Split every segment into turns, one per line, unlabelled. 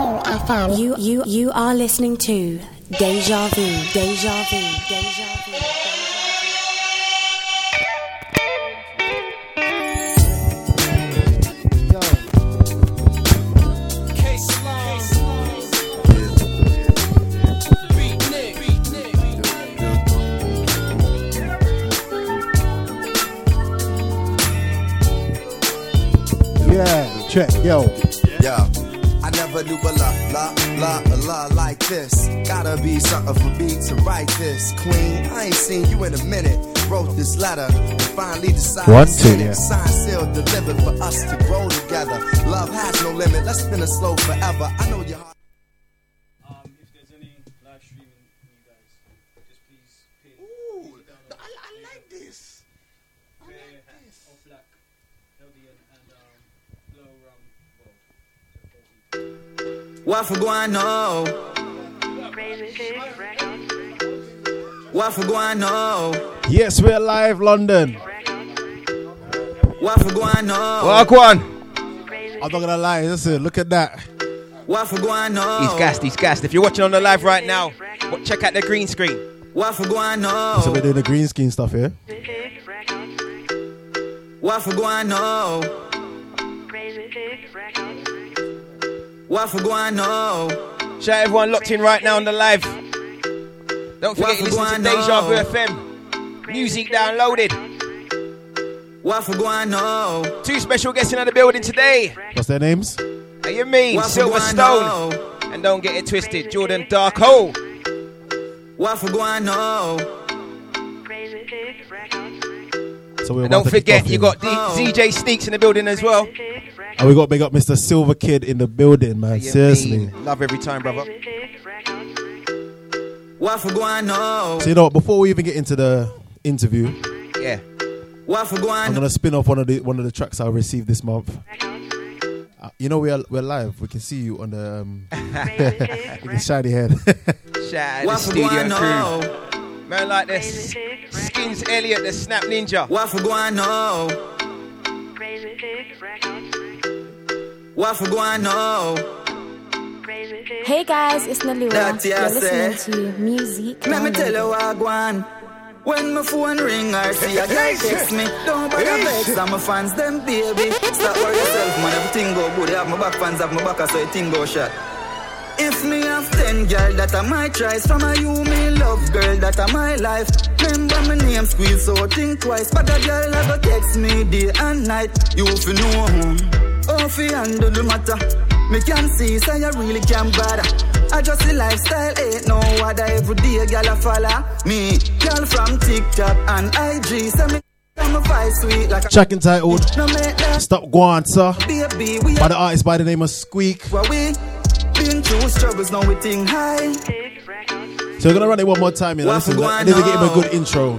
am. You you you are listening to Deja Vu. Deja Vu. Deja Vu.
Yeah, check, yo.
Yeah. I never knew a la la la a la like this. Gotta be something for me to write this. Queen, I ain't seen you in a minute. Wrote this letter and finally decided
One,
to
two,
send it.
yeah.
Signed, sealed, delivered for us to grow together. Love has no limit. Let's spin a slow forever. I know your heart.
Um, if there's any live streaming, you guys, just please pay.
Ooh, I, I like this. I
Bear
like
Hat
this.
or Black, LDN, and um, Low Rum. Well, they're both
Waffle guano. Waffle guano.
Yes, we're live, London.
Waffle guano.
Walk one.
I'm not gonna lie, listen, look at that.
Waffle guano.
He's gassed, he's gassed. If you're watching on the live right now, wa- check out the green screen.
Waffle
So we're
guano.
doing the green screen stuff here.
Waffle guano. Waffle guano.
Shout out everyone locked in right now on the live. Don't forget you
Waffle
listen to
guano.
Deja Vu FM. Music downloaded.
Waffle guano.
Two special guests in the building today.
What's their names?
Are you mean?
Waffle
Silverstone.
guano.
And don't get it twisted. Jordan Dark Hole.
Waffle guano.
So we're
And don't forget you got the
Oh.
ZJ Sneaks in the building as well.
And we got to big up Mr. Silver Kid in the building, man.
You
Seriously.
mean? Love every time, brother.
Waffle guano.
So you know, what, before we even get into the interview,
Yeah.
Waffle
I'm
guano.
gonna spin off one of the one of the tracks I received this month. Uh, you know, we're we're live. We can see you on the um, with the shiny head.
Shout out the
Waffle
studio crew.
guano.
Man like this. Skins Elliot, the Snap Ninja.
Waffle guano. Waffle guano.
Hey guys, it's Nalua.
Dirty
You're
ass, eh?
listening to music.
Let me tell
downloaded.
you what one. When my phone ring or see a guy text me, don't bother vex. I'm my fans, them baby. Stop worry yourself, man. Everything go good. They have my back fans, have my back, so it thing go shot. If me have ten girl that are my choice From a you me love girl that are my life Remember me name squeeze so think twice But that girl ever text me day and night You fi know Oh fi handle the matter Me can see say you really can bother I just the lifestyle ain't no other Every day girl a follow me Girl from TikTok and IG Say me I'm a vice sweet like a
Track entitled
No make that
"Stop Guan Sir"
baby we
by the artist by the name of Squeak.
what we been through struggles now we think high
So we're gonna run it one more time, you know.
What's
Listen,
going
I need to give him a
on?
good intro.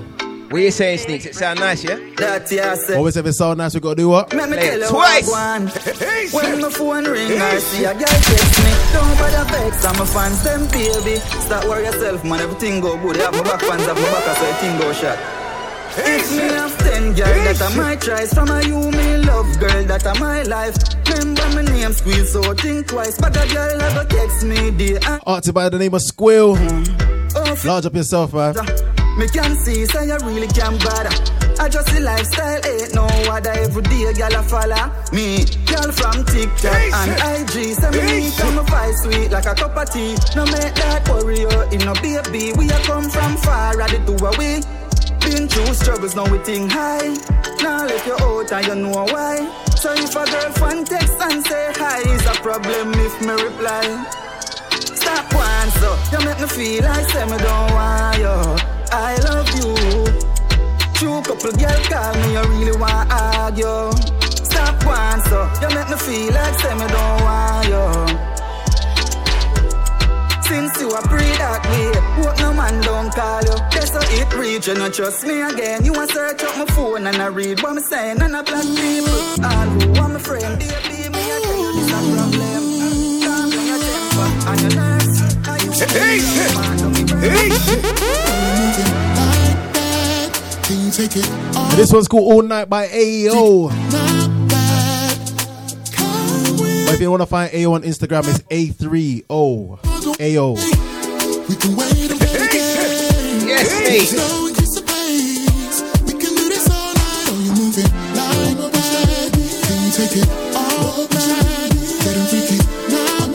What you saying, Sneaks? It sound nice, yeah?
That yeah, I said.
Always if it sound nice, we gotta do what?
Let me
Play
tell
it
you
twice.
what I want. When my phone ring, I see a guy text me. Don't bother vex, I'm a fans, them baby. Start worry yourself, man. Everything go good. Have my back fans, have my back, so everything go shot. If me have ten girl that are my choice From a you me love girl that are my life Remember me name squeeze so think twice But a girl ever text me day and
Artist by the name of Squill.
off
Large up yourself, man.
Me can see, so you really can bother. I just the lifestyle ain't no other. Every day, girl a follow me. Girl from TikTok and IG, say me need come vice sweet like a cup of tea. No make that worry you, in no baby. We a come from far, at the two away. Been through struggles, now we think high. Now let you out and you know why. So if a girl fan text and say hi, is a problem if me reply. Stop once, so you make me feel like say me don't want you. I love you. True couple girl call me, you really want argue. Stop once, so you make me feel like say me don't want you. Since you a pray that way, what no man don't call you. That's how it reach, you not trust me again. You a search up my phone and I read what me saying, and I black people all who want my friend. Baby, me I tell you this a problem. Calm down your temper and your nerves. Are you
Like that. Can you take it all
And this one's called "All Night" by AEO.
Not bad. Come with
But If you want to find AO on Instagram, it's A3O. AO.
We can wait and play the game.
Yes, mate.
There's no increase of pace. We can do this all night. Oh, you move it like a machine. Can you take it all night? Getting freaky. Now I'm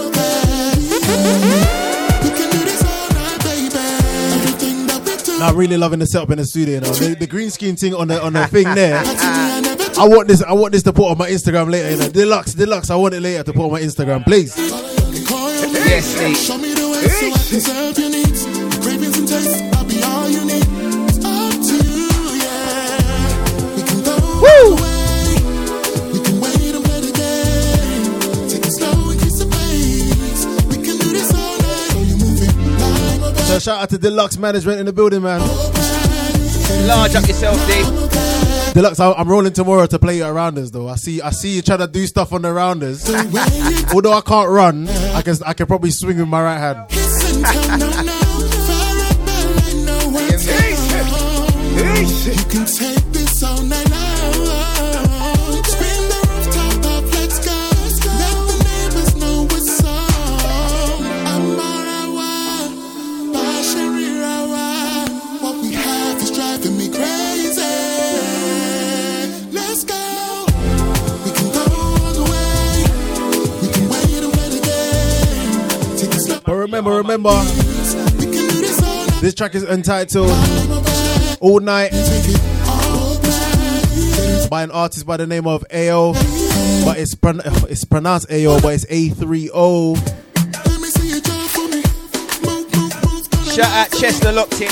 We can do this all night, baby. Everything that we do.
I'm really loving the setup in the studio. You know? the, the green screen thing on the on the thing there.
I told you I never
I want this. I want this to put on my Instagram later. You know, deluxe, deluxe. I want it later to put on my Instagram, please.
Yes, mate.
Show me the way so I can serve your needs. Cravings and tastes, I'll be all you need. It's up to you, yeah. We can go away. We can wait and play the game. Take it slow and kiss the pace. We can do this all night. Oh, you move it like a
So shout out to Deluxe Management in the building, man.
Large up yourself, Dave.
Deluxe, I, I'm rolling tomorrow to play you at rounders, though. I see, I see you trying to do stuff on the rounders. Although I can't run, I can, I can probably swing with my right hand.
kiss and tell no, no. Fire up, but ain't no words found. You can take this all night long. Scream the rooftop up, let's go. Let the neighbors know what's on. Amarawa, Bashirirawa. What we have is driving me crazy. Let's go. We can go all the way. We can wait and wait again. Take it slow.
But remember, remember,
We can do this all night.
this track is entitled
I'm a bad
"All Night"
ticket. All bad.
by an artist by the name of Ao, but it's pron- it's pronounced Ao, but it's A three O.
Let me see you jump for me. Move, move, move. Gonna
Shout out Chester locked in.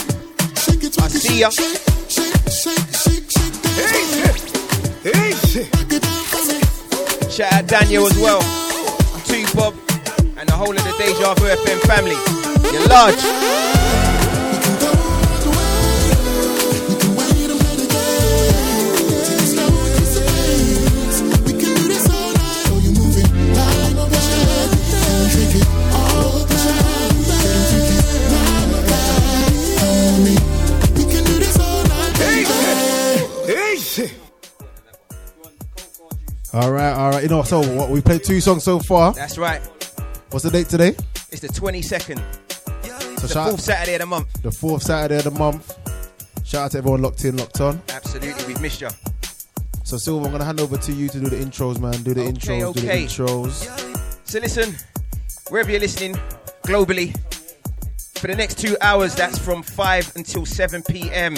Shake it, twist it,
see ya.
Shake, shake, shake, shake, shake. Dance for me. Rock it down for me.
Shout out Daniel as well. Two Bob and the whole of the Deja Vu FM family. You're large.
We can go all the way. We can wait and play the game. Take it slow and kiss the pace. We can do this all night. Oh, you move it like a machine. Can you take it all night? Can you take it like a machine? Oh, me. We can do this all night, baby.
All right, all right. You know, so what, we played two songs so far.
That's right.
What's the date today?
It's the 22nd.
So
The
shout
fourth Saturday of the month.
the fourth Saturday of the month. Shout out to everyone locked in, locked on.
Absolutely, we've missed you.
So Silver, I'm gonna hand over to you to do the intros, man. Do the
Okay,
intros, do the
okay.
intros.
So listen, wherever you're listening, globally, for the next two hours, that's from 5 until 7 p.m.,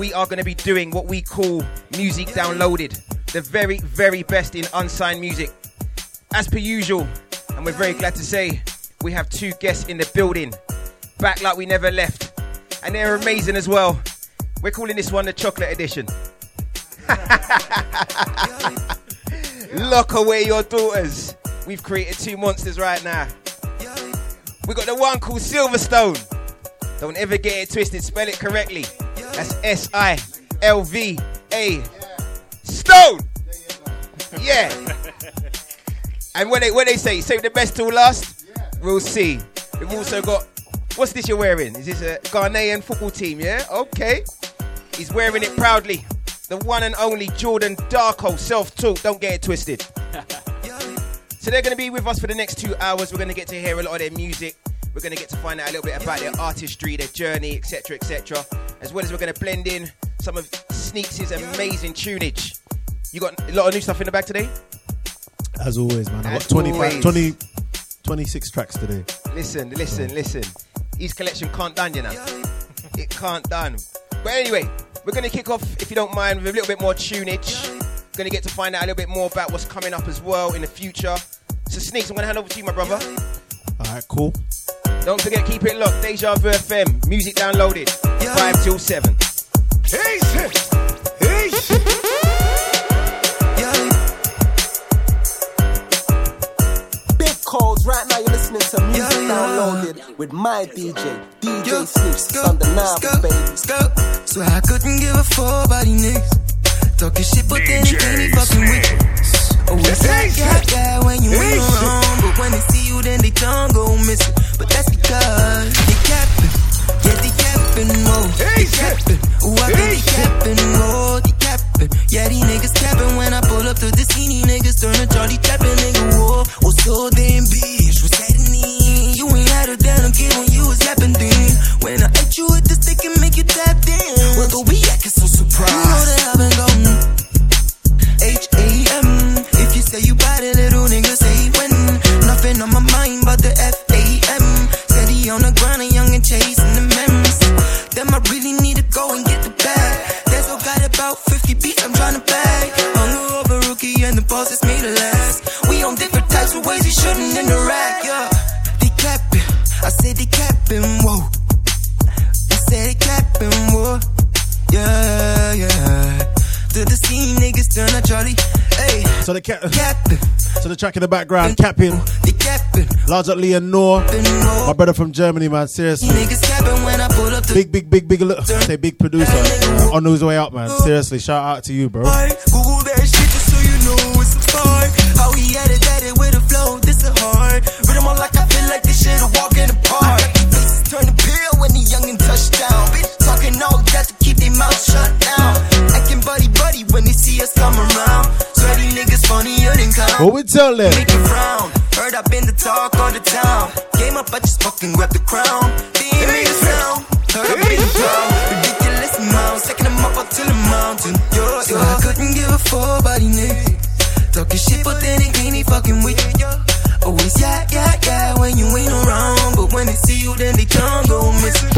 we are going to be doing what we call music downloaded. The very, very best in unsigned music. As per usual, and we're very glad to say, we have two guests in the building, back like we never left. And they're amazing as well. We're calling this one the chocolate edition. Lock away your daughters. We've created two monsters right now. We got the one called Silverstone. Don't ever get it twisted, spell it correctly. That's S I L V A Stone! Yeah. And when they when they say save the best till last, we'll see. We've also got what's this you're wearing? Is this a Ghanaian football team, yeah? Okay. He's wearing it proudly. The one and only Jordan Darko self talk. Don't get it twisted. so they're going to be with us for the next two hours. We're going to get to hear a lot of their music. We're going to get to find out a little bit about their artistry, their journey, etc., etc. As well as we're going to blend in some of Sneaks' amazing tunage. You got a lot of new stuff in the bag today?
As always, man. I
As
got 25,
always.
20, 26 tracks today.
Listen, listen, listen. Each collection can't done, you know. It can't done. But anyway, we're gonna kick off, if you don't mind, with a little bit more tunage. Gonna get to find out a little bit more about what's coming up as well in the future. So Sneaks, I'm gonna hand over to you, my brother.
All right, cool.
Don't forget, keep it locked. Deja Vu FM, music downloaded, five till seven.
Big calls right now. You're listening to music downloaded with my DJ, DJ Sneaks. It's undeniable, baby.
So I couldn't give a fuck about these niggas. Talking shit, but then they can't be fucking with. Always I got that when you ain't around, but when they see you, then they tongue go missing. But that's because they capping, yeah they capping more. They capping, ooh I think they capping more. They capping, yeah these niggas capping. When I pull up to the scene, these niggas turn to Charlie Chaplin, nigga. Whoa, what's I said they capping, whoa. I said they capping, whoa. Yeah, yeah. To the scene, niggas turn a jolly. Hey,
So the ca-
capping,
so the track in the background, capping,
they capping,
large up Leonore, my
whoa.
brother from Germany, man. Seriously,
Niggas capping when I pull up the
big, big, big, big, look, say big producer on his way up, man. Seriously, shout out to you, bro.
Alright, Google that shit just so you know it's a part. How he added that it with a flow, this a hard. Rhythm on like I feel like this shit a walk in the park. Faces turn to pale when the youngin' touch down. Bitch talking all that to keep their mouth shut down. Acting buddy buddy when they see us come around. Sweaty niggas funnier than clown.
What we tell them?
Make it frown. Heard I've been the talk all the town. Game up, I just fucking grabbed the crown. Didn't make a sound. Heard I've been the clown. Ridiculous amount. Taking them up up to the mountain. Yo, yo. I couldn't give a fuck about these niggas. Talking shit, but then again, they fucking with you. Always Oh, yeah, yeah, yeah when you ain't around. But when they see you, then they tongue go missing.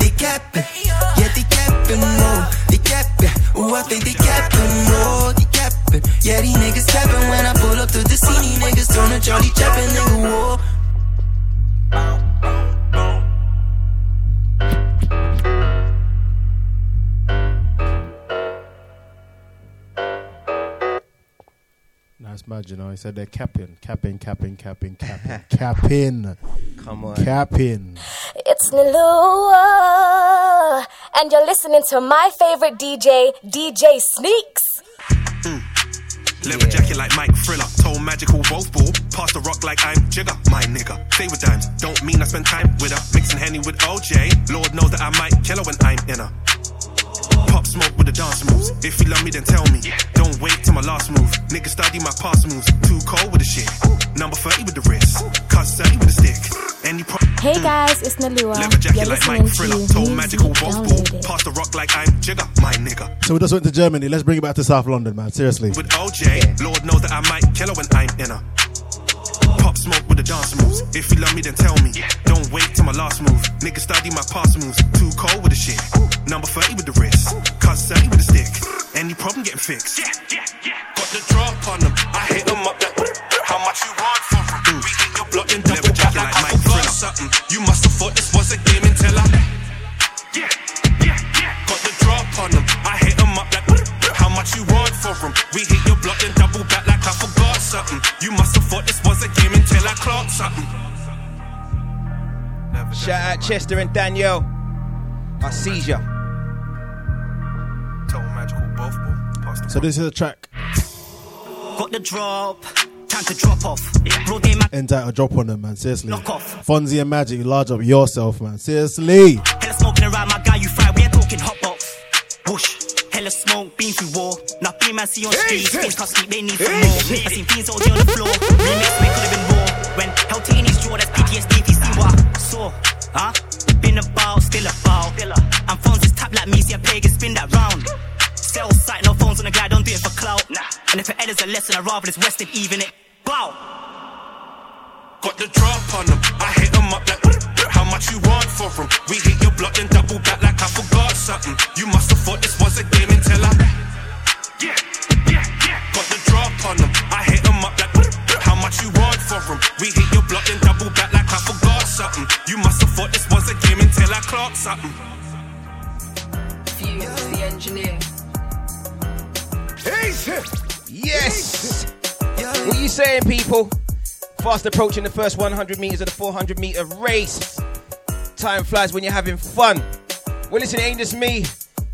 They capping, yeah, they capping more. They capping, ooh, I think they capping more. They capping, yeah, these niggas capping when I pull up to the scene. These niggas turn a Charlie Chaplin, nigga, war.
Nice mad, you know. He said they're capping, capping, capping, capping, capping, capping,
Come on.
capping.
It's Nalua, and you're listening to my favorite DJ, DJ Sneaks.
Leather jacket like Mike Thriller. Told magical wolf ball. Pass the rock like I'm Jigger, my nigga. Stay with dimes. Don't mean I spend time with her. Mixing Henny with OJ. Lord knows that I might kill her when I'm in her. Pop smoke with the dance moves. If you love me, then tell me. Don't wait till my last move. Nigga, study my past moves. Too cold with the shit. Number 30 with the wrist. Cut 30 with the stick. Any pro-
Hey guys, it's Nalua.
Leather
You're
jacket like
listening
Mike
to
Thriller.
Music
Told magical wolf ball.
Downloaded.
Pass the rock like I'm Jigger, my nigga.
So we just went to Germany. Let's bring it back to South London, man. Seriously.
with OJ. Lord knows that I might kill her when I'm in her. Pop smoke with the dance moves. If you love me, then tell me. Don't wait till my last move. Nigga, study my past moves. Too cold with the shit. Number 30 with the wrist. Cut 30 with the stick. Any problem getting fixed. Yeah, yeah, yeah. Got the drop on them. I hit them up like, how much you want for them? We hit your block and double back like, I forgot something. You must have thought this was a game until I... Yeah, yeah, yeah. Got the drop on them. I hit them up like, how much you want for them? We hit your block and double back like I forgot something. You must have thought this was a game until I clocked something.
Shout out Chester and Danielle. I sees ya.
Told magical both ball. Pass the
So this is a track
Got the drop, time to drop off. Bro, they might
entitled "Drop on Them," man. Seriously.
knock off.
Fonzie and Magic, large up yourself, man. Seriously.
Hella smoking around my guy, you fry, we ain't talking hot box. Whoosh, hella smoke, been through war. Now beam I see on streets, things can't sleep, they need some more. I seen fiends all day on the floor, remix, we could've been raw. When hell in his jaw, that's PTSD, if you see what I saw. Huh? Been about, still about. And phones is tapped like me, see a plague and spin that round. Sell sight, no phones on the guy, don't do it for clout. And if it ed is a lesson, I'd rather it's Wested even it. Wow!
Got the drop on them. I hit them up like, how much you want for them? We hit your block and double back like I forgot something. You must have thought this was a game until I. Yeah, yeah, yeah. Got the drop on them. I hit them up like, how much you want for them? We hit your block and double back like I forgot something. You must have thought this was a game until I clocked something.
Yes! What you saying, people? Fast approaching the first 100 meters of the 400 meter race. Time flies when you're having fun. Well, listen, it ain't just me.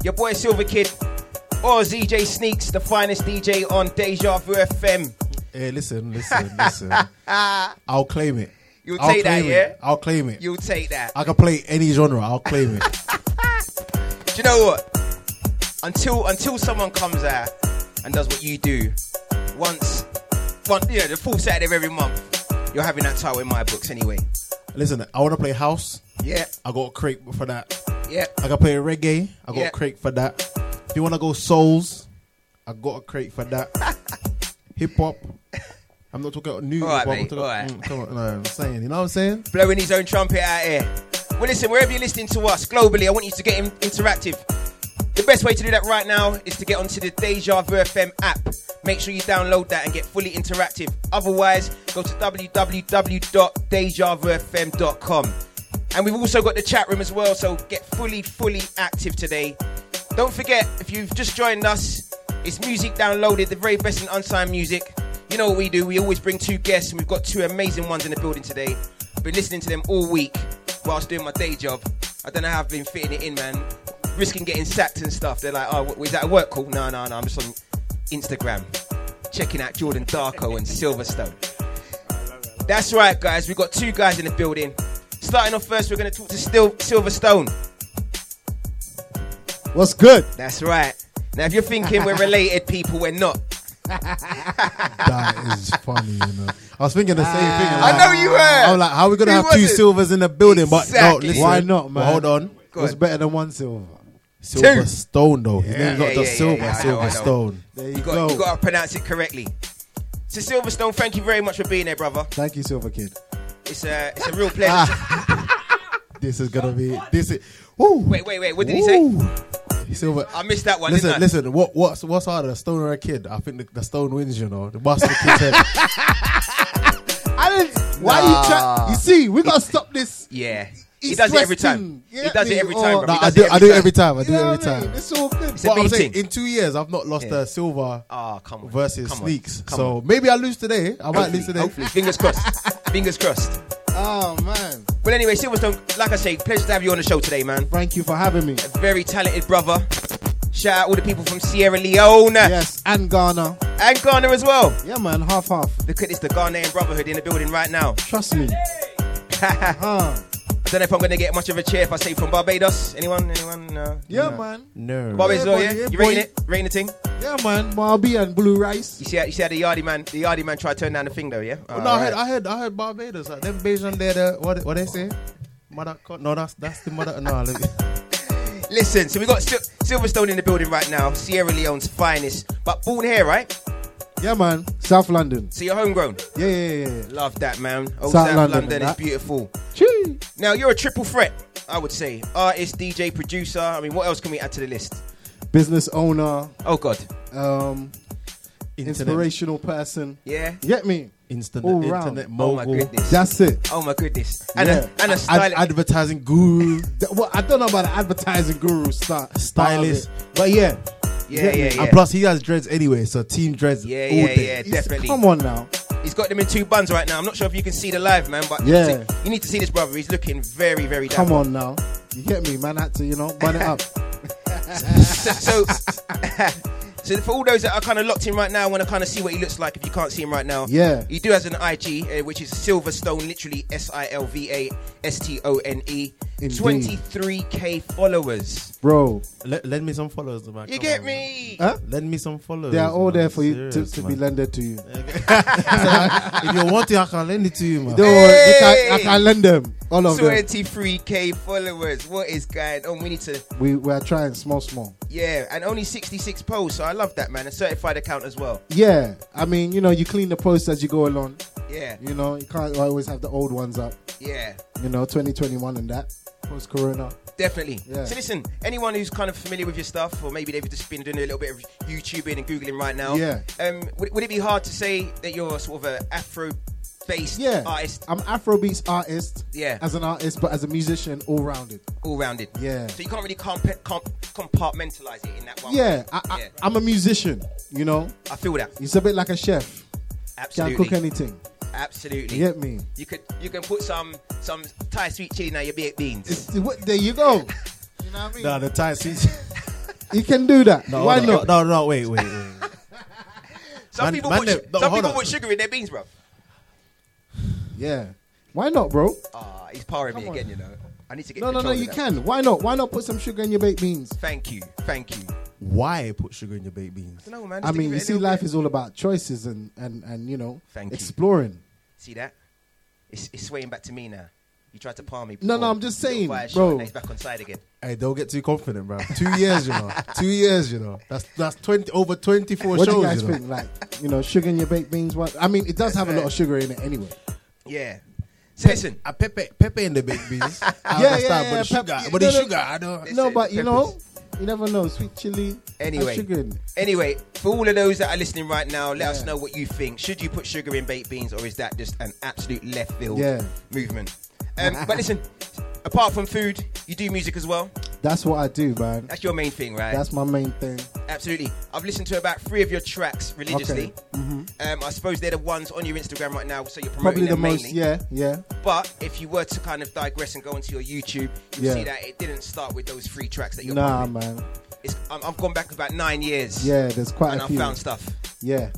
Your boy Silver Kid or ZJ Sneaks, the finest DJ on Deja Vu FM.
Hey, listen, listen, listen. I'll claim it.
You'll
I'll
take that,
claim it.
yeah?
I'll claim it.
You'll take that.
I can play any genre. I'll claim it.
Do you know what? Until until someone comes out and does what you do, once, one, you know, the full Saturday of every month, you're having that title in my books anyway.
listen, I want to play house.
Yeah,
I got a crate for that.
yeah.
I can play reggae. I got
Yeah.
a crate for that. If you want to go souls, I got a crate for that. Hip hop. I'm not talking about new.
All right,
hip hop, I'm
mate,
talking
all
about-
right.
mm, talking about- no, I'm saying, you know what I'm saying?
blowing his own trumpet out here. Well, listen, wherever you're listening to us globally, I want you to get in- interactive. The best way to do that right now is to get onto the Deja Vu FM app. Make sure you download that and get fully interactive. Otherwise, go to www.dejavufm.com. And we've also got the chat room as well, so get fully, fully active today. Don't forget, if you've just joined us, it's music downloaded, the very best in unsigned music. You know what we do, we always bring two guests, and we've got two amazing ones in the building today. I've been listening to them all week whilst doing my day job. I don't know how I've been fitting it in, man. Risking getting sacked and stuff. They're like, oh, wh- was that a work call? No, no, no, I'm just on Instagram checking out Jordan Darko and Silverstone. That's right, guys. We've got two guys in the building. Starting off first, we're going to talk to Still Silverstone.
What's good?
That's right. Now, if you're thinking we're related people, we're not.
That is funny, you know. I was thinking the same thing.
I know you were.
I'm like, how are we gonna
He
have two
wasn't.
silvers in the building? But
Exactly.
no, listen,
Why not, man?
But hold on,
Go
what's
on.
better than one silver? Silver stone, though. His name's not
yeah,
just
yeah,
silver,
yeah, yeah, I know,
silver
I know.
stone.
you, got, you got to pronounce it correctly. So, Silverstone, thank you very much for being there, brother.
Thank you, Silver Kid. Ah.
It's a, it's a real pleasure.
This is gonna be this. Is, woo.
Wait, wait, wait. What did he say?
he say? Silver.
I missed that one.
listen,
didn't I?
listen. What, what's what's harder, a stone or a kid? I think the, the stone wins. You know, the bastard kid said. I didn't. Why you try? You see, we gotta stop this.
Yeah. He
East
does it every
West
time.
thing. You
He
get
does
me?
it every
Or-
time, bro.
Nah,
He
I
does
do,
it
I
every
do it every time. I do You it know every what I mean? time.
It's all good.
It's a
But I'm saying,
beating.
in two years, I've not lost a silver
Ah, come on.
versus
Come on.
sneaks.
Come
so maybe I lose today. I might
Hopefully,
lose today.
hopefully. Fingers crossed. Fingers crossed.
Oh man,
Well, anyway, Silverstone, like I say, pleasure to have you on the show today, man.
thank you for having me.
Very talented brother. Shout out all the people from Sierra Leone
Yes, and Ghana.
and Ghana as well.
Yeah, man, half half.
Look at this, the Ghanaian brotherhood in the building right now.
Trust me.
I don't know if I'm going to get much of a cheer if I say from Barbados. Anyone? Anyone? uh, No.
Yeah,
No.
man.
No.
Barbados,
Yeah,
oh,
boy,
yeah?
yeah,
You
boy.
rating it? Rating the thing?
Yeah, man. Marby and blue rice. Oh,
You see, how, you see how the Yardie man, the Yardie man tried to turn down the thing though, yeah?
Oh, no, I heard, I heard, I heard Barbados. Like them Bajan there, the, what what they say? Mother, co- no, that's that's the mother. No, look.
Listen, so we got Sil- Silverstone in the building right now, Sierra Leone's finest, but born here, right?
Yeah, man. South London.
So you're homegrown.
Yeah, yeah, yeah.
Love that, man. Oh,
South
South,
London
London,
and
is
that.
beautiful. Now you're a triple threat, I would say. Artist, DJ, producer. I mean, what else can we add to the list?
Business owner.
Oh God.
Um,
Internet.
inspirational person.
Yeah.
Get me.
Instant
All round.
internet
Oh my
mogul.
goodness.
That's it.
Oh my goodness. And
Yeah.
a and a
Ad-
style.
advertising guru.
Th- Well, I don't know about the advertising guru star,
Stylist.
part of it, but yeah,
yeah, yeah, yeah.
And plus, he has dreads anyway, so team dreads
Yeah,
all
yeah,
day.
yeah,
He's-
definitely.
Come on now,
He's got them in two buns right now. I'm not sure if you can see the live, man, but
Yeah.
you, need to, you need to see this brother. He's looking very, very down.
come on now. You get me, man. Had to, you know, burn it up.
so, so for all those that are kind of locked in right now, want to kind of see what he looks like if you can't see him right now.
Yeah.
He do has an IG, uh, which is Silverstone, literally S I L V A S T O N E.
Indeed.
23k followers.
bro.
Le- lend me some followers, man.
You
Come
get
on, man.
me?
Huh?
Lend me some followers.
They are all
man.
there for you to,
Serious,
to
man.
be lended to you.
if you want it, I can lend it to you, man.
Don't worry, they can, I
Hey!
can lend them all of them.
23k followers. What is going on? We need to,
We we are trying small, small.
yeah, and only 66 posts. So I love that, man. A certified account as well.
Yeah, I mean, you know, you clean the posts as you go along.
Yeah,
You know, you can't always have the old ones up.
yeah.
You know, 2021 and that post Corona.
Definitely.
Yeah.
So listen, anyone who's kind of familiar with your stuff, or maybe they've just been doing a little bit of YouTubing and googling right now.
Yeah.
Um, would, would it be hard to say that you're sort of a Afro-based
Yeah,
artist,
I'm Afrobeats artist.
Yeah.
as an artist, but as a musician, all rounded.
all-rounded?
Yeah.
So you can't really comp- comp- compartmentalize it in that one.
Yeah,
way.
I, I,
yeah.
I'm a musician. You know,
I feel that.
it's a bit like a chef. Can't
Absolutely.
cook anything.
Absolutely.
You get me?
You could you can put some some Thai sweet chili in your baked beans.
It's, what, there you go. You know what I mean?
Nah, the tight seats.
You can do that.
No,
Why
hold on.
not?
No, no, wait, wait, wait.
Some
Man-
people
man,
put
no,
su-
no,
some
hold
people
on.
put sugar in their beans, bro.
Yeah. Why not, bro?
Ah, he's powering me
Come on.
again. You know, I need to get
No, no, no.
control of
You
that.
can. Why not? Why not put some sugar in your baked beans?
Thank you, thank you.
Why put sugar in your baked beans?
No man.
I
just
mean,
give it
you
a
see,
little
life
bit.
is all about choices and and and you know,
Thank you.
exploring.
See that? It's, it's swaying back to me now. You tried to palm me.
No, no,
before.
I'm just
Little
saying,
wire shot,
bro.
and now He's back on side again.
Oh. Hey, don't get too confident, bro. Two years, you know. Two years, you know. That's that's twenty over twenty four
What
shows.
do you guys
you know?
think? Like, you know, sugar in your baked beans. What? I mean, it does have a lot of sugar in it anyway.
Yeah. So listen,
Ah, Pepe, Pepe in the baked beans. I
Yeah,
understand,
yeah, yeah, Pepe-
but the sugar, Uh, but the
no, no.
sugar, I don't.
They
no,
say
but you know,
You never know. Sweet chili.
Anyway,
Sugar in.
anyway, for all of those that are listening right now, let us know what you think. Should you put sugar in baked beans, or is that just an absolute left field
Yeah.
movement? Um, but listen, apart from food, you do music as well.
That's what I do, man.
That's your main thing, right?
That's my main thing.
Absolutely. I've listened to about three of your tracks religiously.
Mhm.
Um, I suppose they're the ones on your Instagram right now, so you're promoting
Probably the
them
most.
mainly.
Yeah, yeah.
But if you were to kind of digress and go into your YouTube, you'll
Yeah.
see that it didn't start with those three tracks that you're
Nah,
promoting.
man.
It's, I'm, I've gone back about nine years.
Yeah, there's quite
and
a few.
I found stuff.
Yeah,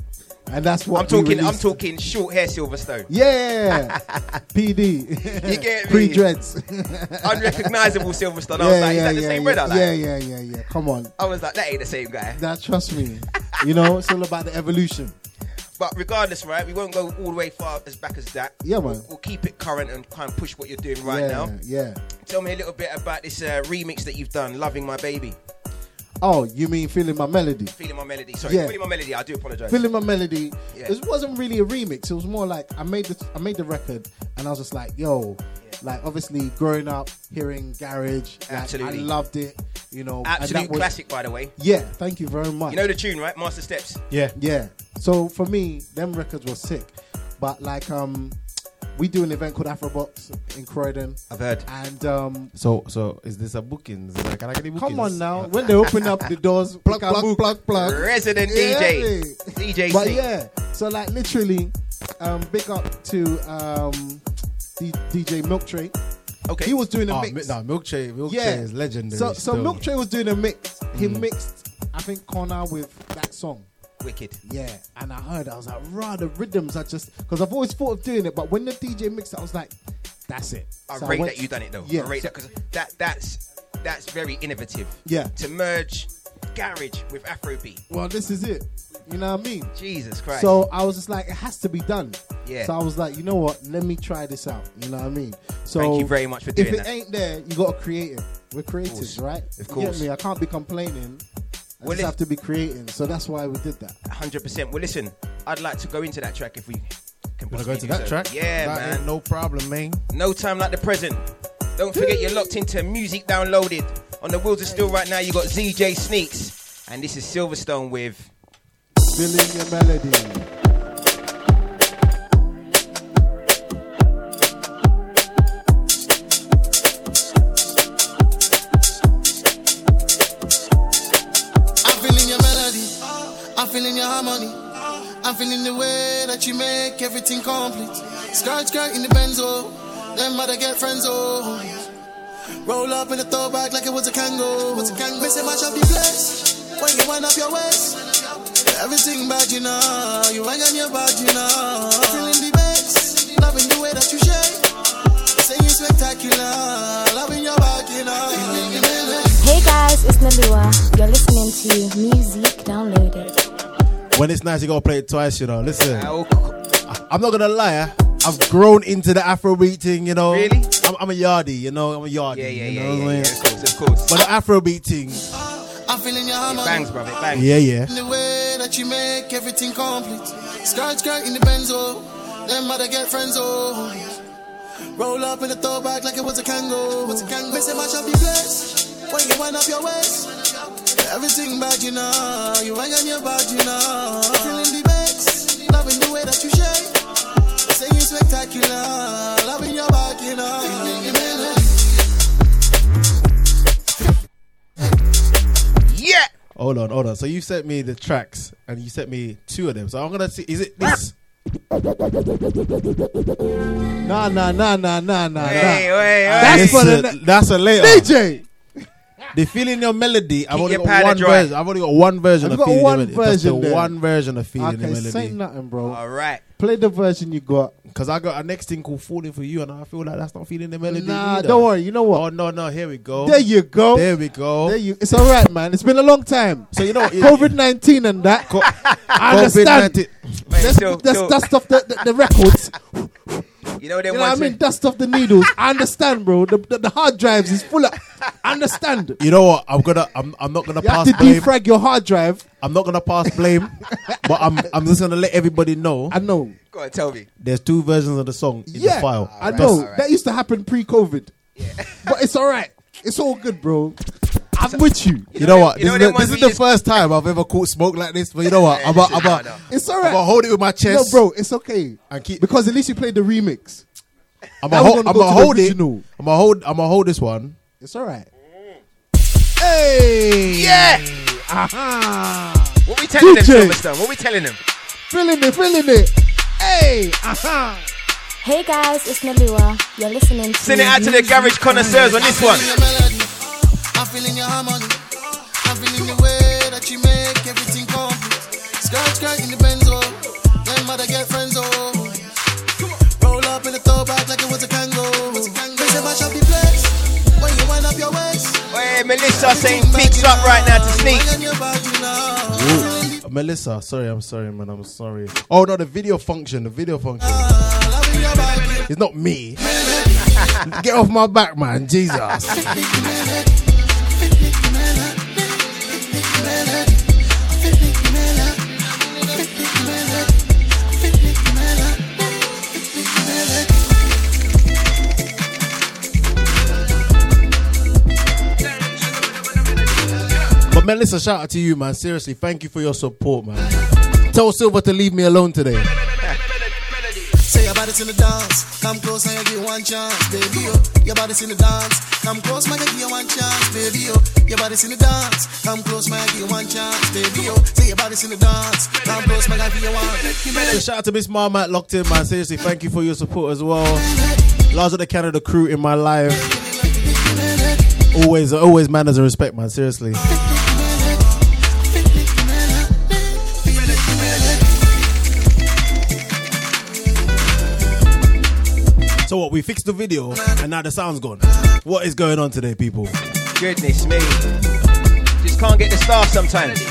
and that's what
I'm talking. I'm
released.
talking short hair Silverstone.
Yeah, PD.
You get me?
Pre dreads.
Unrecognizable Silverstone. I was like, is that the
yeah,
same
yeah,
brother? Like,
yeah, yeah, yeah, yeah. Come on.
I was like, that ain't the same guy.
Now trust me. you know, it's all about the evolution.
But regardless, right, we won't go all the way far as back as that.
Yeah, man.
We'll, we'll keep it current and kind of push what you're doing right
yeah,
now.
Yeah.
Tell me a little bit about this uh, remix that you've done, "Loving My Baby,"
Oh, you mean feeling my melody?
"Feeling My Melody." Sorry,
Yeah.
"Feeling My Melody." I do apologize.
Feeling my melody.
Yeah.
This wasn't really a remix. It was more like I made the I made the record, and I was just like, yo, like obviously growing up hearing garage, like,
Absolutely.
I loved it. You know, and that
Absolute
was-
classic, by the way.
Yeah, thank you very much.
You know the tune, right? Master Steps.
Yeah. Yeah. So for me, them records were sick. But like um we do an event called Afrobox in Croydon.
I've heard.
And um
So, so is this a booking? Is it- Can I get any bookings?
come on now. When they open up the doors, plug,
plug, plug, plug.
Resident DJ. DJ
But
Sneak.
yeah, so like literally, um big up to um D- DJ Milktree.
Okay.
He was doing a
Oh,
mix.
Mi- no, Milkshake. Milkshake is legendary.
So, so
still.
Milk Tray was doing a mix. He
Mm.
mixed, I think, Connor with that song.
Wicked.
Yeah, and I heard, I was like, rah, the rhythms are just because I've always thought of doing it, but when the DJ mixed it, I was like, that's it.
I
So
rate
went-
that you done it though.
Yeah,
I rate
so-
that because that that's that's very innovative.
Yeah.
To merge garage with Afrobeat.
Well, this is it. You know what I mean?
Jesus Christ.
So I was just like, it has to be done.
Yeah.
So I was like, you know what? Let me try this out. You know what I mean? So
Thank you very much for
If
doing
it
that.
ain't there, you gotta create it. We're creators,
course.
right?
Of
You get
course.
me? I can't be complaining. I
Well,
just
it-
have to be creating. So that's why we did that.
hundred percent. Well, listen, I'd like to go into that track if we can.
Wanna
possibly
go into
do
that
so.
track?
Yeah,
That
man.
ain't no problem, man.
No time like the present. Don't forget you're locked into music downloaded. On the wheels of steel right now, you got ZJ Sneaks. And this is Silverstone with
Feeling your melody.
I'm feeling your melody. I'm feeling your harmony. I'm feeling the way that you make everything complete. Skirt, skirt in the benzo. Them mother get friends, oh. Roll up in the throwback like it was a kango. Miss it, mash up the place. When you wind up your waist. Everything bad, you know. You hang on your bad, you know. Feeling the bass. Loving the way that you shake. Saying spectacular. Loving your back, you know. Feeling the melody.
Hey guys, it's Nalua. You're listening to Music Downloaded.
When it's nice, you gotta play it twice, you know. Listen, I- I'm not gonna lie, I've grown into the Afrobeat thing, you know. Really? I'm, I'm a yardie, you know. I'm a yardie. Yeah, yeah, you know yeah, yeah,
Of course.
But the Afrobeat thing,
I'm feeling your harmony.
bangs, bruv, it bangs. Yeah, yeah.
The way that you make everything complete. Skirt, skirt in the benzo. Them mother get friends, oh. Roll up in the throwback like it was a kango. Miss it, mash up the place. When you wind up your waist. Everything bad, you know. You hang on your bad, you know. Feeling the bass. Loving the way that you shake. Saying spectacular. Loving your back, you know. Feeling the melody.
Yeah.
Hold on, hold on. So you sent me the tracks, and you sent me two of them. So I'm gonna see. Is it this?
Nah, nah, nah, nah, nah, nah.
Hey,
nah.
hey,
That's for the.
a, that's a later.
DJ.
The feeling your melody. I've
Keep
only
your
got
powder
one
dry.
version. I've only got one version
I've
of
got
feeling
one
your melody. That's the
version there.
one version of feeling your
Okay,
melody.
say nothing, bro.
All right.
Play the version you got.
Cause I got a next thing called "Falling for You," and I feel like that's not feeling the melody.
Nah,
either.
don't worry. You know what? Oh
no, no. Here we go.
There you go.
There we go.
There you. It's all right, man. It's been a long time.
So you know,
COVID nineteen and that. I understand.
COVID-19.
Let's,
so-
let's
so-
dust off the, the, the records.
You know
You
them
know what
ones.
I mean? Dust off the needles. I understand, bro. The, the, the hard drives is full of. I understand.
You know what? I'm gonna. I'm. I'm not gonna
You have
pass
to
blame.
defrag your hard drive.
I'm not gonna pass blame, but I'm. I'm just gonna let everybody know. I
know.
Go on, tell me.
There's two versions of the song in
yeah,
the file.
I
That's-
know that used to happen pre-COVID, but it's all right. It's all good, bro. I'm with you. You know what? This is the- this is the first time I've ever caught smoke like this. But you know what? I'm
Yeah,
about.
It's all right.
I'ma hold it with my chest.
No, bro, it's okay.
keep-
because at least you played the remix.
I'm
Now we're
gonna hold.
gonna
I'm
go
gonna
to the
hold it.
original.
I'm gonna hold. I'm gonna hold this one.
It's all right.
Hey.
Yeah.
Aha.
What we telling them,
DJ.
Silverstone? What we telling them?
Feeling it, feeling it. Hey. Aha.
Hey guys, it's Nalua. You're listening to
Send it out to the garage connoisseurs on this one.
I'm feeling your harmony. I'm feeling the way that you make everything complete. Scratch, crack in the benzo. Then mother get friends, oh. Roll up in the throwback like it was a kango. Cause mash up the place. When you wind up your waist.
Hey, Melissa saying beats up right now to sneak.
Melissa, sorry, I'm sorry, man, I'm sorry. Oh no, the video function, the video function. It's not me. Get off my back, man, Jesus. But Melissa, shout out to you, man. Seriously, thank you for your support, man. Tell Silver to leave me alone today.
Say your body's in the dance. Come close and I give you one chance, baby. Oh. Your body's in the dance. Come close, man, I give you one chance, baby. Oh. Your body's in the dance. Come close, man, I give you one chance, baby. Oh. Say your body's in the dance. Come close, man, I give you one.
So shout out to Miss Mom at Locked In, man. Seriously, thank you for your support as well. Lars of the Canada crew in my life. Always, always manners and respect, man. Seriously. So what? We fixed the video, and now the sound's gone. What is going on today, people?
Goodness me. Just can't get the staff sometimes.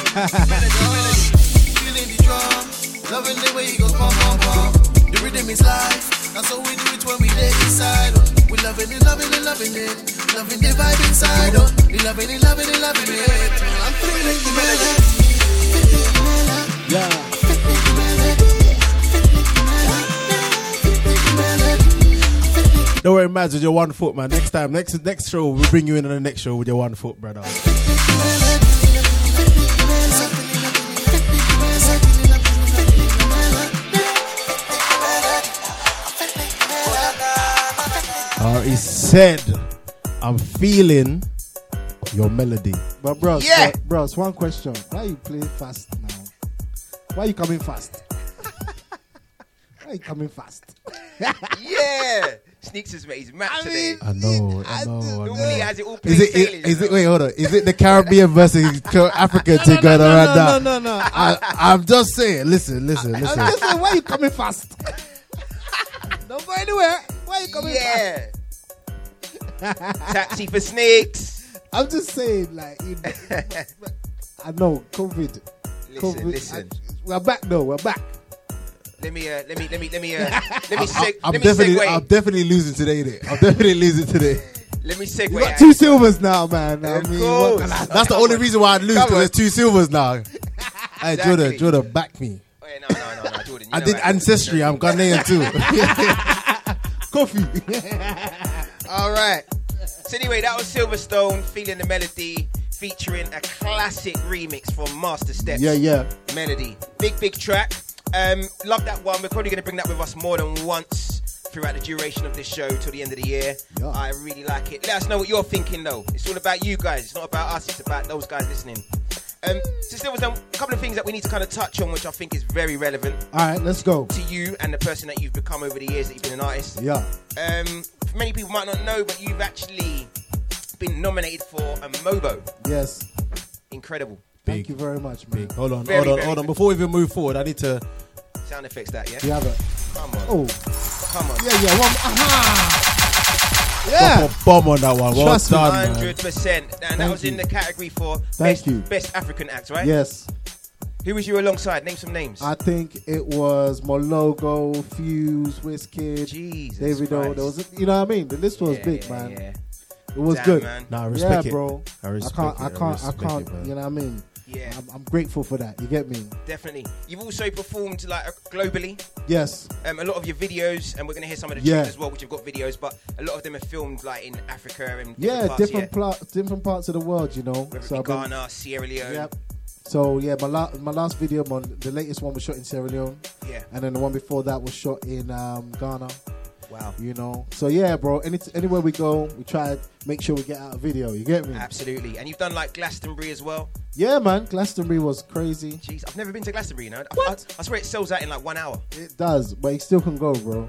Loving the way you go, pom pom pom. The rhythm is life, and so we do it when we lay inside. Oh. We loving it, loving it, loving it, loving the vibe inside. Oh. We loving it, loving it, loving it. I'm feeling the melody.
Yeah.
Don't worry, Mads, with your one foot, man. Next time, next next show, we'll bring you in on the next show with your one foot, brother. Uh, he said, I'm feeling your melody.
But bro,
Yeah.
bro, it's one question. Why you play fast now? Why you coming fast? Why you coming fast?
yeah. Sneaks has made his map today.
I know, I know. I
Normally
know.
has it all plain
Is it,
sailing.
is it, wait, hold on. Is it the Caribbean versus Africa
no,
thing going
no, no,
around now?
no, no, no.
I, I'm just saying, listen, listen,
I'm
listen.
just saying, why you coming fast? Don't go anywhere. Why you coming
yeah.
fast?
Taxi for snakes.
I'm just saying, like, you I know COVID. COVID.
listen.
I- we're back though. We're back.
Let me, uh, let me, let me, let me, uh, let me,
I,
seg-
am
let me
definitely,
segue.
I'm definitely losing today. There, I'm definitely losing today.
let me
You
segue.
got two silvers now, man. I mean, what
course.
can I-
That's the only reason why I lose because
Come on.
there's two silvers now. Hey, Jordan,
Exactly.
Jordan, back me.
Oh, yeah, no, no, no, no, Jordan. you
I
know
did
that.
ancestry. I'm Ghanaian too. Coffee.
All right. So anyway, that was Silverstone feeling the melody, featuring a classic remix from Master Steps.
Yeah, yeah.
Melody, big big track. Um, love that one. We're probably going to bring that with us more than once throughout the duration of this show till the end of the year. I really like it. Let us know what you're thinking though. It's all about you guys. It's not about us. It's about those guys listening. Um, since there was a couple of things that we need to kind of touch on, which I think is very relevant
All right, let's go.
to you and the person that you've become over the years that you've been an artist
Yeah.
um, many people might not know, but you've actually been nominated for a Mobo.
Yes.
Incredible.
Thank you very much, man.
Hold on,
Very,
hold on,
very
hold on.
good.
Before we even move forward, I need to.
Sound effects that, yeah?
You have it.
Come on.
Oh,
Come on.
yeah, yeah. One. Aha. Yeah.
drop a bomb on that one. Well
Trust me.
done, man.
100%. And that
Thank
was in
you.
the category for
Thank
best,
you.
best African act, right?
Yes.
Who was you alongside? Name some names.
I think it was Mologo, Fuse, Wizkid,
Jesus
David O.
Christ.
There was, you know what I mean? The list was big, man.
Yeah.
It was
Damn,
good.
man.
Nah, I respect
yeah,
it.
bro.
I respect
can't.
it,
I
I
can't. I,
respect
can't.
it, man.
you know what I mean?
Yeah.
I'm, I'm grateful for that. You get me?
Definitely. You've also performed like uh, globally.
Yes.
Um, a lot of your videos, and we're gonna hear some of the
Yeah.
tunes as well, which have got videos, but a lot of them are filmed like in Africa and
Yeah,
parts,
different pla- different parts of the world. You know.
Whether it
So
be
I've been-
Ghana, Sierra Leone.
Yep. So yeah, my la- my last video, my, the latest one was shot in Sierra Leone.
Yeah.
And then the one before that was shot in um, Ghana.
Wow.
You know. So yeah, bro. Any anywhere we go, we try to make sure we get out a video. You get me?
Absolutely. And you've done like Glastonbury as well.
Yeah, man. Glastonbury was crazy.
Jeez, I've never been to Glastonbury, you know. What? I, I swear it sells out in like one hour.
It does, but it still can go, bro.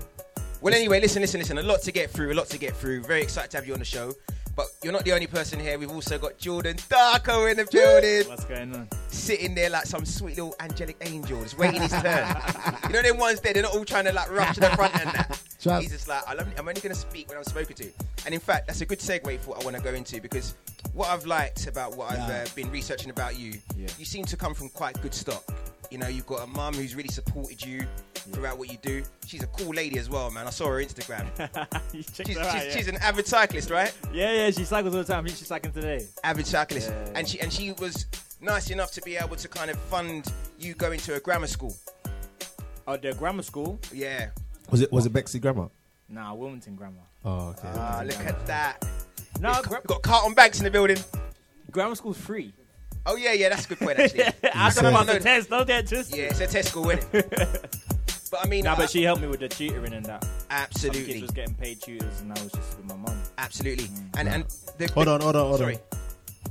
Well, anyway, listen, listen, listen. A lot to get through, a lot to get through. Very excited to have you on the show. But you're not the only person here. We've also got Jordan Darko in the building. What's going on? Sitting there like some sweet little angelic angel, just waiting his turn. you know them ones there, they're not all trying to like rush to the front and that.
Chaps.
He's just like, I love- I'm only going to speak when I'm spoken to. And in fact, that's a good segue for what I want to go into because what I've liked about what
Yeah.
I've uh, been researching about you, you seem to come from quite good stock. You know, you've got a mum who's really supported you throughout what you do. She's a cool lady as well, man. I saw her Instagram. she's, she's,
her out, yeah.
she's an avid cyclist, right?
Yeah, yeah, she cycles all the time. She's cycling today.
Avid cyclist,
Yeah.
and she and she was nice enough to be able to kind of fund you going to a grammar school.
Oh, the grammar school?
Yeah.
Was it was it Bexy Grammar?
Nah, Wilmington Grammar.
Oh, okay.
Uh,
Ah, look at that.
No,
We've got, got Carlton Banks in the building.
Grammar school's free.
Oh yeah, yeah, that's a good point actually.
I
That's what
thought
know.
about the test. Don't get twisted.
Yeah, it's a test school, is it? but I mean,
Nah,
I-
but she helped me with the tutoring and that. Some
Absolutely.
kids was getting paid tutors, and I was just with my mum. Mm.
Absolutely. And and the,
Hold on, hold on, hold
Sorry.
on.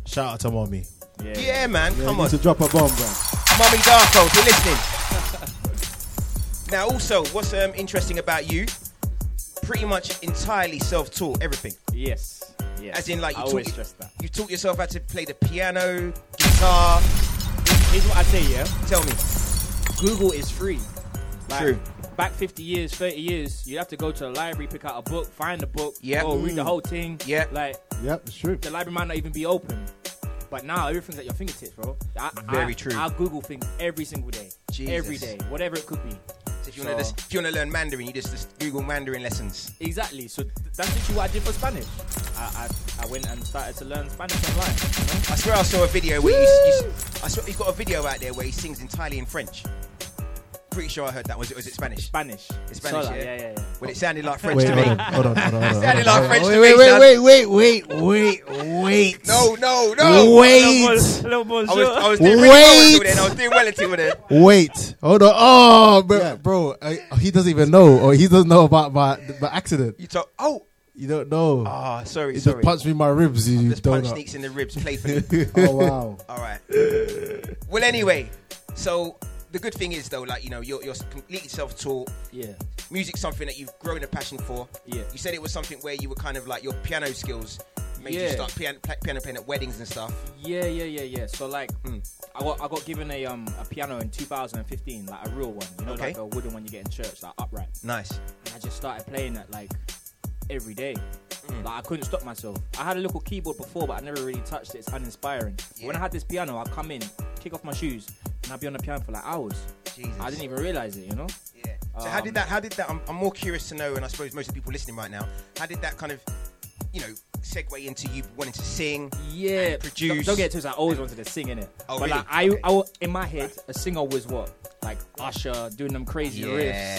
Shout out to mommy.
Yeah,
Yeah, man,
Yeah,
come
you
on.
need to drop a bomb, bro.
Mummy Darko, if you're listening. now, also, what's um, interesting about you? Pretty much entirely self-taught, everything.
Yes. yes.
As in, like
I
you
always
taught,
stress that.
you taught yourself how to play the piano, guitar.
Here's what I say, yeah.
Tell me.
Google is free.
True.
Back 50 years, 30 years, you'd have to go to a library, pick out a book, find the book,
Yep.
go read the
Mm.
whole thing.
Yeah.
Like,
Yep, it's true.
the library might not even be open. But now everything's at your fingertips, bro. I,
Very
I-
true.
I Google things every single day.
Jesus.
Every day, whatever it could be.
So if you want to,
So-
if you want to learn Mandarin, you just, just Google Mandarin lessons.
Exactly. So th- that's literally what I did for Spanish. I, I, I went and started to learn Spanish online. you know?
I swear I saw a video where you, s- you, s- I saw, he's got a video out there where he sings entirely in French. Pretty sure I heard that. Was it? Was it Spanish?
Spanish.
It's Spanish.
Sola,
yeah,
yeah, yeah, yeah.
Well, it sounded like French
Wait,
to
hold
me.
on, hold on, hold on, hold
It
on,
sounded
hold on.
like French
Wait,
to
wait,
me.
wait,
son.
wait, wait, wait, wait, wait.
No, no, no.
Wait.
Hello, bonjour.
I was, I was doing really well until
Wait.
then. I was doing well until then.
Wait, hold on. Oh, bro, bro I, he doesn't even know, or he doesn't know about my, my accident.
You talk. Oh,
You don't know.
Ah, sorry,
You
sorry.
just punched me in my ribs. You
just
don't
punch sneaks in the ribs playfully.
Oh wow.
All right. Well, anyway, so the good thing is though, like you know, you're you're completely self-taught.
Yeah.
Music's something that you've grown a passion for.
Yeah.
You said it was something where you were kind of like your piano skills made you
Yeah.
start pian- pla- piano playing at weddings and stuff.
Yeah, yeah, yeah, yeah. So like, hmm, I got I got given a um a piano in 2015, like a real one, you know,
Okay.
like a wooden one you get in church, like upright.
Nice.
And I just started playing that like every day.
Mm.
Like I couldn't stop myself. I had a little keyboard before, but I never really touched it. It's uninspiring. When I had this piano, I'd come in, kick off my shoes, and I'd be on the piano for like hours.
Jesus.
I didn't even realize it, you know.
Yeah. So how did that? How did that? I'm, I'm more curious to know, and I suppose most of the people listening right now, how did that kind of, you know, segue into you wanting to sing?
Yeah,
produce.
Don't, don't get it twisted. I always wanted to sing in it,
Oh,
but
really?
like I, I wa- in my head, a singer was what like Usher doing them crazy
Yeah.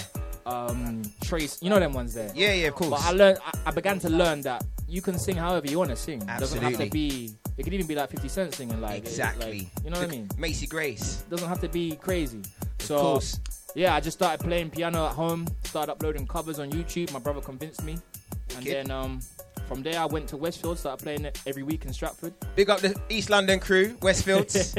riffs, um, Trace, you know them ones there.
Yeah, yeah, of course.
But I learned, I, I began to learn that you can sing however you want to sing. It doesn't have
Absolutely.
to be. It could even be like Fifty Cent singing, like it-
Exactly.
like, you know what I
Look,
mean?
Macy Grace.
doesn't have to be crazy. so,
course.
yeah, I just started playing piano at home, started uploading covers on YouTube. My brother convinced me. And
Wicked.
then um, from there, I went to Westfield, started playing it every week in Stratford.
Big up the East London crew, Westfields.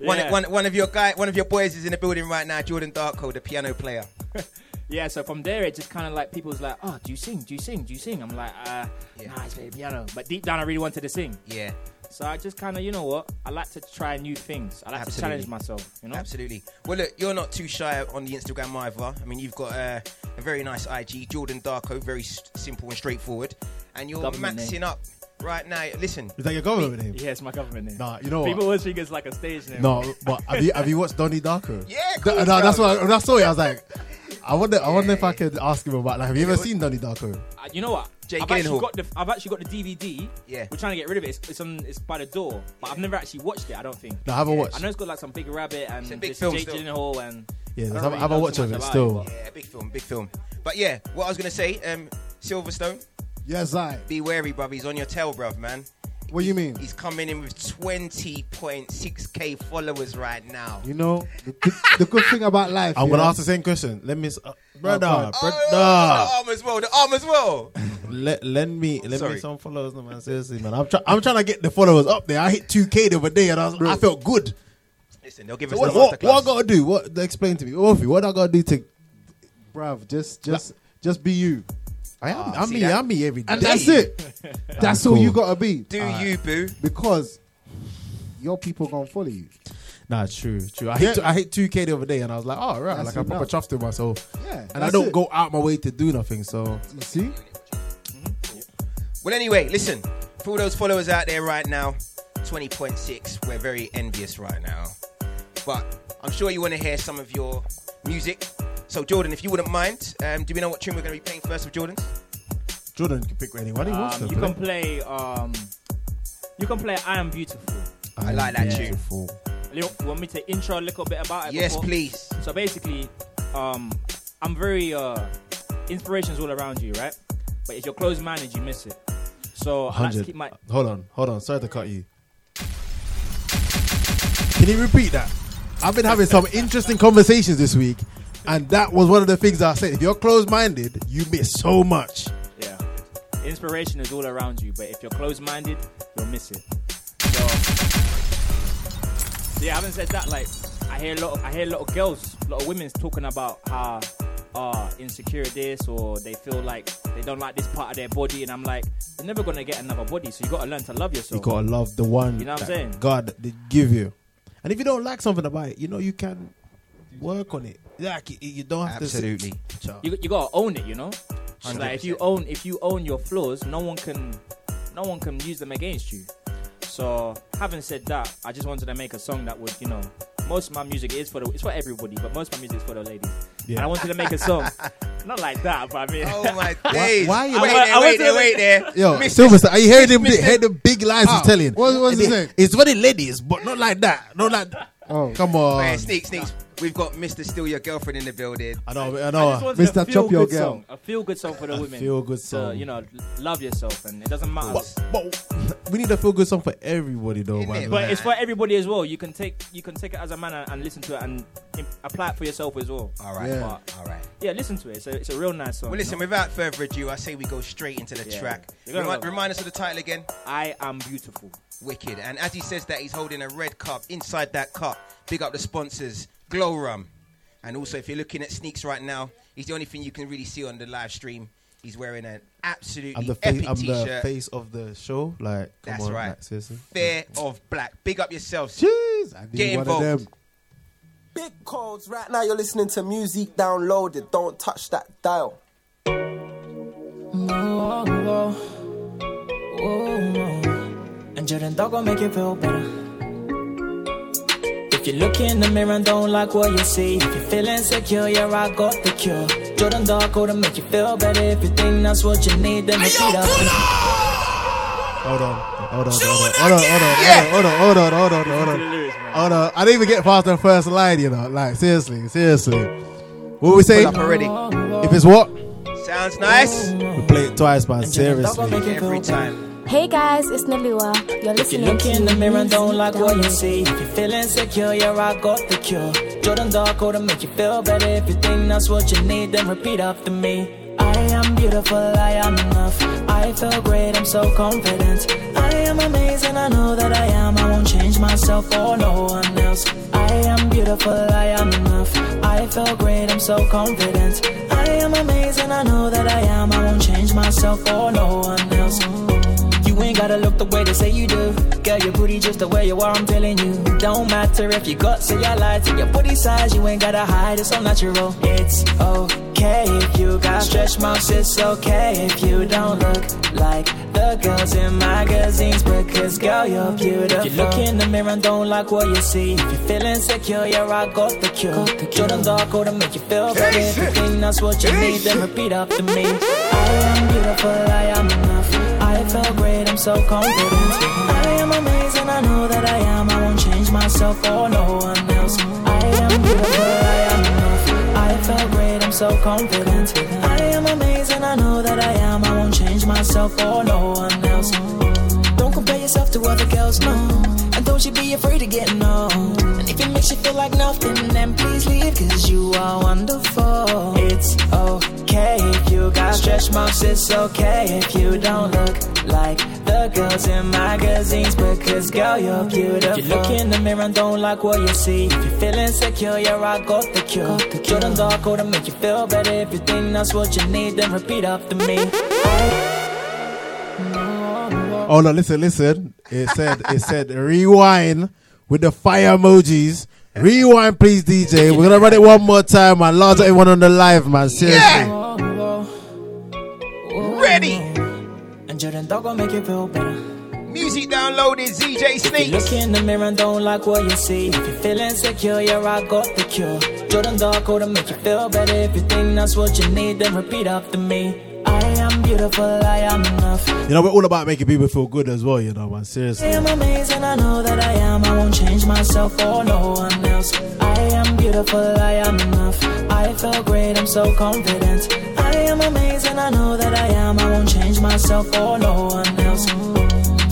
one,
Yeah.
one, one of your guy, one of your boys is in the building right now, Jordan Darko, the piano player.
Yeah, so from there, it just kind of like people was like, oh, do you sing? Do you sing? Do you sing? I'm like, uh, nah, it's play piano. But deep down, I really wanted to sing.
Yeah,
So I just kind of, you know what? I like to try new things. I like to
Absolutely.
challenge myself, you know?
absolutely. Well, look, you're not too shy on the Instagram either. I mean, you've got uh, a very nice IG, Jordan Darko, very s- simple and straightforward, and you're
Government
maxing
name.
up right now. Listen,
Is that your government name?
Yeah, it's my government name.
Nah, you know what?
People always think it's like a stage name.
No, but have you have you watched Donnie Darko?
Yeah, of
Th-
course,
no, that's
bro.
what I, when I saw it. I was like, I wonder, I wonder if I could ask him about. Like, have you ever seen Donnie Darko?
Uh, you know what?
Jay
I've actually
Gyllenhaal.
got the I've actually got the DVD. Yeah, we're trying to get rid of it. It's, it's on. It's by the door, but I've never actually watched it. I don't think.
No, I haven't
Yeah.
watched.
I know it's got like some big rabbit and
a big
this
film
Jake
still.
Gyllenhaal and
Yeah,
I don't
let's have-
really
have a
know
watch
too
of
much
it
about
still.
but-
Yeah, big film, big film. But yeah, what I was gonna say, um, Silverstone.
Yes, I.
Be wary, bruv. He's on your tail, bruv, man.
What do you mean?
He's coming in with 20.6k followers right now.
You know, the good, the good thing about life.
I'm gonna
yeah,
ask the same question. Let me, s- uh, brother,
God.
brother. Ah.
The arm as well. The arm as well.
Let, lend me, lend
Sorry.
me some followers, no, man. Seriously, man. I'm, try- I'm trying to get the followers up there. I hit 2K the other day, and I, was, I felt good.
Listen, they'll give
So
us
what,
the
what,
masterclass.
what I gotta do? What explain to me, Wolfie? What I gotta do to?
bruv, just just just be you.
I am. I'm me. I'm me every day.
And that's it. that's all
cool.
you gotta be.
Do you, boo?
Because your people gonna follow you.
Nah, true, true. I
Yeah.
hit, I hit 2K the other day, and I was like, oh right,
That's
like I proper
enough.
chuffed to myself.
Yeah,
and I
that's
don't
it.
go out my way to do nothing. So
You see?
Well, anyway, listen, for all those followers out there right now, 20.6, we're very envious right now. But I'm sure you want to hear some of your music. So, Jordan, if you wouldn't mind, um, do we know what tune we're going to be playing first of Jordan's?
Jordan can pick anyone he wants
Um,
to.
you can
play.
play. Um, you can play. I am beautiful.
I I like Am that tune. Beautiful.
You want me to intro a little bit about it?
Yes,
before?
please.
So basically, um, I'm very uh, inspirations all around you, right? But if you're closed minded, you miss it. So I like to
100.
keep my
Hold on, hold on. Sorry to cut you. Can you repeat that? I've been having some interesting conversations this week, and that was one of the things I said. If you're closed minded, you miss so much.
Yeah. Inspiration is all around you, but if you're closed minded, you'll miss it. So, so yeah, having said that, like I hear a lot of I hear a lot of girls, a lot of women's talking about how uh insecure this or they feel like they don't like this part of their body and I'm like, you're never gonna get another body, so you gotta learn to love yourself.
You gotta love the one
You know what I'm
that
saying?
God did give you. And if you don't like something about it, you know you can work on it. Like you- you don't have
Absolutely.
to Absolutely.
You, you gotta own it, you know? It's Like if
100%.
you own if you own your flaws, no one can no one can use them against you. So having said that, I just wanted to make a song that would, you know, most of my music is for the it's for everybody, but most of my music is for the ladies.
Yeah.
And I wanted to make a song. Not like that, but I mean
Oh my
days.
why you-
I
Wait
want-
there,
I
wait
wanted to
there,
make-
wait there.
Yo,
Miss-
Silverstone, are you hearing them?
Miss-
Hear the big lies
How?
he's telling.
What- what's he
They-
saying?
It's for the ladies, but not like that. Not like. That.
Oh,
come on.
Wait, sneak, sneaks. We've got Mr. Steal Your Girlfriend in the building.
I know, I
I
know.
just wanted a
Mr. Chop
feel
Your
good
Girl.
song, a feel good song for the women.
feel-good
So,
song.
you know, love yourself, and it doesn't matter.
We need a feel good song for everybody, though. by the
But
way.
it's for everybody as well. You can take you can take it as a man and, and listen to it and im- apply it for yourself as well.
All right,
Yeah.
all right.
Yeah, listen to it. It's a, it's a real nice song.
Well, listen,
you know?
without further ado, I say we go straight into the
Yeah.
track.
You're gonna
Remi-
love it.
remind us of the title again.
I am beautiful.
Wicked. And as he says that, he's holding a red cup. Inside that cup, big up the sponsors, Glow Rum. And also, if you're looking at Sneaks right now, he's the only thing you can really see on the live stream. He's wearing an absolutely
I'm the face.
epic
I'm
t-shirt.
the face of the show. Like, come
That's
on,
right.
like, seriously.
Fair of black. Big up yourselves.
Jeez,
I need
Get
one of
involved.
them. Big codes, right now you're listening to music downloaded. Don't touch that dial.
Oh, oh, oh. And Jordan Dog will make you feel better. If you look in the mirror and don't like what you see, if you're feeling secure, yeah, I got the cure. Jordan Dog will make you feel better. If you think that's what you need, then repeat after me.
Hold on, hold on, hold on, hold on, hold on, hold on, hold on, hold on, hold on, hold on. Hold on. I didn't even get past the first line, you know. Like, seriously, seriously. What we say?
Pull up already.
If it's what,
Sounds nice.
we play it twice, man. Seriously.
Every time.
Hey guys, it's Nalua. You're
If you
listening
look
to
in the mirror and don't like what you
Music
see, if you're feeling secure, yeah, I got the cure. Jordan Dark to make you feel better. If you think that's what you need, then repeat after me. I am beautiful, I am enough. I feel great, I'm so confident. I am amazing, I know that I am. I won't change myself for no one else. I am beautiful, I am enough. I feel great, I'm so confident. I am amazing, I know that I am. I won't change myself for no one else. You ain't gotta look the way they say you do. Girl, your booty just the way you are, I'm telling you. Don't matter if you got say I lied to your booty size, you ain't gotta hide, it's so natural. It's okay. okay if you got stretch marks. It's okay if you don't look like the girls in magazines. Because, girl, you're beautiful. You look in the mirror and don't like what you see. If you feel insecure, yeah, I got the cure. Jordan Dark or to make you feel better. If you think that's what you need, then repeat after me. I am beautiful, I am enough. I feel great, I'm so confident. I am amazing, I know that I am. I won't change myself for no one else. I am beautiful, I am enough. I feel great, I'm so confident. I am amazing, I know that I am. I won't change myself for no one else. Don't compare yourself to other girls, no. And don't you be afraid of getting old. And if it makes you feel like nothing, then please leave, cause you are wonderful. It's okay if you got stretch marks, it's okay if you don't look like the girls in magazines. Because, girl, you're beautiful. You look in the mirror and don't like what you see. If you feel insecure, yeah, I got the cure. Jordan Dark to make you feel better. If you think that's what you need, then repeat after me.
Oh no! Listen, listen. It said, it said, rewind with the fire emojis. Rewind, please, DJ. We're gonna run it one more time, man. Large everyone on the live, man. Seriously.
Ready.
And Jordan Dark will make you feel better.
Music downloaded, ZJ
If you
Sneaks.
look in the mirror and don't like what you see. If you feel insecure, yeah, I got the cure. Jordan Dark to make you feel better. If you think that's what you need, then repeat after me. I am beautiful, I am enough.
You know, we're all about making people feel good as well, you know, man.
I
Seriously.
am amazing, I know that I am. I won't change myself for no one else. I am beautiful, I am enough. I feel great, I'm so confident. I am amazing, I know that I am. I won't change myself for no one else.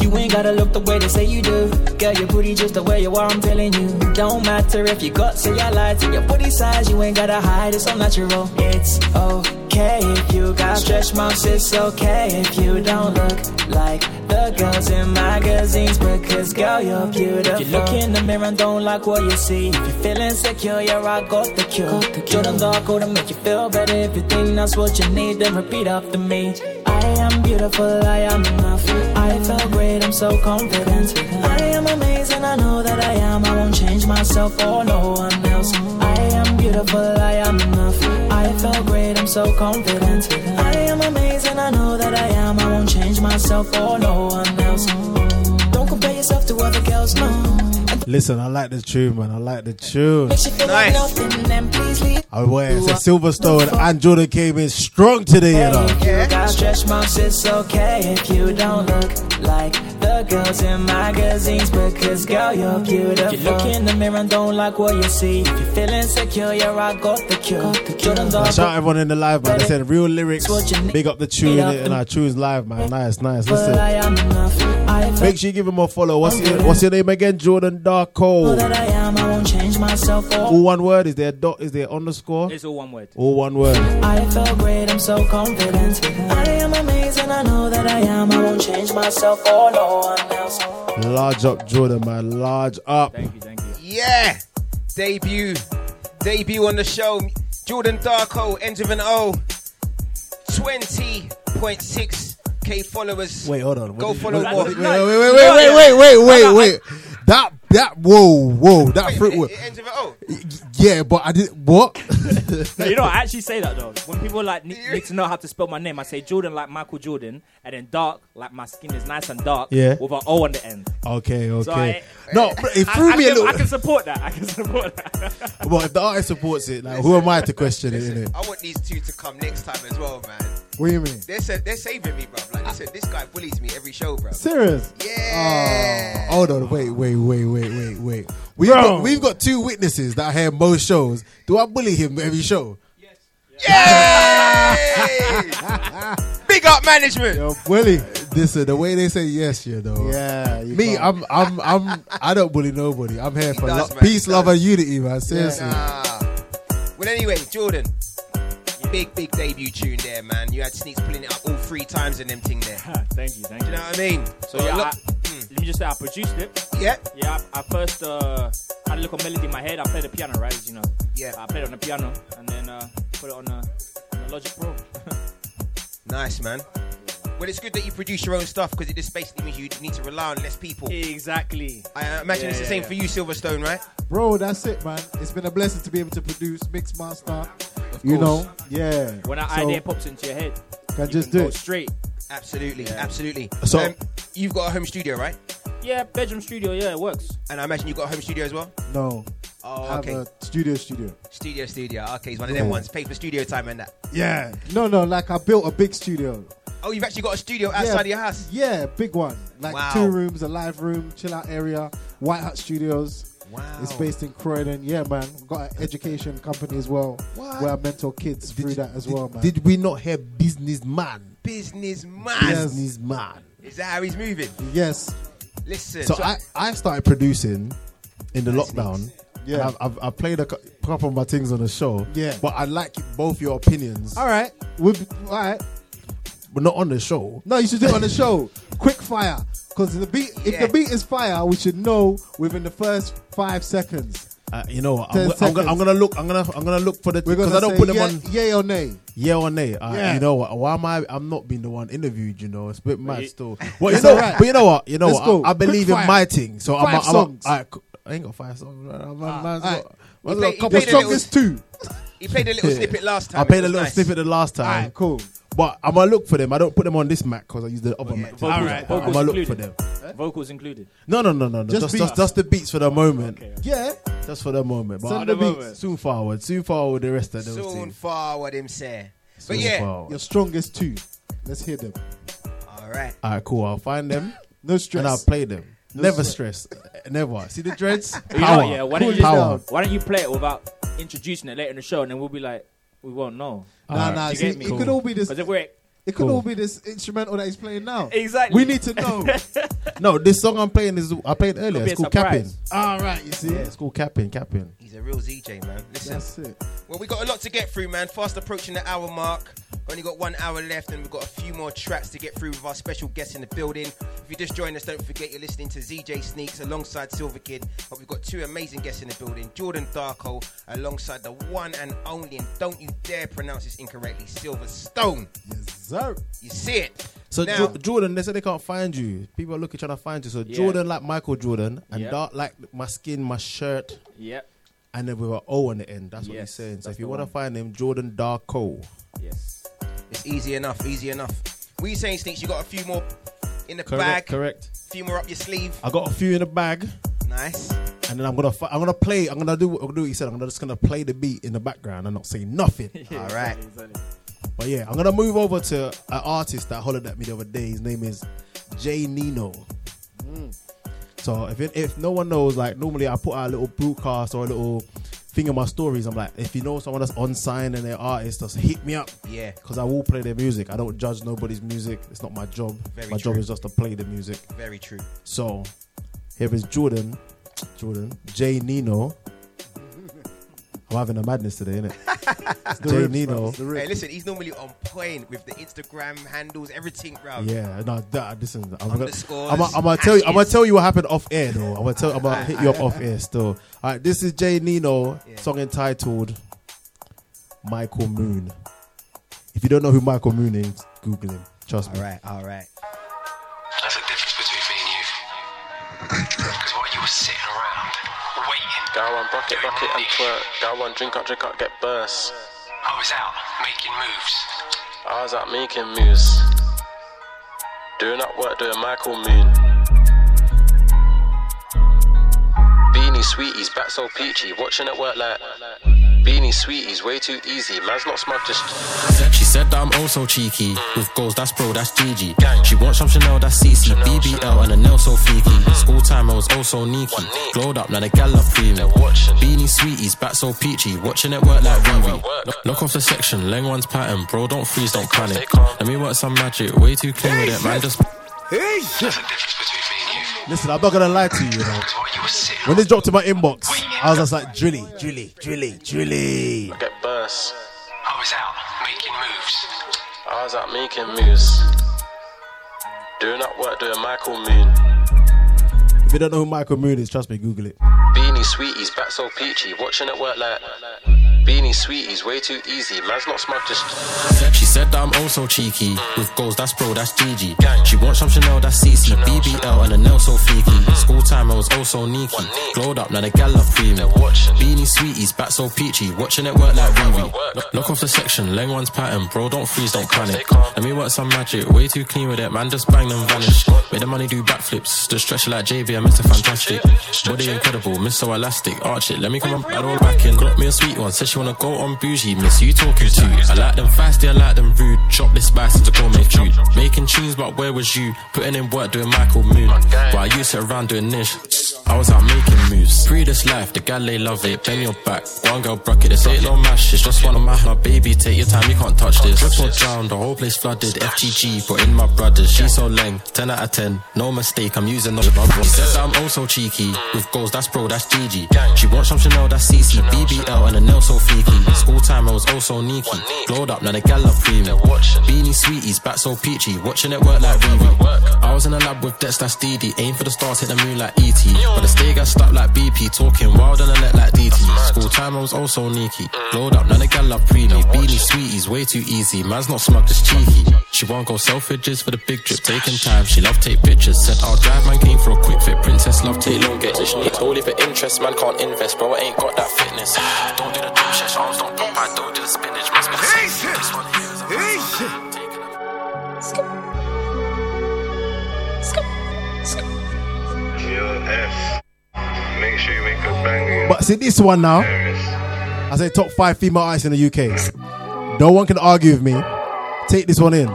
You ain't gotta look the way they say you do. Girl, your booty just the way you are, I'm telling you. Don't matter if you got say I lied to your booty size, you ain't gotta hide, it's so natural. It's okay if you got stretch marks, it's okay if you don't look like the girls in magazines. Because, girl, you're beautiful. You look in the mirror and don't like what you see. If you feel insecure, yeah, I got the cure. Jordan Dark to make you feel better. If you think that's what you need, then repeat after me. I am beautiful, I am enough. I feel great, I'm so confident. I am amazing, I know that I am. I won't change myself for no one else. I am beautiful, I am enough. I feel great, I'm so confident. I am amazing, I know that I am. I won't change myself for no one else. Don't compare yourself to other girls, no.
Listen, I like the tune, man. I like the tune.
Makes you feel like nothing, then please leave.
I wear it. It's a Silverstone and Jordan came in strong today, you know.
If you got stretch marks, it's okay if you don't look like the girls in magazines. Because, girl, you're beautiful. You look in the mirror and don't like what you see. If you feel insecure, yeah, I got the cure. Jordan
Uh,
Dog,
Shout out everyone in the live, man. They said real lyrics. Big up the tune and I choose live, man. Nice, nice.
but I
Listen.
am enough. I feel
Make sure you give him a follow. What's your, what's your name again? Jordan
that I
Darko.
am. I won't change myself.
All
For
one word. Is there a dot? Is there underscore?
It's all one word.
All one word.
I feel great. I'm so confident. I am amazing. I know that I am. I won't change myself for no one else.
Large up, Jordan, man. Large up. Thank you,
thank you.
Yeah. Debut. Debut on the show. Jordan Darko, end of an O. 20.6k followers.
Wait, hold on. What
Go
did you-
follow
what-
more.
Wait, wait, wait, wait, wait, wait, wait, wait, wait. That, that, whoa, whoa, that fruit. word. Yeah, but I did what?
No, you know, I actually say that though. When people like need, need to know how to spell my name, I say Jordan like Michael Jordan, and then dark like my skin is nice and dark.
Yeah.
With an O on the end.
Okay, okay.
So I,
no, but it
I-
threw
I
me a
can-
little.
I can support that. I can support that.
well, if the artist supports it, like, who am I to question it? Innit?
I want these two to come next time as well, man.
What do you mean?
They're, sa- they're saving me, bro. Like, listen, this guy bullies me every show, bro.
Serious? Yeah. Oh, hold on. Wait, wait, wait, wait, wait, wait. We've
Bro.
got, we've got two witnesses that I hear most shows. Do I bully him every show?
Big up management.
Willie, listen. uh, The way they say yes, you know.
Yeah, you
Me,
can't.
I'm, I'm, I'm. I don't bully nobody. I'm here for
does,
lo-
man,
peace, love, and unity, man. Seriously.
Well, anyway, Jordan, big, big debut tune there, man. You had Sneaks pulling it up all three times in them thing there.
thank you, thank
you. know what I mean?
So
Well,
yeah,
look-
I- hmm, let me just say I produced it.
Yeah.
Yeah. I, I first uh, had a little melody in my head. I played the piano, right? as You know.
Yeah.
I played it on the piano and then uh, put it on a, on a Logic Pro.
Nice, man. Well, it's good that you produce your own stuff because it just basically means you need to rely on less people.
Exactly.
I uh, imagine
Yeah,
it's the
yeah,
same
yeah.
for you, Silverstone, right?
Bro, that's it, man. It's been a blessing to be able to produce, mix, master,
Of
you
course.
know, yeah.
When that
So,
idea pops into your head,
Can
you
just
can
do
go
it.
straight.
Absolutely, absolutely.
So-
um, you've got a home studio, right?
Yeah, bedroom studio. Yeah, it works.
And I imagine you've got a home studio as well.
No.
Oh,
have
okay.
a studio, studio.
Studio, studio. Okay, it's one of them
Yeah.
ones. Pay for studio time and that.
Yeah. No, no. Like I built a big studio.
Oh, you've actually got a studio outside your house.
Yeah, big one. Like
Wow.
two rooms, a live room, chill out area, White Hat Studios.
Wow.
It's based in Croydon. Yeah, man. We've got an education company as well
What?
where I mentor kids through that as well, man.
Did we not hear businessman?
Businessman.
Businessman.
Is that how he's moving?
Yes.
Listen.
So I, I started producing in the lockdown.
Yeah.
And I've, I've, I've played a cou- couple of my things on the show.
Yeah.
But I like both your opinions,
All right. We'll be, all right.
but not on the show.
No, you should do it on the show. Quick fire. Because the beat, if
Yeah.
the beat is fire, we should know within the first five seconds.
Uh, you know,
Ten
I'm, I'm, gonna, I'm
seconds.
gonna look. I'm gonna I'm gonna look for the
We're
because
gonna
I don't
say
put them
yeah,
on.
Yay or nay?
Yeah or nay? Uh,
Yeah.
You know what? Why am I? I'm not being the one interviewed. You know, it's a bit mad
you-
still. Well, you
It's
know,
alright.
but you know what? You know
Let's
what?
go.
I, I believe
Quick
in
fire.
my thing. So I'm.
Five
a, I'm
songs.
A, I, I ain't got five songs. Right? I'm, I'm, I'm,
alright.
I'm,
He played-
he
couple
played a little-
strongest two.
He played a little
Yeah.
snippet last time.
I
It
played a
was
little
nice.
snippet the last time.
Alright,
cool.
But I'm gonna look for them. I don't put them on this Mac because I use the other Mac.
Vocals, vocals
I'm gonna look for
included.
them.
Vocals included.
No, no, no, no, no.
Just
Just, just,
beats.
just, the beats for the moment.
Yeah.
Just for the moment. But
Send the beats.
Soon forward. Soon forward. The rest of those
Soon
things.
forward, him say. But
Soon
yeah.
forward.
Your strongest two. Let's hear them.
All right.
All right, cool. I'll find them.
No stress.
And I'll play them.
No
Never
stress.
stress. Eh, Never. See the dreads?
But you know
Power.
what, yeah, why don't you just,
Power.
Why don't you play it without introducing it later in the show, and then we'll be like, we won't know.
Nah, nah.
Do you
see,
get me?
It could all be this.
'Cause if we're
It could
Cool.
all be this instrumental that he's playing now.
Exactly.
We need to know.
No, this song I'm playing is I played earlier.
be
It's
a
called
surprise.
Capping.
All right, you see.
Yeah, it's called Capping. Capping.
He's a real ZJ, man. Listen.
That's it.
Well, we got a lot to get through, man. Fast approaching the hour mark. Only got one hour left, and we've got a few more tracks to get through with our special guests in the building. If you just joined us, don't forget you're listening to ZJ Sneaks alongside Silver Kid. But we've got two amazing guests in the building Jordan Darko alongside the one and only, and don't you dare pronounce this incorrectly, Silver Stone.
Yes, sir.
You see it.
So
now,
Jor- Jordan, they said they can't find you. People are looking trying to find you. So
Yeah.
Jordan, like Michael Jordan, and
Yeah.
dark like my skin, my shirt.
Yep.
And then with an O on the end. That's what he's
Yes,
saying. So
that's
if you
the
want to
one.
find him, Jordan Darko.
Yes.
It's easy enough, easy enough. What you saying, Sneaks? You got a few more in the bag.
Correct, correct.
A few more up your sleeve.
I got a few in the bag,
Nice.
and then I'm gonna fi- I'm gonna play. I'm gonna do what, I'm gonna do what he said. I'm gonna just gonna play the beat in the background and not say nothing.
All right.
But yeah, I'm gonna move over to an artist that hollered at me the other day. His name is Jay Nino.
Mm.
So if it, if no one knows, like normally I put out a little broadcast or a little thing in my stories. I'm like, if you know someone that's on sign and they're artist, just hit me up.
Yeah.
because I will play their music. I don't judge nobody's music. It's not my job.
Very
my
true.
job is just to play the music.
Very true.
So here is Jordan, Jordan Jay Nino. I'm having a madness today, innit? Jay Nino.
Hey, listen, he's normally on point with the Instagram handles, everything, bro.
Yeah, no, that, listen. I'm gonna,
Underscores,
I'm, gonna- I'm gonna tell you. I'm gonna
hashes.
tell you what happened off air, though. I'm gonna tell. I'm gonna hit you up off air still. All right, this is Jay Nino, song entitled "Michael Moon." If you don't know who Michael Moon is, Google him. Trust me.
All right, all right.
That's the difference between me and you. Because while you were sitting around, waiting. Go on, bucket, bucket, and twerk. Go on, drink up, drink up, get burst. I was out making moves. I was out making moves. Doing up work, doing Michael Moon. Beanie sweeties, back so peachy. Watching it work like. Beanie sweeties, way too easy. Man's not smug, just.
She said that I'm oh so cheeky. With goals, that's bro, that's GG. She wants some Chanel, that's CC. BBL and a nail so
Mm-hmm.
freaky. School time, I was oh so neaky. Glowed up, now the gal love creamy. Beanie sweeties, back so peachy. Watching it work like Riri. Knock off the section, Leng one's pattern. Bro, don't freeze, don't panic. Let me work some magic. Way too clean with it, man. Just.
Listen, I'm not gonna lie to you. you know. When this dropped in my inbox, I was just like, "Drilly, drilly, drilly, drilly."
I get burst. I was out making moves. I was out making moves. Doing up work, doing Michael Moon.
If you don't know who Michael Moon is, trust me, Google it.
Beanie sweeties, back so peachy. Watching it work like.
Beanie sweeties, way too easy. Man's not smug, just. She said that I'm oh so cheeky. With goals, that's bro, that's Gigi. She wants some Chanel, that's CC. BBL and a nail so freaky. School time, I was oh so neaky. Glowed up, now the gal love creamy. Beanie sweeties, back so peachy. Watching it work like Ruby. Lock off the section, Leng one's pattern. Bro, don't freeze, don't panic. Let me work some magic. Way too clean with it, man. Just bang them vanish. Make the money do backflips. Just stretch it like JV, I'm Mr. Fantastic. Body incredible, miss so elastic. Arch it, let me come on, I don't back in. Got me a sweet one, said she wanna go on bougie. Miss you talking to. I like them feisty, I like them rude. Chop this spice into gourmet food. Making tunes, but where was you? Putting in work, doing Michael Moon. But I used to around doing this. I was out making moves. Free this life, the gal they love it. Bend your back, one girl bracket. This ain't no mash, it's just one of my now, baby. Take your time, you can't touch this. Drip or drown, the whole place flooded. FGG, put in my brothers. She so lame, 10 out of 10. No mistake, I'm using the bubble. She says I'm
oh
also cheeky. With goals, that's bro, that's Gigi. She wants some Chanel, that's CC. BBL and a nail so freaky. School time, I was also neaky. Glowed up, now the gal love creamy. Beanie sweeties, back so peachy. Watching it work like Vivi. I was in the lab with Dex, that's DD. Aim for the stars, hit the moon like ET. But the stage got stuck like BP. Talking wild on the net like DT. School time, I was also neaky. Glowed up, now the gal love preemie. Beanie sweeties, way too easy. Man's not smug, just cheeky. She won't go selfridges for the big drip. Taking time, she love take pictures. Said I'll drive, man came for a quick fit. Princess love take long get this. It's only for interest, man can't invest, bro. I ain't got that fitness. Don't do the dumb shit, arms don't pop, I don't do the spinach. Must be this one here is a
Make sure you make a bang.
But see this one now. I say top five female artists in the UK. No one can argue with me. Take this one in.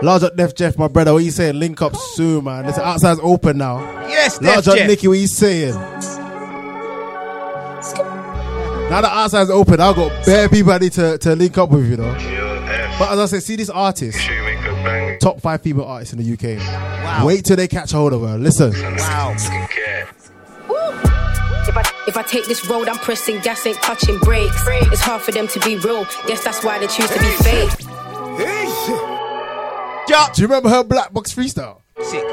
Large up Def Jeff, my brother. What you saying? Link up soon, man. This outside's open now.
Yes, Def
Large up
Jeff.
Nicky, what you saying? Now the outside's open, I've got bare people I need to, to link up with, you know. But as I say, see this artist. Top five female artists in the UK. Wait till they catch hold of her. Listen.
If I, if I take this road, I'm pressing gas, ain't touching brakes. It's hard for them to be real. Guess that's why they choose to be fake.
Do you remember her black box freestyle?
Sick.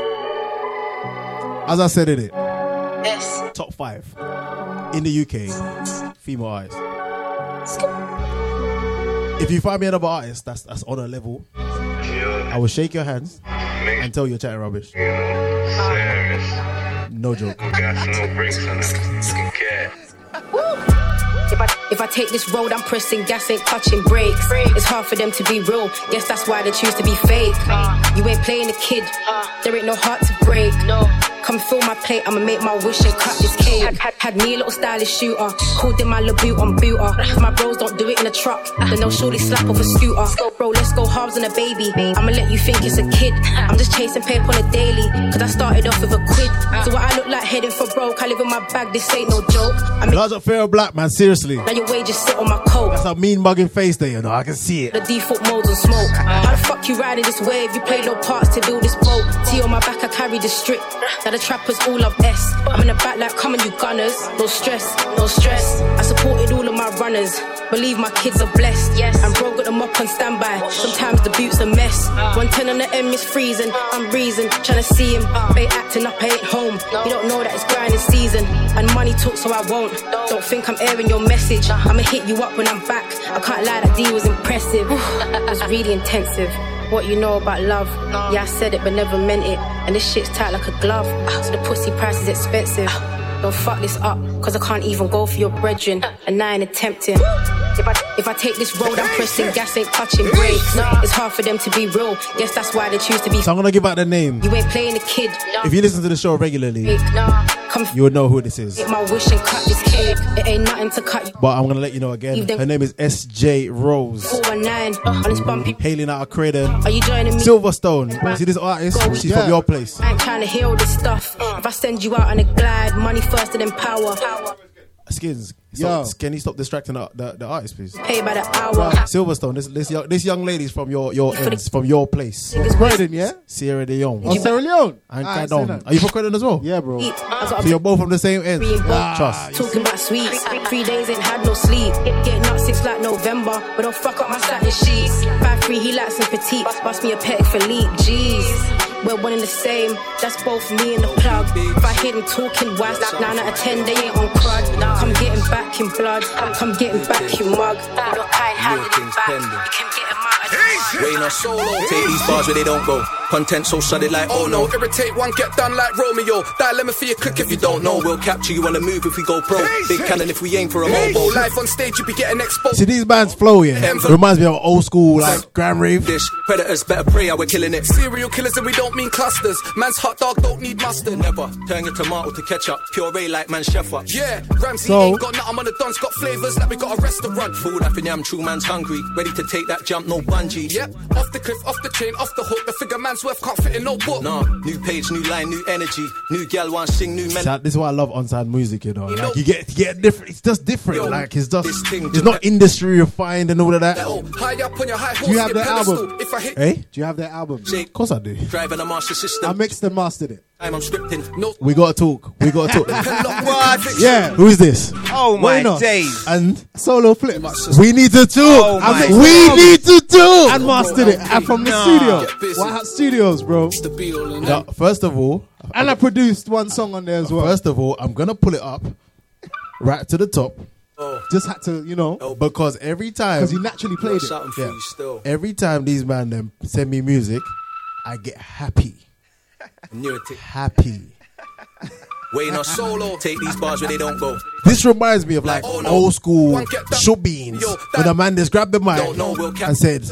As I said in it,
Yes.
top five in the UK, female artists. If you find me another artist that's that's on a level, I will shake your hands and tell you you're chatting rubbish. No joke.
If I, if I take this road, I'm pressing gas, ain't touching brakes. It's hard for them to be real. Guess that's why they choose to be fake. You ain't playing a kid. There ain't no heart to break. Uh. No. Come fill my plate, I'ma make my wish and cut this cake. Had, had, had me a little stylish shooter, called in my LeBoot on booter. My bros don't do it in a truck, then they'll surely slap off a scooter. Uh. Let's go, bro, let's go halves on a baby. I'ma let you think it's a kid. I'm just chasing paper on a daily, cause I started off with a quid. So what I look like heading for broke, I live in my bag, this ain't no joke.
Large up fair black man, seriously.
Now your wages sit on my coat.
That's a mean mugging face there, you know. I can see it.
The default modes and smoke. How the fuck you riding this wave? You play no parts to build this boat. T on my back, I carry the strip. Now the trappers all up S. I'm in the back like coming, you gunners. No stress, no stress. I supported all of my runners. Believe my kids are blessed. Yes. I'm broke at them up on standby. Sometimes the boots a mess. 110 on the M is freezing. I'm reason, trying to see him. They acting up, I ain't home. You don't know that it's grinding season. And money talks, so I won't. Don't think I'm airing your message. I'ma hit you up when I'm back. I can't lie, that D was impressive. it was really intensive. What you know about love? Yeah, I said it but never meant it. And this shit's tight like a glove. So the pussy price is expensive. Don't fuck this up, cause I can't even go for your brethren. And I ain't attempting. If I, if I take this road, I'm pressing gas, ain't touching brakes. It's hard for them to be real. Guess that's why they choose to be.
So I'm gonna give out the name.
You ain't playing a kid.
If you listen to the show regularly,
Nah, come
you would know who this is.
get my wish and cut this cake. It ain't nothing to cut you.
But I'm gonna let you know again. Her name is SJ Rose.
Four and nine, on this bumpy.
Hailing out of Croydon.
Are you joining me?
Silverstone. See this artist? She's from your place.
I ain't trying to hear all this stuff. If I send you out on a glide, money first and then power.
Skins.
Yo.
Stop, can you stop distracting the, the, the artist, please?
Pay by the hour.
Silverstone. This this young, this young lady's from your your ends, from your place.
Croydon, yeah?
Sierra Leone.
Oh, Sierra Leone.
And
Ah, I see
Cadon.
that.
Are you from Croydon as well? Yeah, bro.
Eat. I
So
got
you're both from the same end.
Free and broke.
Trust.
Talking about sweets. Three days ain't had no sleep. Getting up six like November, but don't fuck up my satin sheets. Five three, he likes some petite. Bust me a peck for leak. Jeez. We're one and the same. That's both me and the plug. If I hear them talking wise, nine out of ten, they ain't on crud. Come getting back in blood. Come getting back, you mug. Your kind handed
things pending.
Waiting
on solo, take these bars where they don't go. Content so sudden like, oh no, irritate one, get done like Romeo. Dilemma for your click if you don't know. We'll capture you on a move if we go pro. Big cannon if we aim for a mobile. Live on stage, you be getting exposed.
See these bands flow, yeah. Reminds me of old school like Grand Rave.
Dish. Predators better pray how we're killing it. Serial killers and we don't mean clusters. Man's hot dog don't need mustard. Never turn your tomato to ketchup. Puree like man chef up. Yeah, Ramsey
So-
ain't got nothing on the don's got flavors like we got a restaurant. Food up in yam, true man's hungry. Ready to take that jump, no bungee. Yep, off the cliff, off the chain, off the hook. The figure man's worth can't fit in no book. Nah, new page, new line, new energy. New gal wants sing, new
So
melody.
this is why I love onside music, you know. Like you get you get different. It's just different.
Yo,
like it's just
this thing
it's not industry refined and all of that.
Metal, High up on your high horse,
Do you have
your
the
pedestal.
album?
If I hit,
Eh? Do you have that album? Of course I do.
driving a master system. I
mixed and mastered it.
I'm scripting. No
We gotta talk. We gotta talk.
What?
yeah. Who is this?
Oh my
Why not?
days. Oh
And solo flip. We need to talk. And
my
we
God.
need to talk. And mastered it. And from the studio.
busy.
White Hat Studios, bro. Now, first of all,
And I produced one song on there as well.
First of all, I'm gonna pull it up right to the top.
Oh.
Just had to, you know, because every time
Because he naturally played it.
Yeah. Every time these man them send me music, I get happy,
Neurotic.
happy.
Waiting on solo. Take these bars where they don't go.
This reminds me of like
Oh,
old school show beans when a man just grabbed the mic and said,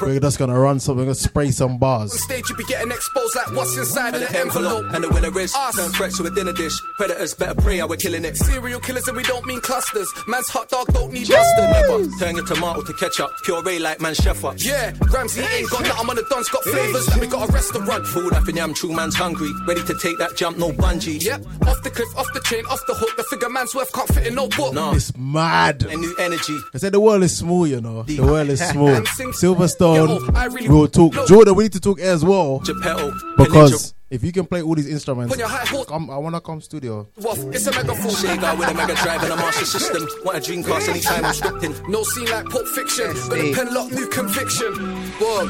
"We're just gonna run something, we're gonna spray some
On
bars."
stage, you be getting exposed like what's inside of the envelope. And the winner is us. Turn threats to a dinner dish. Predators better pray how we're killing it. Serial killers and we don't mean clusters. Man's hot dog don't need mustard. Never turn your tomato to ketchup. Puree like man chef up. Yeah, Ramsey ain't got nothing on the don's got flavors. Like we got a restaurant. Food up in yam, true man's hungry. Ready to take that jump, no bungee. Yep, off the cliff, off the chain, off the hook. The figure man's worth can't fit in no book. Nah.
It's mad.
And new energy.
I said the world is small, you know. The world is small.
And sing- Yo, I
Silverstone,
really-
we will talk.
Look.
Jordan, we need to talk as well.
Geppetto.
Because if you can play all these instruments,
Put your high horse.
come, I want to come studio.
Woof, it's a mega full shake out with a mega drive and a master system. Want a dream cast anytime I'm scripting. No scene like Pulp Fiction. Got a pen lock, new conviction. Whoa.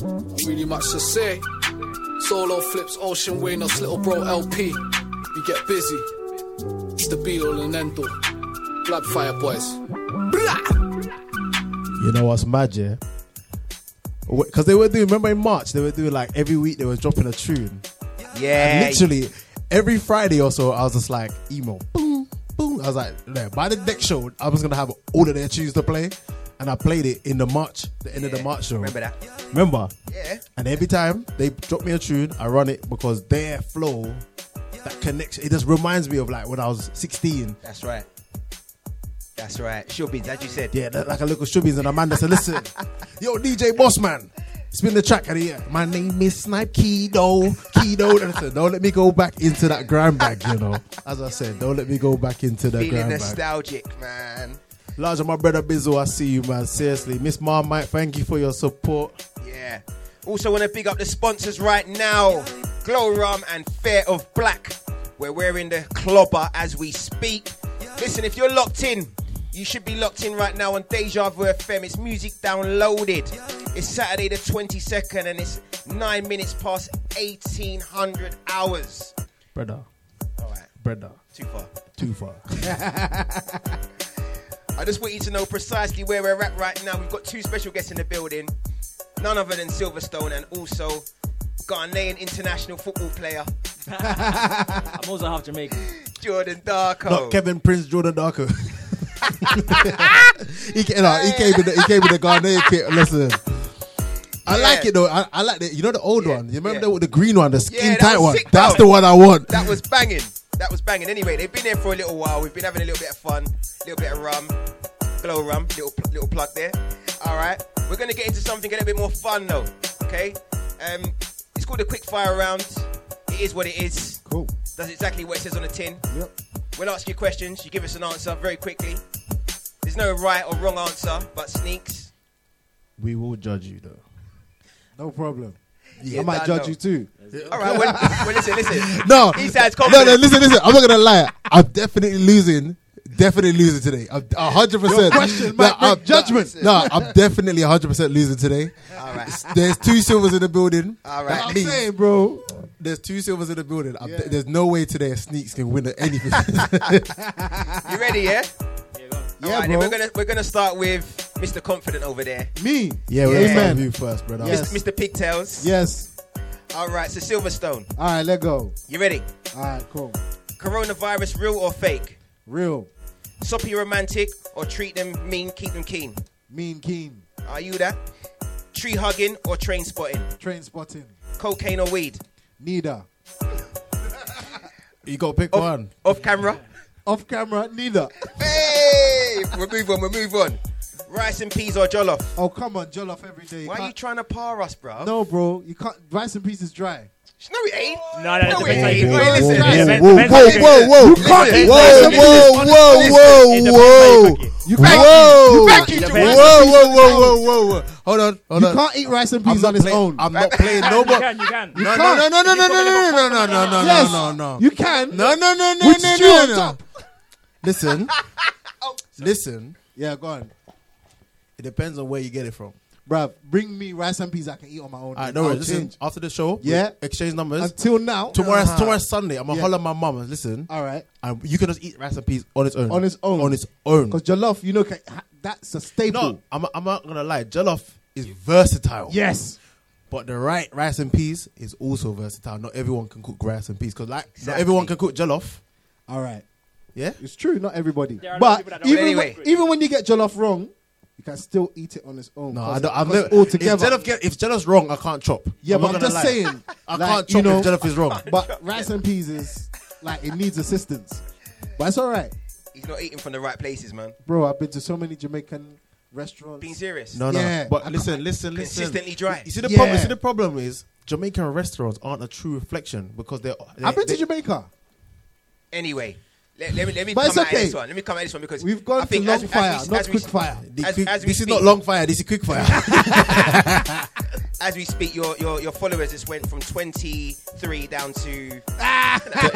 Not really much to say. Solo flips, ocean winners, little bro LP. We get busy. It's the be all and end all. Bloodfire boys.
You know what's mad, yeah? Because they were doing, remember in March, they were doing like every week they were dropping a tune.
Yeah.
And literally every Friday or so, I was just like, emo, boom, boom. I was like, "Look, by the next show, I was going to have all of their tunes to play. And I played it in the March, the end of the March show. Remember
that?
Remember?
Yeah.
And every time they drop me a tune, I run it because their flow, that connection, it just reminds me of like when I was 16.
That's right. That's right. Sure beans, as you said.
Yeah, that, like a little shubbies and Amanda said, listen, yo, DJ Bossman, spin the track. And he, yeah, my name is Snipe Kido, Kido. And I said, don't let me go back into that grand bag, you know. As I said, don't let me go back into the
Feeling
grand bag.
nostalgic, man.
Large my brother Bizzle, I see you, man. Seriously, Miss Marmite, thank you for your support.
Yeah. Also want to big up the sponsors right now. Gloram and Fair of Black. We're wearing the clobber as we speak. Listen, if you're locked in, you should be locked in right now on Deja Vu FM. It's music downloaded. It's Saturday the 22nd and it's nine minutes past 1800 hours.
Brother. Brother.
Too far.
Too far.
I just want you to know precisely where we're at right now. We've got two special guests in the building, none other than Silverstone and also Ghanaian international football player
I'm also half Jamaican.
Jordan Darko.
Not Kevin Prince Jordan Darko. he, ca- no, he came in the, he came in the Ghanaian kit. Listen. I
Yeah.
like it though. I, I like the you know the old one. You remember the, the green one, the skin
Yeah, that
tight
was
one.
sick,
That's
bro.
the one I want.
That was banging. That was banging. Anyway, they've been here for a little while. We've been having a little bit of fun, a little bit of rum, glow rum, little pl- little plug there. All right, we're gonna get into something a little bit more fun though. Okay, um, it's called a quick fire round. It is what it is.
Cool.
That's exactly what it says on the tin.
Yep.
We'll ask you questions. You give us an answer very quickly. There's no right or wrong answer, but sneaks.
We will judge you though.
No problem.
Yeah,
I might
nah,
judge
no.
you too.
All right. Well, well listen, listen.
No,
He sounds
no, no.
confident.
Listen, listen. I'm not gonna lie. I'm definitely losing definitely losing today. I'm a hundred
Your
percent.
question might make
I'm-
judgment.
No, I'm definitely a hundred percent losing today.
All right.
It's- There's two silvers in the building.
All
That
right.
means-
I'm saying, bro.
There's two silvers in the building. I'm- There's no way today a sneaks can win at anything.
You ready, yeah?
Yeah,
Alright, then
bro.
we're gonna we're gonna start with Mr. Confident over there.
Me.
yeah, we're
Yeah.
gonna start with you first, brother.
Mis- Mr. Pigtails.
Yes.
All right, so Silverstone,
All right, let go.
you ready?
All right, cool.
Coronavirus, real or fake?
Real.
Soppy romantic or treat them mean, keep them keen?
Mean keen.
Are you that? Tree hugging or train spotting?
Train spotting.
Cocaine or weed?
Neither.
You gotta pick one.
Off camera?
Off camera, neither.
Hey! We'll move on, we'll move on. Rice and peas or jollof?
Oh, come on, jollof every day.
Why are you trying to par us, bro?
No, bro. You can't. Rice and peas is dry.
No, it ain't.
No, no,
no,
no.
it ain't.
whoa,
Wait, listen.
whoa,
It depends-
whoa,
depends
whoa,
on the-
whoa, whoa. You
Listen,
can't eat
listen, listen,
rice and peas
listen.
on the- Listen,
whoa, whoa,
You
whoa,
back- you back it,
whoa,
you
whoa,
back it.
whoa, whoa, whoa, whoa. Hold on, hold
You
on.
can't eat rice and peas on its own.
I'm not playing no more.
you can.
No, no, no, no, no, no, no, no, no, no, no, no,
Yes,
no, no.
You can.
No, no, no, no,
With
no,
stew
no,
on
no.
top.
Listen, listen.
Yeah, go on.
It depends on where you get it from.
Bruv, bring me rice and peas I can eat on my own.
All right, no
I'll
worries. Listen,
change.
after the show,
Yeah.
we exchange numbers.
Until now.
tomorrow,
Nah.
tomorrow Sunday, I'm gonna
Yeah.
holler at my mum. and Listen,
All right.
and you can just eat rice and peas on its own.
On its own.
On its own.
Because jollof, you know, can- ha- that's a staple.
No, I'm, I'm not gonna lie. Jollof is versatile.
Yes.
But the right rice and peas is also versatile. Not everyone can cook rice and peas because, like, not
Exactly.
everyone can cook jollof.
All right.
Yeah,
it's true. Not everybody.
There are a lot of
But
people that don't
even
like
when,
it.
even when you get jollof wrong, you can still eat it on its own.
No,
cause-
I don't. I've
because
never.
altogether.
If jollof, get, if jollof wrong, I can't chop.
yeah,
not
but I'm
gonna
just
lie.
saying.
I
like,
can't chop
you know,
if jollof is wrong.
But rice and peas is like it needs assistance. But it's all right,
He's not eating from the right places, man.
bro. I've been to so many Jamaican restaurants.
Being serious.
No, no.
Yeah.
But listen, listen, listen.
Consistently dry.
You see the
Yeah.
problem. You see the problem is Jamaican restaurants aren't a true reflection because they're. They,
I've been
they-
to Jamaica.
Anyway, let, let me let me
But
come
it's
at
okay.
this one. Let me come at this one because
We've gone
I think
to long
as we- as
fire,
we-
not
as we-
quick fire.
The
as-
quick-
as we
this is
speak-
not long fire. This is quick fire.
As we speak, your your your followers just went from twenty three down to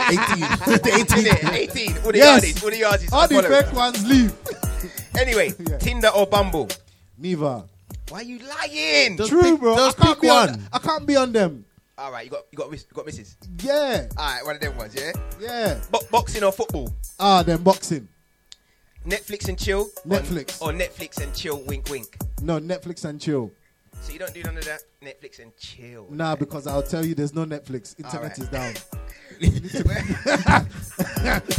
eighteen. To 18.
Isn't it? eighteen. All the
Yes.
yardies, all the yardies.
All the
followers.
fake ones leave.
Anyway, Tinder or Bumble?
Neither.
Why are you lying?
True, bro. I can't be On, I can't be on them.
All right, you got you got miss- you got misses.
Yeah.
All right, one of them ones, yeah.
Yeah.
Bo- boxing or football?
Ah, then boxing.
Netflix and chill. or-
Netflix.
or Netflix and chill. Wink, wink.
No, Netflix and chill.
So you don't do none of that. Netflix and chill.
Nah, because I'll tell you, there's no Netflix. Internet
Alright.
is down. We need to.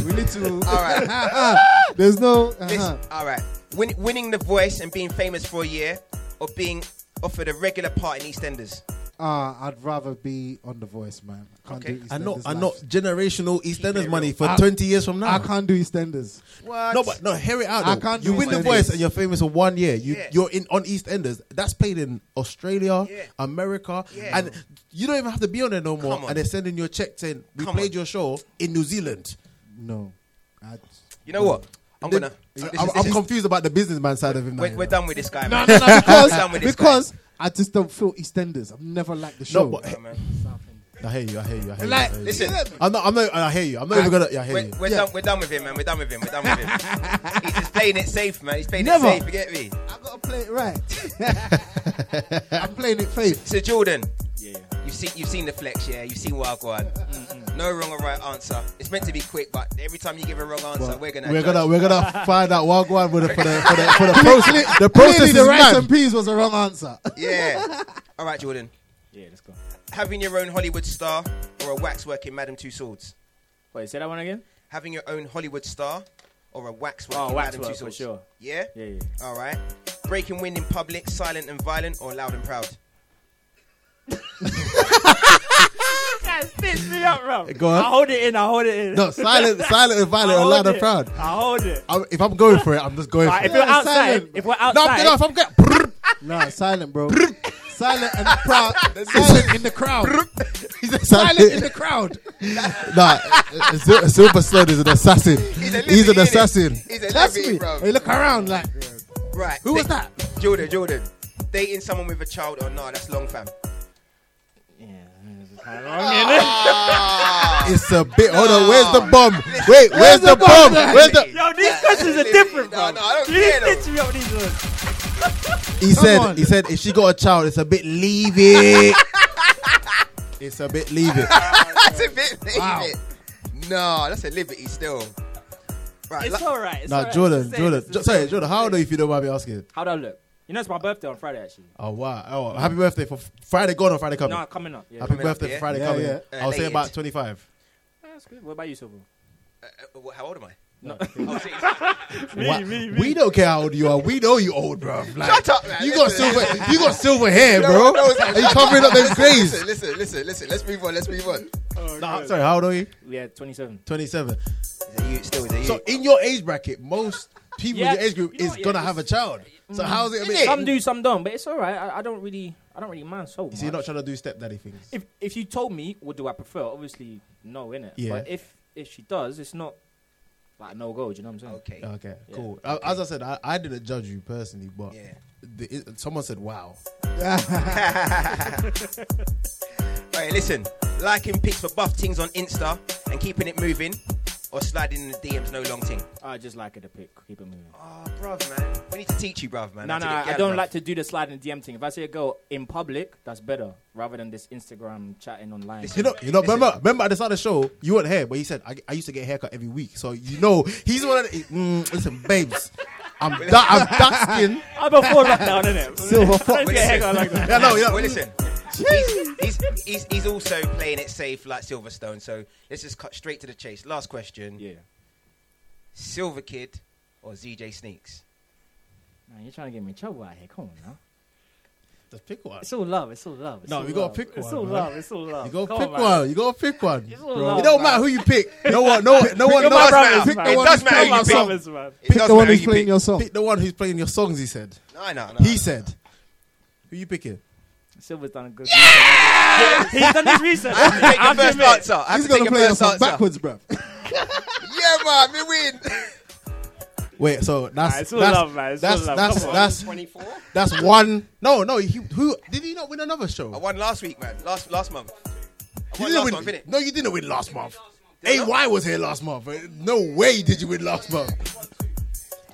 we need to
All right.
there's no. uh-huh.
Listen, all right. Win, winning the voice and being famous for a year, or being offered a regular part in EastEnders.
Ah, I'd rather be on The Voice, man. I can't do EastEnders.
I know, I
life.
know. Generational EastEnders money for
I-
twenty years from now.
I can't do EastEnders.
What?
No, but no, hear it out.
I
though.
can't
you
do
win the
EastEnders.
voice and you're famous for one year. You
Yeah.
you're in on EastEnders. That's played in Australia, America,
Yeah.
and you don't even have to be on there no more.
Come on.
And they're sending you a check saying we played your show in New Zealand.
No, I,
You know what? I'm
Then-
gonna. so this
I'm,
is-
I'm
this is-
confused about the businessman side of him. now,
We're,
you
we're
know.
done with this guy, man.
no, no,
We're
because
done with this guy.
because I just don't feel EastEnders. I've never liked the show.
No, but, I hear you. I hear you. I hear
Like,
you. I hear you.
listen.
I'm not. I'm not. I hear you. I'm not even gonna. Yeah, I hear
We're,
you.
we're done. We're done with him, man. We're done with him. We're done with him. He's just playing it safe, man. He's playing
Never.
it safe. You get me?
I've got to play it right. I'm playing it safe.
So Jordan, yeah, you've seen you've seen the flex, yeah. You've seen Wild Guard. No wrong or right answer. It's meant to be quick, but every time you give a wrong answer,
Well,
we're gonna
we're gonna
judge.
we're gonna find out what going with the, for the for the for the
Clearly-
process.
clearly
The process
the
is
rice
mad.
and peas was the wrong answer.
Yeah. All right, Jordan.
Yeah, let's go.
Having your own Hollywood star or a waxworking Madame Two Swords.
Wait, say that one again.
Having your own Hollywood star or a waxworking
Oh,
Madame
waxwork
Two
for
Swords.
sure.
Yeah.
Yeah, yeah.
All right. Breaking wind in public, silent and violent, or loud and proud.
Guys, piss me up, bro.
Go on.
I hold it in. I hold it in.
No, silent, silent and violent,
I
and
hold
loud and
it.
proud.
I hold it.
I'm, if I'm going for it, I'm just going
Like,
for
if
it.
we're outside, if we're outside,
no, if I'm going.
Nah, silent, bro. silent and proud. silent in the crowd. silent in the crowd.
Nah, eh, Sil- Silverstone is an assassin. He's, an assassin.
He's a
That's
living,
me.
bro.
Hey, look around, like
Right.
Who was
Date-
that?
Jordan, Jordan. Dating someone with a child or nah, that's long fam.
Ah.
It's a bit. Hold on. Where's the bomb? Wait. Where's the bomb? Where's the?
Yo, these questions are different, bro. No, no, I don't care. These ones.
He said. He said. If she got a child, it's a bit. Leave it. it's a bit. Leave it.
that's a bit. Leave it. No, that's a liberty still. Right,
It's alright, it's
Nah,
alright.
Jordan.
Say it,
Jordan.
say
Jo-
it.
Sorry, Jordan. How old are you if you don't mind me asking?
How do I look? You know, it's my birthday on Friday, actually.
Oh wow. Oh, happy birthday for Friday. Gone on Friday coming.
Nah, coming up, yeah.
Happy
Coming up,
birthday
yeah.
for Friday
Yeah,
coming.
yeah.
I'll say
Elated.
about twenty-five.
That's good. What about you, Silver?
Uh, how old am I? Oh,
No.
Wha- We don't care how old you are. We know you old, bro. Shut up, man. You got silver. you got silver hair,
No,
bro.
no, it's like-
Are you covering up those
Listen,
grays?
Listen, listen, listen, listen. Let's move on. Let's move on.
Nah, sorry, how old are you?
Yeah, 27.
27.
you, still, is
So in your age bracket, most people
Yeah, Mm.
in your age group is gonna have a child. So how's it? a bit-
Some do, some don't, but it's all right. I, I don't really, I don't really mind so much.
You see, you're not trying to do stepdaddy things.
if if you told me, what do I prefer? Obviously, no, innit?
Yeah.
But if if she does, it's not like no go. Do you know what I'm saying?
Okay.
Okay, cool. Uh, As I said, I, I didn't judge you personally, but the, it, someone said, "Wow."
Right, listen. Liking pics for buff things on Insta and keeping it moving, or sliding in the DMs no long thing.
I just like it a pic. Keep it moving.
Oh, bruv, man. We need to teach you, bruv, man.
no,
how to
no,
get
I
gal,
don't
bruv.
like to do the sliding DM thing. If I see a girl in public, that's better rather than this Instagram chatting online.
You know, you know. Remember, remember at the start of the show, you weren't here, but he said, I, "I used to get a haircut every week." So you know, he's one of the. Mm, listen, babes, I'm da- I'm dark skin.
I'm a full lockdown, innit?
Silver
Don't
fox.
get a haircut like that.
Yeah, no, yeah.
Well, listen. He's, he's, he's, he's also playing it safe like Silverstone, so let's just cut straight to the chase. Last question.
Yeah.
Silver Kid or ZJ Sneaks?
Nah, you're trying to get me in trouble out here. Come on now.
Just pick one.
It's all love. It's all love. It's
No,
all
we gotta
love.
pick one.
It's all
man.
love. It's all love.
You gotta
Come
pick
on, man.
one. You gotta pick one.
love,
it
man.
don't matter who you pick. No one, no one, no
Pick
one.
your
knows.
brothers,
Pick
man.
the
It
one
does
who's
matter who
playing
you
our
pick.
songs.
It does matter
Pick the
who
one who's
you
playing
pick.
your song. Pick the one who's playing your songs. He said.
No, no, no.
He said. Who you picking?
Silver's done a good job. He's done his research.
I have to take the
I'll
first
admit.
answer. I have
He's
to take
gonna
the
play
first
us
answer.
backwards, bruv.
yeah, man, we win.
Wait, so that's
Nah, it's all
that's
love, man. It's all
that's
love.
that's
Come on.
that's
24?
that's one. No, no. He, who did he not win another show?
I won last week, man. Last last month. I
You
won
didn't
last
win-
month, didn't
No, you didn't win last month. AY was here last month. No way did you win last month.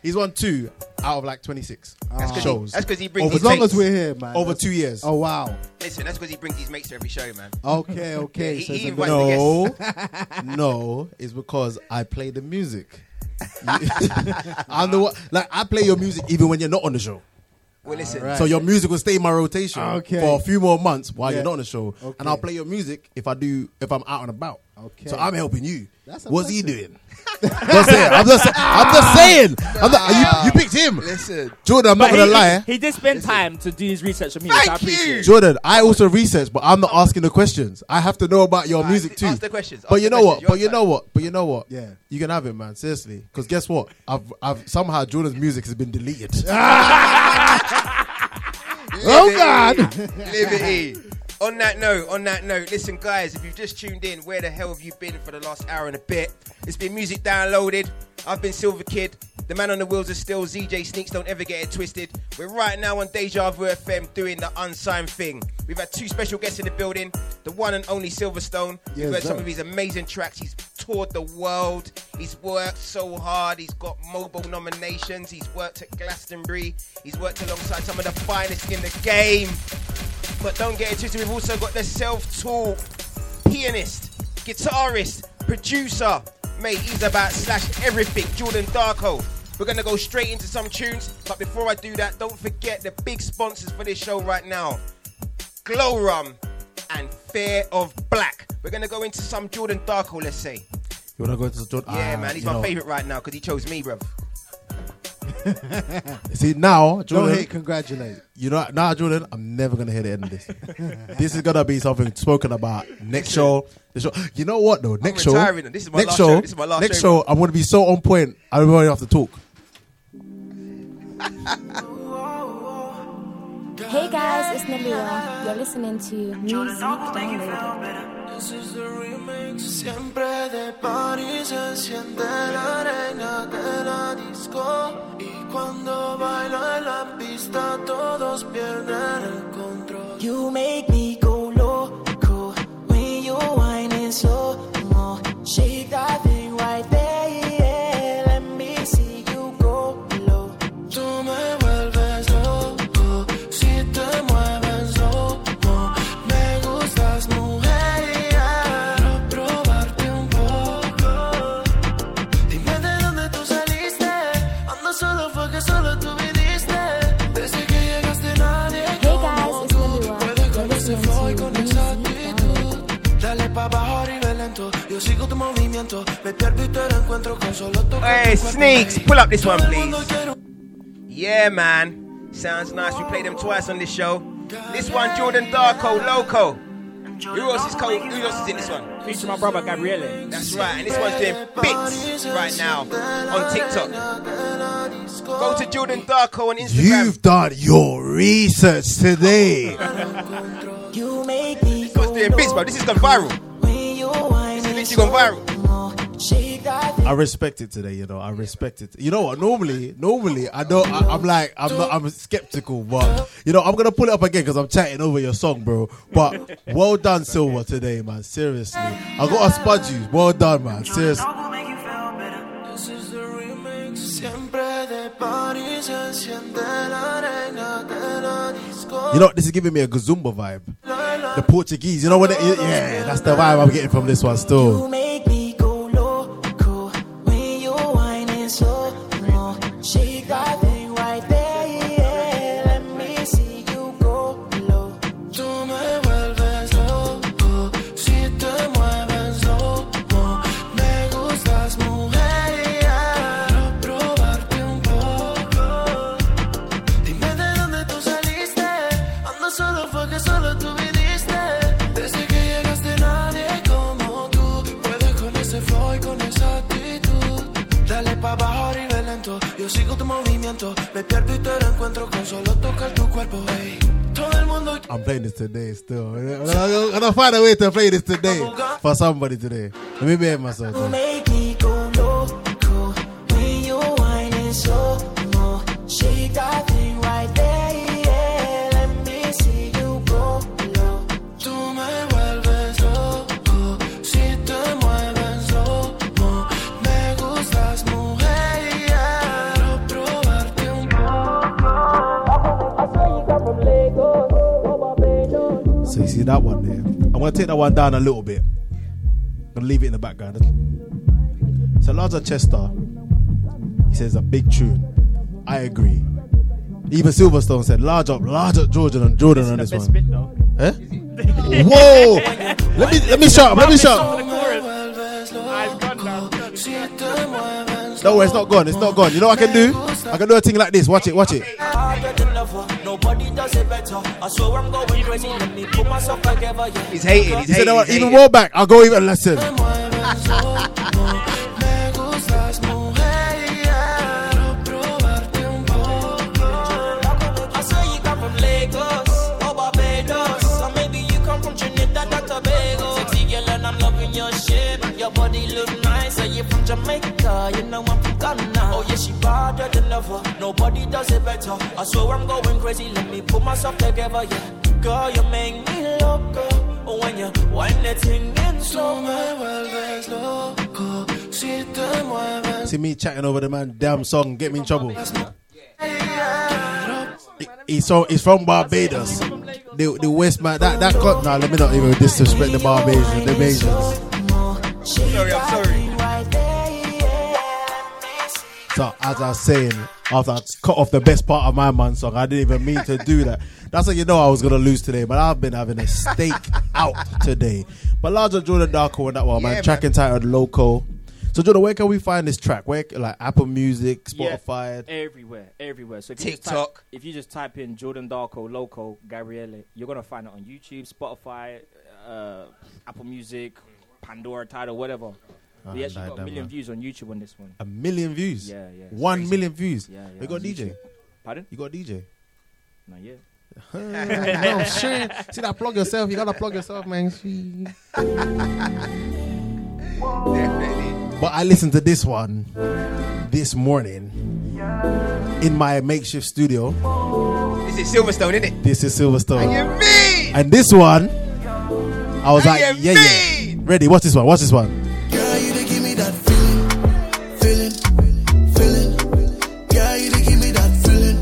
He's won two out of like 26
That's 'cause-
shows.
that's 'cause he brings
Over-
his As long mates. as we're
here, man.
Over
That's-
two years.
Oh, wow.
Listen, that's because he brings his mates to every show, man.
Okay, okay,
He,
so
he
it's a
invites the
No,
guests.
no, it's because I play the music. I'm the one, like I play your music even when you're not on the show.
Well, listen.
So your music will stay in my rotation
Okay.
for a few more months while
Yeah.
you're not on the show,
Okay.
and I'll play your music if I do if I'm out and about. Okay. So I'm helping you.
That's
What's he
impressive.
doing? What's it? I'm just I'm just saying. I'm not- you, you picked him.
Listen,
Jordan. I'm
But
not gonna
he,
lie. eh?
He did spend time to do his research for me, which I appreciate.
Jordan, I also research, but I'm not asking the questions. I have to know about your music too.
ask the questions,
But
ask
you
the
know what?
questions,
But
your
you know what? But you know what?
Yeah.
You can have it, man. Seriously, because guess what? I've I've somehow Jordan's music has been deleted. oh God!
Liberty. On that note, on that note, listen, guys, if you've just tuned in, where the hell have you been for the last hour and a bit? It's been music downloaded. I've been Silver Kid. The man on the wheels is still ZJ Sneaks. Don't ever get it twisted. We're right now on Deja Vu FM doing the unsigned thing. We've had two special guests in the building. The one and only Silverstone. We've
Yes,
heard some
sir.
of his amazing tracks. He's toured the world. He's worked so hard. He's got mobile nominations. He's worked at Glastonbury. He's worked alongside some of the finest in the game. But don't get it twisted, we've also got the self-taught pianist, guitarist, producer. Mate, he's about slash everything, Jordan Darko. We're gonna go straight into some tunes, but before I do that, don't forget the big sponsors for this show right now. Glow Rum and Fear of Black. We're gonna go into some Jordan Darko, let's say.
You wanna go to Jordan?
Yeah,
Ah,
man, he's
you
my
know.
favorite right now because he chose me, bruv.
See now, Jordan.
Don't hate, congratulate.
You know, now Jordan, I'm never gonna hear the end of this. this is gonna be something spoken about next show. The show. You know what though? Next
retiring
show.
now. This is my
next
last
show.
show. This is my last
next
show.
show. I'm gonna be so on point. I don't even have to talk.
Hey guys, it's Nalila. You're listening to Music Downloaded.
This is the remix. Siempre de party se siente la reina de la disco. Y cuando baila en la pista, todos pierden el control.
You make me go loco when you whine and slow mo. va bajo arriba lento. Yo sigo tu movimiento. Me pierdo y te lo encuentro con solo tocar
Hey,
tu cuerpo.
Sneaks, pull up this one, please. Yeah, man. Sounds nice. We played them twice on this show. This one, Jordan Darko, Loco. Who else is cold? Who else is in this one?
Feature my brother Gabriele.
That's right, and this one's doing bits right now on TikTok. Go to Jordan Darko on Instagram.
You've done your research today.
You make me this one's doing bits, bro. This is gone viral. This is literally gone
I respect it today, you know. I respect it. You know what? Normally, normally I don't. I, I'm like I'm not. I'm skeptical, but you know I'm gonna pull it up again because I'm chatting over your song, bro. But well done, Silver, today, man. Seriously, I gotta spud you. Well done, man. Seriously.
This is the remix. Siempre de party se enciende la arena de la disco.
You know, this is giving me a Gazumba vibe. The Portuguese, you know what? It, yeah, that's the vibe I'm getting from this one
You
still.
make me go loco when you whine and slow mo. Shake that thing right there, yeah. Let me see you go low.
Tú me vuelves loco si te mueves loco. Me gustas mujer y quiero probarte un poco. Dime de dónde tú saliste. Ando solo fue que solo tú viniste. Desde que llegaste nadie como tú puede con ese flow y con esa actitud. Dale pa' abajo arriba lento. Yo sigo tu movimiento. Me pierdo y te lo encuentro con solo tocar tu cuerpo. ey. Todo el mundo
I'm playing this today still. I'm gonna find a way to play this today for somebody today. Let me behave myself.
You
man.
make me go loco when you whine and slow mo. Shake that thing right there, yeah. Let me see you go low.
Tú me vuelves loco si te mueves loco. Me gustas mujer y quiero probarte un poco.
So you see that one there. I'm gonna take that one down a little bit. I'm gonna leave it in the background. So Larsa Chester, he says a big tune. I agree. Even Silverstone said large up, large up Jordan and Jordan on this one. Eh? Whoa! let me let me shout, let me shout. No, it's not gone, it's not gone. You know what I can do? I can do a thing like this. Watch it, watch it.
Nobody does it better. I swear I'm going crazy. Let me put myself together. Yeah.
He's hating.
You said, "No, even more back. I'll go even less. in."
Me gustas mujer y quiero probarte un poco.
I say you come from Lagos or Barbados, or maybe you come from Trinidad or Tobago. Sexy girl, and I'm loving your shape. Your body look nice. Are you from Jamaica? You know I'm from Ghana. Oh yeah, she harder than ever. Nobody does it better. I swear I'm going crazy. Let me put myself together. Yeah, girl, you make me loco when you wind that thing in slow
Me vuelves loco si te mueves
See me chatting over the man damn song, get me in trouble. He- He's so he's from Barbados. The the West man that that cut now let me not even disrespect the Barbadians, the Bajans.
Sorry, I'm sorry.
So as I was saying, after I cut off the best part of my man song, I didn't even mean to do that. That's how you know I was gonna lose today, but I've been having a steak out today. But larger Jordan Darko on that one,
Yeah,
man. Track entitled Loco. So Jordan, where can we find this track? Where like Apple Music,
Yeah,
Spotify?
everywhere, everywhere. So if you just
TikTok.
type- if you just type in Jordan Darko, Loco, Gabriele, you're gonna find it on YouTube, Spotify, uh, Apple Music, Pandora, Tidal, whatever.
Oh,
we actually
like
got a
that,
million
man.
views on YouTube on this one.
A million views.
Yeah, yeah. it's
One
crazy.
million views.
Yeah, yeah.
You got
on
a DJ.
YouTube. Pardon?
You got a DJ.
Not yet.
Oh,
no, shit. See that plug yourself. You gotta plug yourself, man. Shit. But I listened to this one this morning in my makeshift studio.
viral. This is Silverstone, isn't it?
This is Silverstone.
And you mean?
And this one, I was like,
you
yeah, yeah. Ready? Watch this one. Watch this one.
Girl, you to give me that feeling, feeling, feeling. Girl, you to give me that feeling,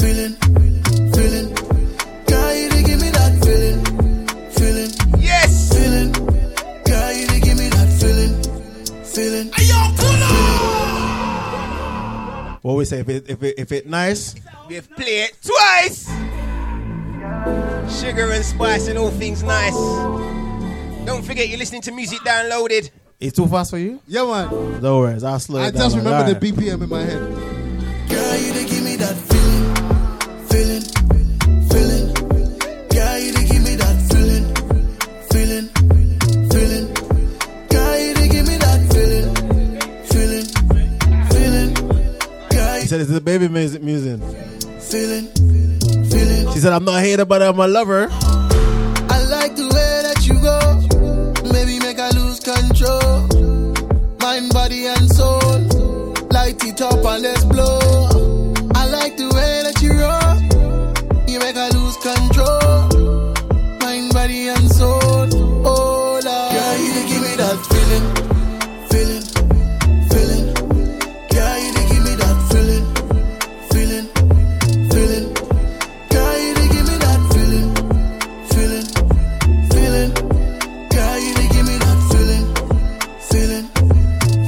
feeling, feeling. Girl, you to give me that feeling, feeling.
Yes.
Feeling. Girl, you to give me that feeling, feeling. Ayo, pull
What we say? If it, if it, if it nice,
We've played it twice. Sugar and spice and all things nice. Don't Don't forget, you're listening to music downloaded.
It's too fast for you?
Yeah, man.
No worries, I'll slow it
I
down.
just remember
alright.
the BPM in my head.
Girl, you to give me that feeling, feeling, feeling. Girl, you to give me that feeling, feeling, feeling. Girl, you to give me that feeling, feeling, feeling. Girl,
He said, it's the baby music. music.
feeling.
She said, I'm not a hater, but I'm a lover.
I like the way that you go. Maybe make I lose control. Mind, body, and soul. Light it up and let's blow. I like the way that you roll. You make I lose control. Mind, body, and soul. Oh, Lord. Girl, you to give me that feeling. Feeling. Feeling. Girl, you to give me that feeling. Feeling. Feeling. Girl, you to give me that feeling. Feeling feeling. Girl, you to give me that feeling, feeling,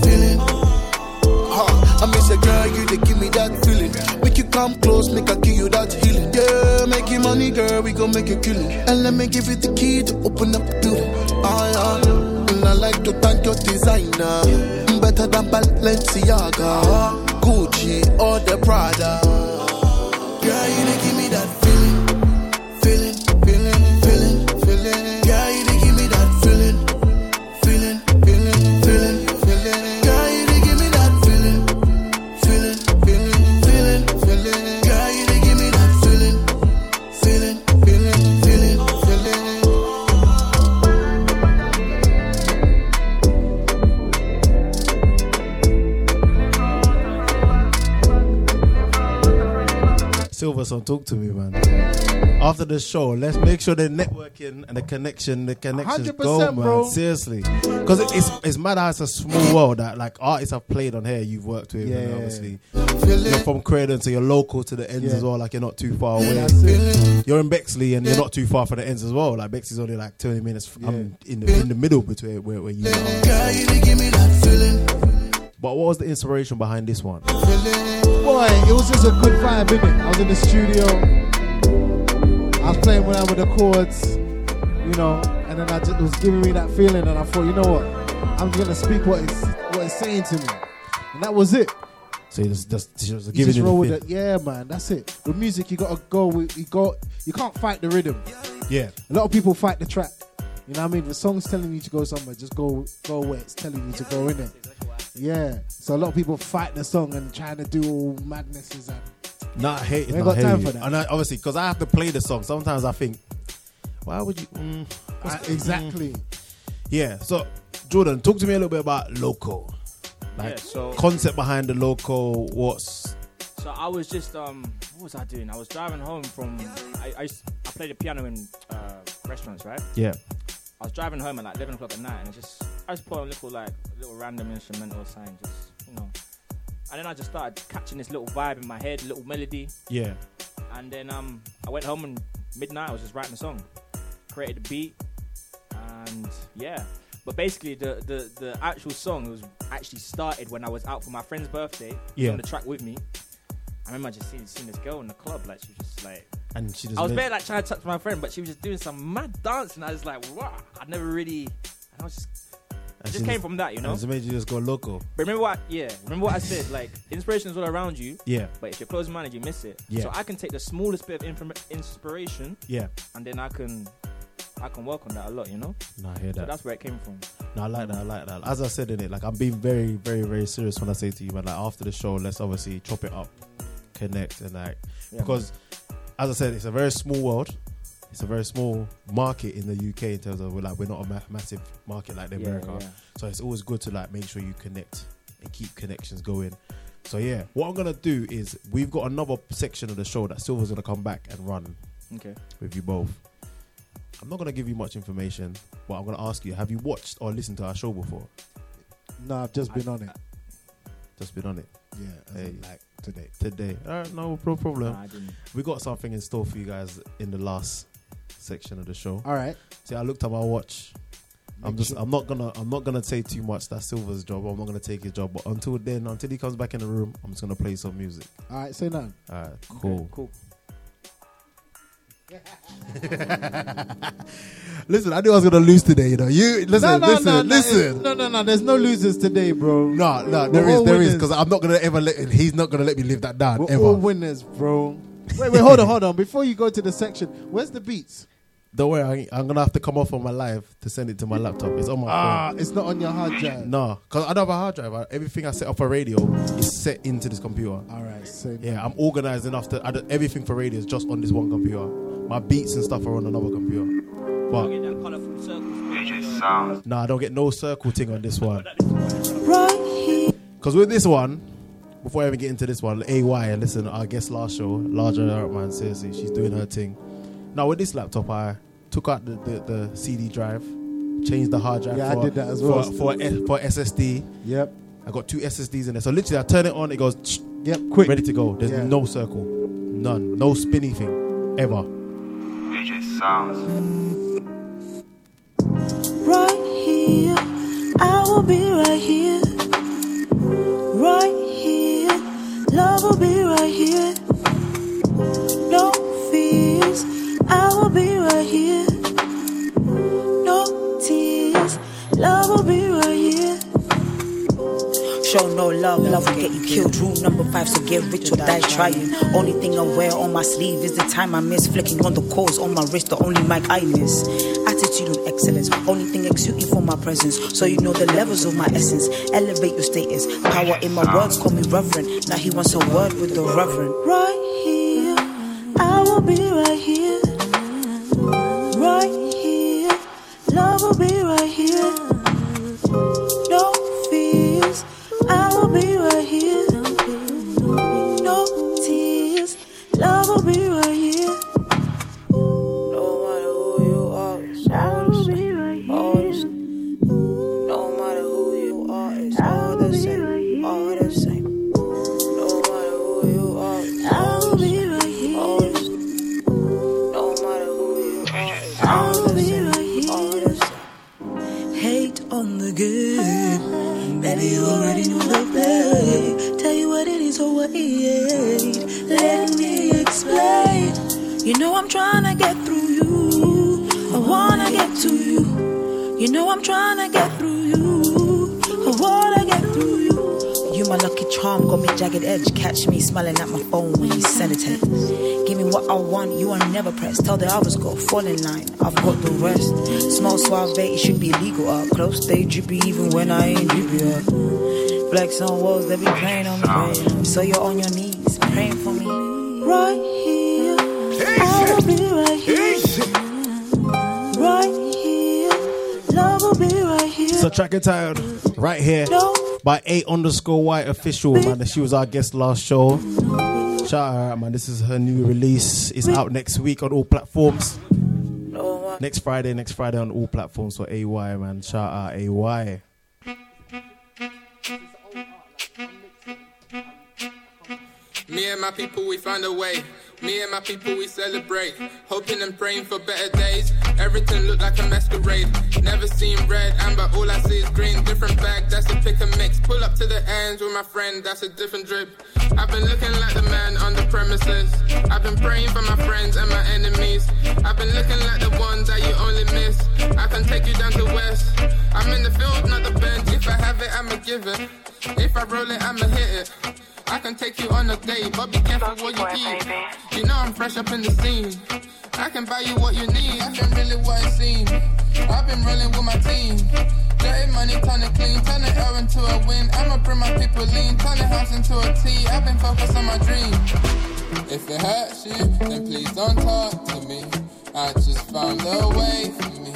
feeling. Uh,
Huh. I miss a girl, you to give me that feeling.
Make you come close, make I give you that healing. Yeah, make you money, girl, we gon' make you killing. And let me give you the key to open up the building. Ah, yeah. And I like to thank your designer. Mm, Better than Balenciaga, Gucci, or the Prada. Girl, you to give me that feeling, feeling, feeling, feeling, feeling. Girl, you to give me that feeling, feeling, feeling, feeling, feeling. Girl, you to give me that feeling, feeling, feeling, feeling, feeling. Girl, you to give me that feeling, feeling, feeling, feeling, feeling.
Silverson, talk to me, man. After the show, let's make sure the networking and the connection, the connections
100%,
go, man.
bro.
Seriously, because it's it's mad how it's a small world that like artists have played on here. You've worked with, and
Yeah.
obviously, you're from Croydon, so you're local to the ends
Yeah.
as well. Like you're not too far away.
That's
You're in Bexley, and you're not too far from the ends as well. Like Bexley's only like 20 minutes. f- I'm in the in the middle between where, where you
Girl, you to give me that feeling,
But what was the inspiration behind this one?
Boy, it was just a good vibe, innit? I was in the studio. I was playing around with the chords, you know, and then I just, it was giving me that feeling, and I thought, you know what? I'm just gonna speak what it's what it's saying to me, and that was it.
So you just just, just
You
giving
just
you
roll
the
with it,
feel.
yeah, man. That's it. With music, you gotta go. With, you got you can't fight the rhythm.
Yeah.
A lot of people fight the track. You know what I mean? If a song's telling you to go somewhere, just go go where it's telling you to go, in it. Yeah. So a lot of people fight the song and trying to do all madnesses and
Not hate.
We
We
ain't
got
got time
you.
for that.
And I, obviously, because I have to play the song. Sometimes I think, why would you? Mm,
I-
mm.
Ah, exactly.
Yeah. So, Jordan, talk to me a little bit about local,
Yeah,
like
so-
concept behind the local. What's
So I was just um, what was I doing? I was driving home from I I, used- I played the piano in uh, restaurants, right?
Yeah.
I was driving home at like eleven o'clock at night, and I just I just put on a little like a little random instrumental sign, just you know, and then I just started catching this little vibe in my head, little melody.
Yeah.
And then um, I went home and midnight I was just writing a song, created the beat, and yeah. But basically, the, the, the actual song was actually started when I was out for my friend's birthday. He was
Yeah.
on the track with me. I remember I just seen, seen this girl in the club, like she was just like.
And she just
I was
made-
bare like trying to touch my friend, but she was just doing some mad dance, and I was like, wow, I never really. And I was just. It
and
just
she
came from that, you know.
and It made you just go local.
But remember what? Yeah, remember what I said. Like inspiration is all around you.
Yeah.
But if you're closed-minded, you miss it.
Yeah.
So I can take the smallest bit of inform- inspiration.
Yeah.
And then I can, I can work on that a lot. You know.
No, I hear
So
that.
that's where it came from.
No, I like that. I like that. As I said in it, like I'm being very, very, very serious when I say to you, man. Like after the show, let's obviously chop it up, connect, and like
Yeah,
because, as I said, it's a very small world. It's a very small market in the UK in terms of we're like we're not a ma- massive market like the
Yeah,
America,
yeah.
so it's always good to like make sure you connect and keep connections going. So yeah, what I'm gonna do is we've got another section of the show that Silver's gonna come back and run
Okay.
with you both. I'm not gonna give you much information, but I'm gonna ask you: Have you watched or listened to our show before?
No, I've just been on it.
Just been on it.
Yeah, as in, like, today.
Today. All right, no, no problem.
Nah, I didn't.
we got something in store for you guys in the last section of the show.
All right.
See, I looked at my watch. I'm
Make
just.
sure-
I'm not gonna. I'm not gonna say too much. That's Silver's job. I'm not gonna take his job. But until then, until he comes back in the room, I'm just gonna play some music.
All right, say nothing.
All right, cool.
cool.
listen, I knew I was gonna lose today. You know, you listen,
no, no,
listen,
no, no,
listen.
No, no, no. There's no losers today, bro.
No, no, there is, there is, because I'm not gonna ever let. He's not gonna let me live that down
We're
ever.
all winners, bro. Wait, wait, hold on, hold on. Before you go to the section, where's the beats?
Don't worry, I- I'm gonna have to come off on my live to send it to my laptop. It's on my
Ah,
phone.
it's not on your hard drive.
No, because I don't have a hard drive. I- Everything I set up for radio is set into this computer. All
right, same.
Yeah, I'm organized enough to. I do, everything for radio is just on this one computer. My beats and stuff are on another computer. But no, I don't get no circle thing on this one. Because with this one, before I even get into this one, AY, listen, our guest last show, Larger Man, seriously, she's doing her thing. Now, with this laptop, I took out the, the, the CD drive, changed the hard drive
Yeah, I
for,
did that as
for,
well.
for, S- for SSD.
Yep.
I got two SSDs in there. So literally, I turn it on, it goes,
yep, quick.
Ready to go. There's
Yeah.
no circle, none, no spinny thing, ever.
It just sounds.
Right here, I will be right here. Right here, love will be right here. No fears, I will be right here. No tears, love will be right here.
Show no love, love will get you killed. Rule number five, so get rich or die trying. Only thing I wear on my sleeve is the time I miss. Flicking on the calls on my wrist, the only mic I miss. Attitude and excellence, only thing exude you for my presence. So you know the levels of my essence. Elevate your status, power in my words, call me reverend. Now he wants a word with the reverend.
Right here, I will be right here. Right here, love will be right here. No fears, I will be right here. No tears, love will be right here. No matter who you are, it's always, always. No matter who you are, it's all the same, all the same. I'll be right here. No matter who you are, I'll be right here. Hate on the good, baby, you already know the play. Tell you what it is or what it ain't. Let me explain. You know I'm trying to get through you. I wanna get to you. You know I'm trying to get through you. I wanna get through you.
You my lucky charm, got me jagged edge. Catch me smiling at my phone when you send a text. Give me what I want, you are never pressed. Tell the others go fall in line, I've got the rest. Small suave, it should be illegal up close. Stay drippy even when I ain't drippy up. Flex on walls, they be praying on me. So you're on your knees, praying for me.
Right here, I will be right here. Right here, love will be right here.
So track it out right here by A underscore Y official man. She was our guest last show. Shout out her, man. This is her new release. It's out next week on all platforms. Next Friday, next Friday on all platforms for AY man. Shout out AY.
Me and my people, we find a way. Me and my people, we celebrate. Hoping and praying for better days. Everything look like a masquerade. Never seen red, amber, all I see is green. Different bag, that's a pick and mix. Pull up to the ends with my friend, that's a different drip. I've been looking like the man on the premises. I've been praying for my friends and my enemies. I've been looking like the ones that you only miss. I can take you down to West. I'm in the field, not the bench. If I have it, I'ma give it. If I roll it, I'ma hit it. I can take you on a date, but be careful what you eat. You know I'm fresh up in the scene. I can buy you what you need. I've been really what it seems. I've been rolling with my team. Dirty money, turn it clean, turn the L into a win. I'ma bring my people lean, turn the house into a T. I've been focused on my dream. If it hurts you, then please don't talk to me. I just found a way for me.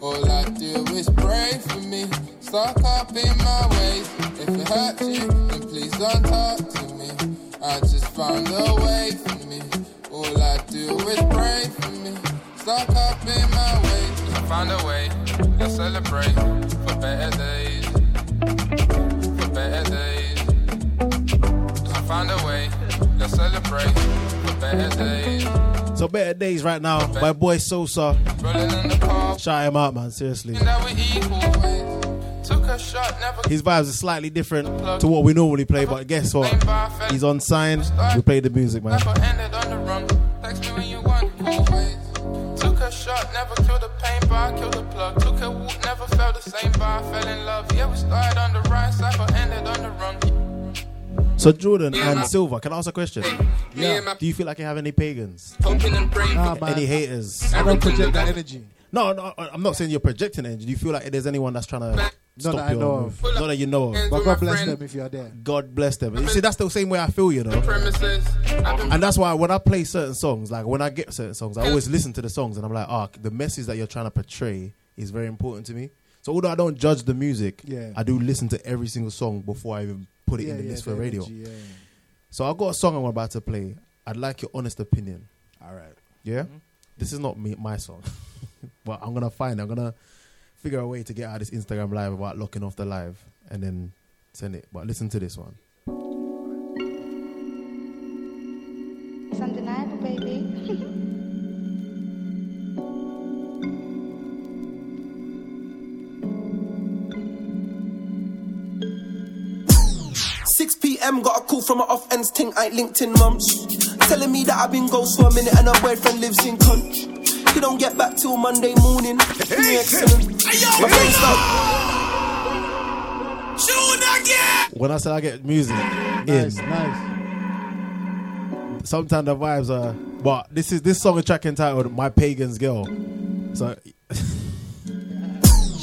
All I do is pray for me. Stuck up in my ways. If it hurts you, then please don't talk to me. I just found a way for me. All I do is pray for me. Stuck up in my ways. I found a way. Let's celebrate for better days. For better days. I found a way. Let's celebrate for better days.
So better days right now. My boy Sosa. Shout him out, man. Seriously.
That we equal with. Took a shot, never
His vibes are slightly different to what we normally play, but guess what? He's on sign. We play the music, man.
ended on the run. Text me when you want. Took a shot, never killed a pain, but I killed a plug. Took a whoop, never felt the same, but I fell in love. Yeah, we started on the right side, but ended on the wrong.
So Jordan and Silver, can I ask a question?
Yeah.
Do you feel like you have any pagans?
Hoping and praying
Nah,
any haters?
I don't project that energy.
No, no, I- I'm not saying you're projecting energy. Do you feel like there's anyone that's trying to stop
that I
your
know
move? Not that you know of.
But God Oh, bless them if you are there.
God bless them. You see, that's the same way I feel, you know.
Premises, I've been
And that's why when I play certain songs, like when I get certain songs, I always listen to the songs and I'm like, ah, the message that you're trying to portray is very important to me. So although I don't judge the music,
Yeah.
I do listen to every single song before I even put it
Yeah,
in the
yeah,
list for
the
radio.
energy, yeah.
So I got a song I'm about to play. I'd like your honest opinion. All right. Yeah?
Mm-hmm.
This is not me, my song. but I'm going to find I'm going to figure a way to get out of this Instagram live without locking off the live and then send it. But listen to this one.
It's undeniable, baby.
Six PM, got a call from an off ends ting. I ain't LinkedIn mums, telling me that I've been ghost for a minute and her boyfriend lives in country. He don't get back till Monday morning. Me excellent. My brain's down.
When I said I get music, nice, nice. Sometimes the vibes are, but this is this song is track entitled "My Pagan's Girl." So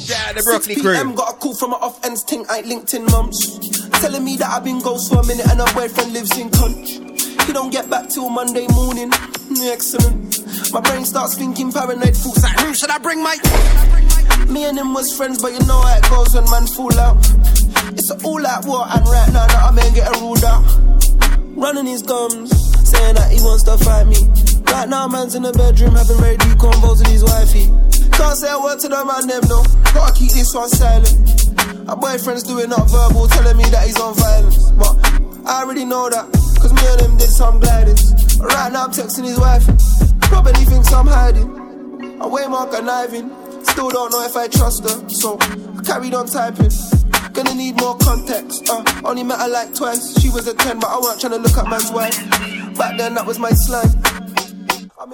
Shout out to
6
Broccoli
PM,
Crew.
got a call from an off ends ting. I ain't LinkedIn mums, telling me that I've been ghost for a minute and her boyfriend lives in country. He don't get back till Monday morning. Me excellent. My brain starts thinking paranoid thoughts like, hmm, should I bring my? Me and him was friends, but you know how it goes when man fall out. It's an all out war, and right now, that I'm ain't getting ruled out. Running his gums, saying that he wants to fight me. Right now, man's in the bedroom having very deep convos with his wifey. Can't say a word to the man, them no. Gotta keep this one silent. My boyfriend's doing up verbal, telling me that he's on violence. But I already know that, cause me and him did some glidings. But right now, I'm texting his wife. Probably thinks I'm hiding. I'm way more conniving. Still don't know if I trust her, so I carried on typing. Gonna need more context. Uh, only met her like twice. She was a 10, but I weren't tryna look at man's wife. Back then, that was my slang. I'm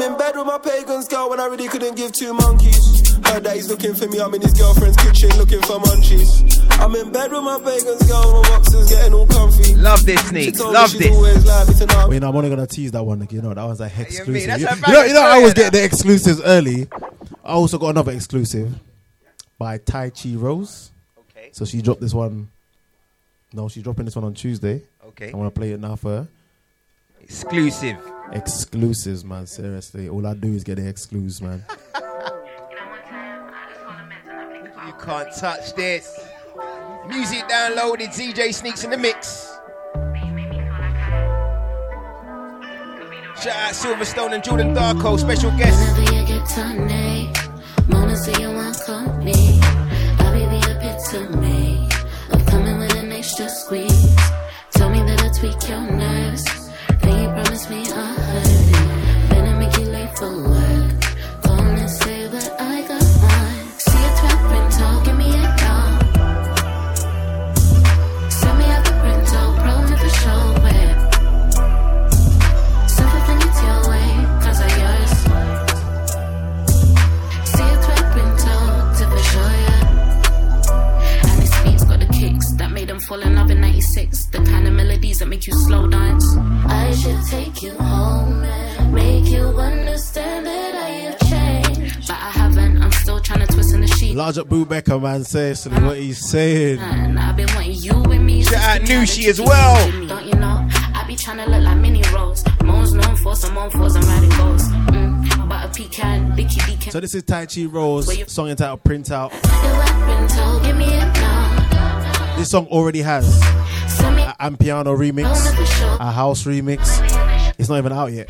in bed with my pagan's girl when I really couldn't give two monkeys. Heard that he's looking for me, I'm in his girlfriend's kitchen looking for munchies. I'm in bed with my pagan's girl, my boxer's getting all comfy.
Love this, Sneaks. Love
she's
this.
always like me to know.
I mean, I'm only gonna tease that one. like, You know, that one's like exclusive.
that's
You,
a
you know,
valid
you know, I
story,
was getting the exclusives early. I also got another exclusive by Tai Chi Rose. Okay. So she dropped this one. No, she's dropping this one on Tuesday.
Okay.
I want to play it now for her.
Exclusive.
Exclusives, man. Seriously, all I do is get the exclusives, man.
You can't touch this. Music downloaded, DJ Sneaks in the mix. Shout out Silverstone and Jordan Darko, special guest.
Whenever you get tony, Mona, so you won't call me. I'll be the epitome of coming with an extra squeeze. Tell me that I tweak your nerves, then you promise me a hug. Then I make you late for work. Call and say that I got mine. See a twelve print out, give me a call. Send me out the print out, pro never show it. Suffer when it's your way, 'cause I yours. See a thread print out to for sure, yeah. And his beats got the kicks that made them fall in love in 96. The kind of melodies that make you slow dance. I should take you home and make you understand that I have changed. But I haven't, I'm still trying to twist in the sheet.
Large up Boo Becker, man. Seriously, what he's saying.
And I've been wanting you with me. Shout out Nushi
as well.
Don't you know? I be trying to look like mini Rose. Moan's known for some moan fours, I'm riding ghosts. Mm, but a pecan, Dicky D can
So this is Tai Chi Rose song entitled Printout.
rental, give me a
This song already has a a piano remix, a house remix. It's not even out yet.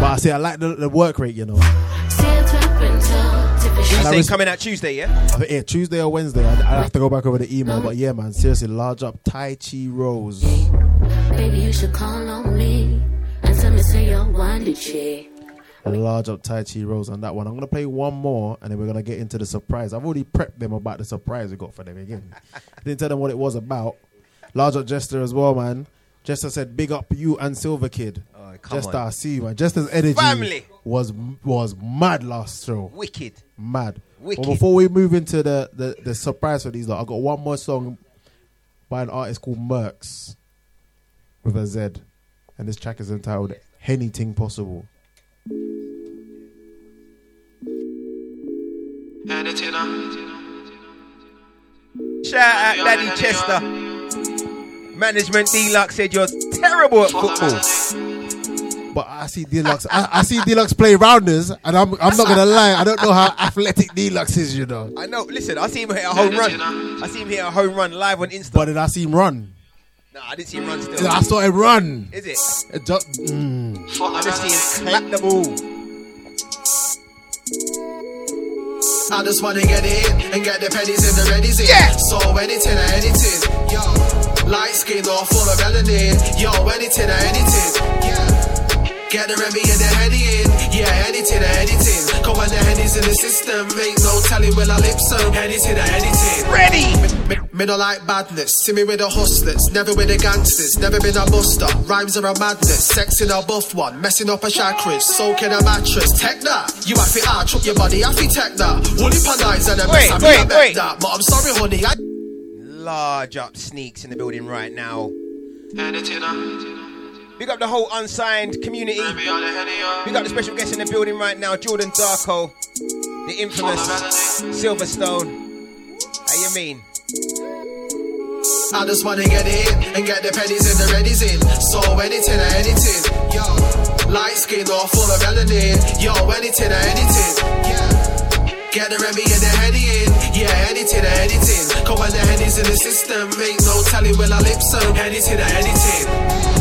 But I say I like the, the work rate, you know. And I
Tuesday
res-
coming out Tuesday, yeah?
I think, yeah, eh, Tuesday or Wednesday. I'd, I'd have to go back over the email, but yeah, man, seriously, large up Tai Chi Rose.
Baby, you should call on me. And tell me, say you're winded, chick.
Large up Tai Chi Rose on that one. I'm gonna play one more, and then we're gonna get into the surprise. I've already prepped them about the surprise we got for them again. Didn't tell them what it was about. Large up Jester as well, man. Jester said, "Big up you and Silver Kid."
Oh, Come
Just
on.
RC, man. Just as energy
Family.
was was mad last show.
Wicked.
Mad.
Wicked.
But before we move into the, the, the surprise for these, lot, I got one more song by an artist called Merx with a Z. And this track is entitled Anything Possible.
Anything, uh,
Shout out Daddy Chester. Management Deluxe said you're terrible at football.
But I see Deluxe. I, I see Deluxe play rounders, and I'm I'm not gonna lie. I don't know how athletic Deluxe is, you know.
I know. Listen, I see him hit a home run. I see him hit a home run live on Insta.
But did I see him run?
Nah, I didn't see him run still.
I saw him run.
Is it?
It just- mm.
I just see him clap the ball.
I just wanna get it in and get the pennies in the readies in. So anything or anything, yo. Light skin or full of melanin, yo. Anything or anything, yeah. Get the Remy and the Henny in, yeah. Anything or anything. Cause when the Henny's in the system, ain't no telling when I lip some. Anything or anything.
Ready.
Me, me, me don't like badness. See me with the hustlers, never with the gangsters, never been a buster. Rhymes are a madness, sex in a buff one, messing up a chakras, soaking a mattress. Tech that, you have to arch up your body, I have to tech that. Woolly pandas and a mess,
Wait,
I
wait,
mean, I bet
wait.
that. But I'm sorry, honey, I.
Large up sneaks in the building right now.
anything, uh,
Big up the whole unsigned community. Big up the special guest in the building right now, Jordan Darko, the infamous Silverstone. How you mean?
I just wanna get it in and get the pennies in the readies in. So anything or anything, yo. Light skin or full of melanin, yo. Anything or anything, yeah. Get the Remy and the Henny in, yeah. Anything or anything. Cause when the Henny's in the system, ain't no telling when I lip some. Anything or anything.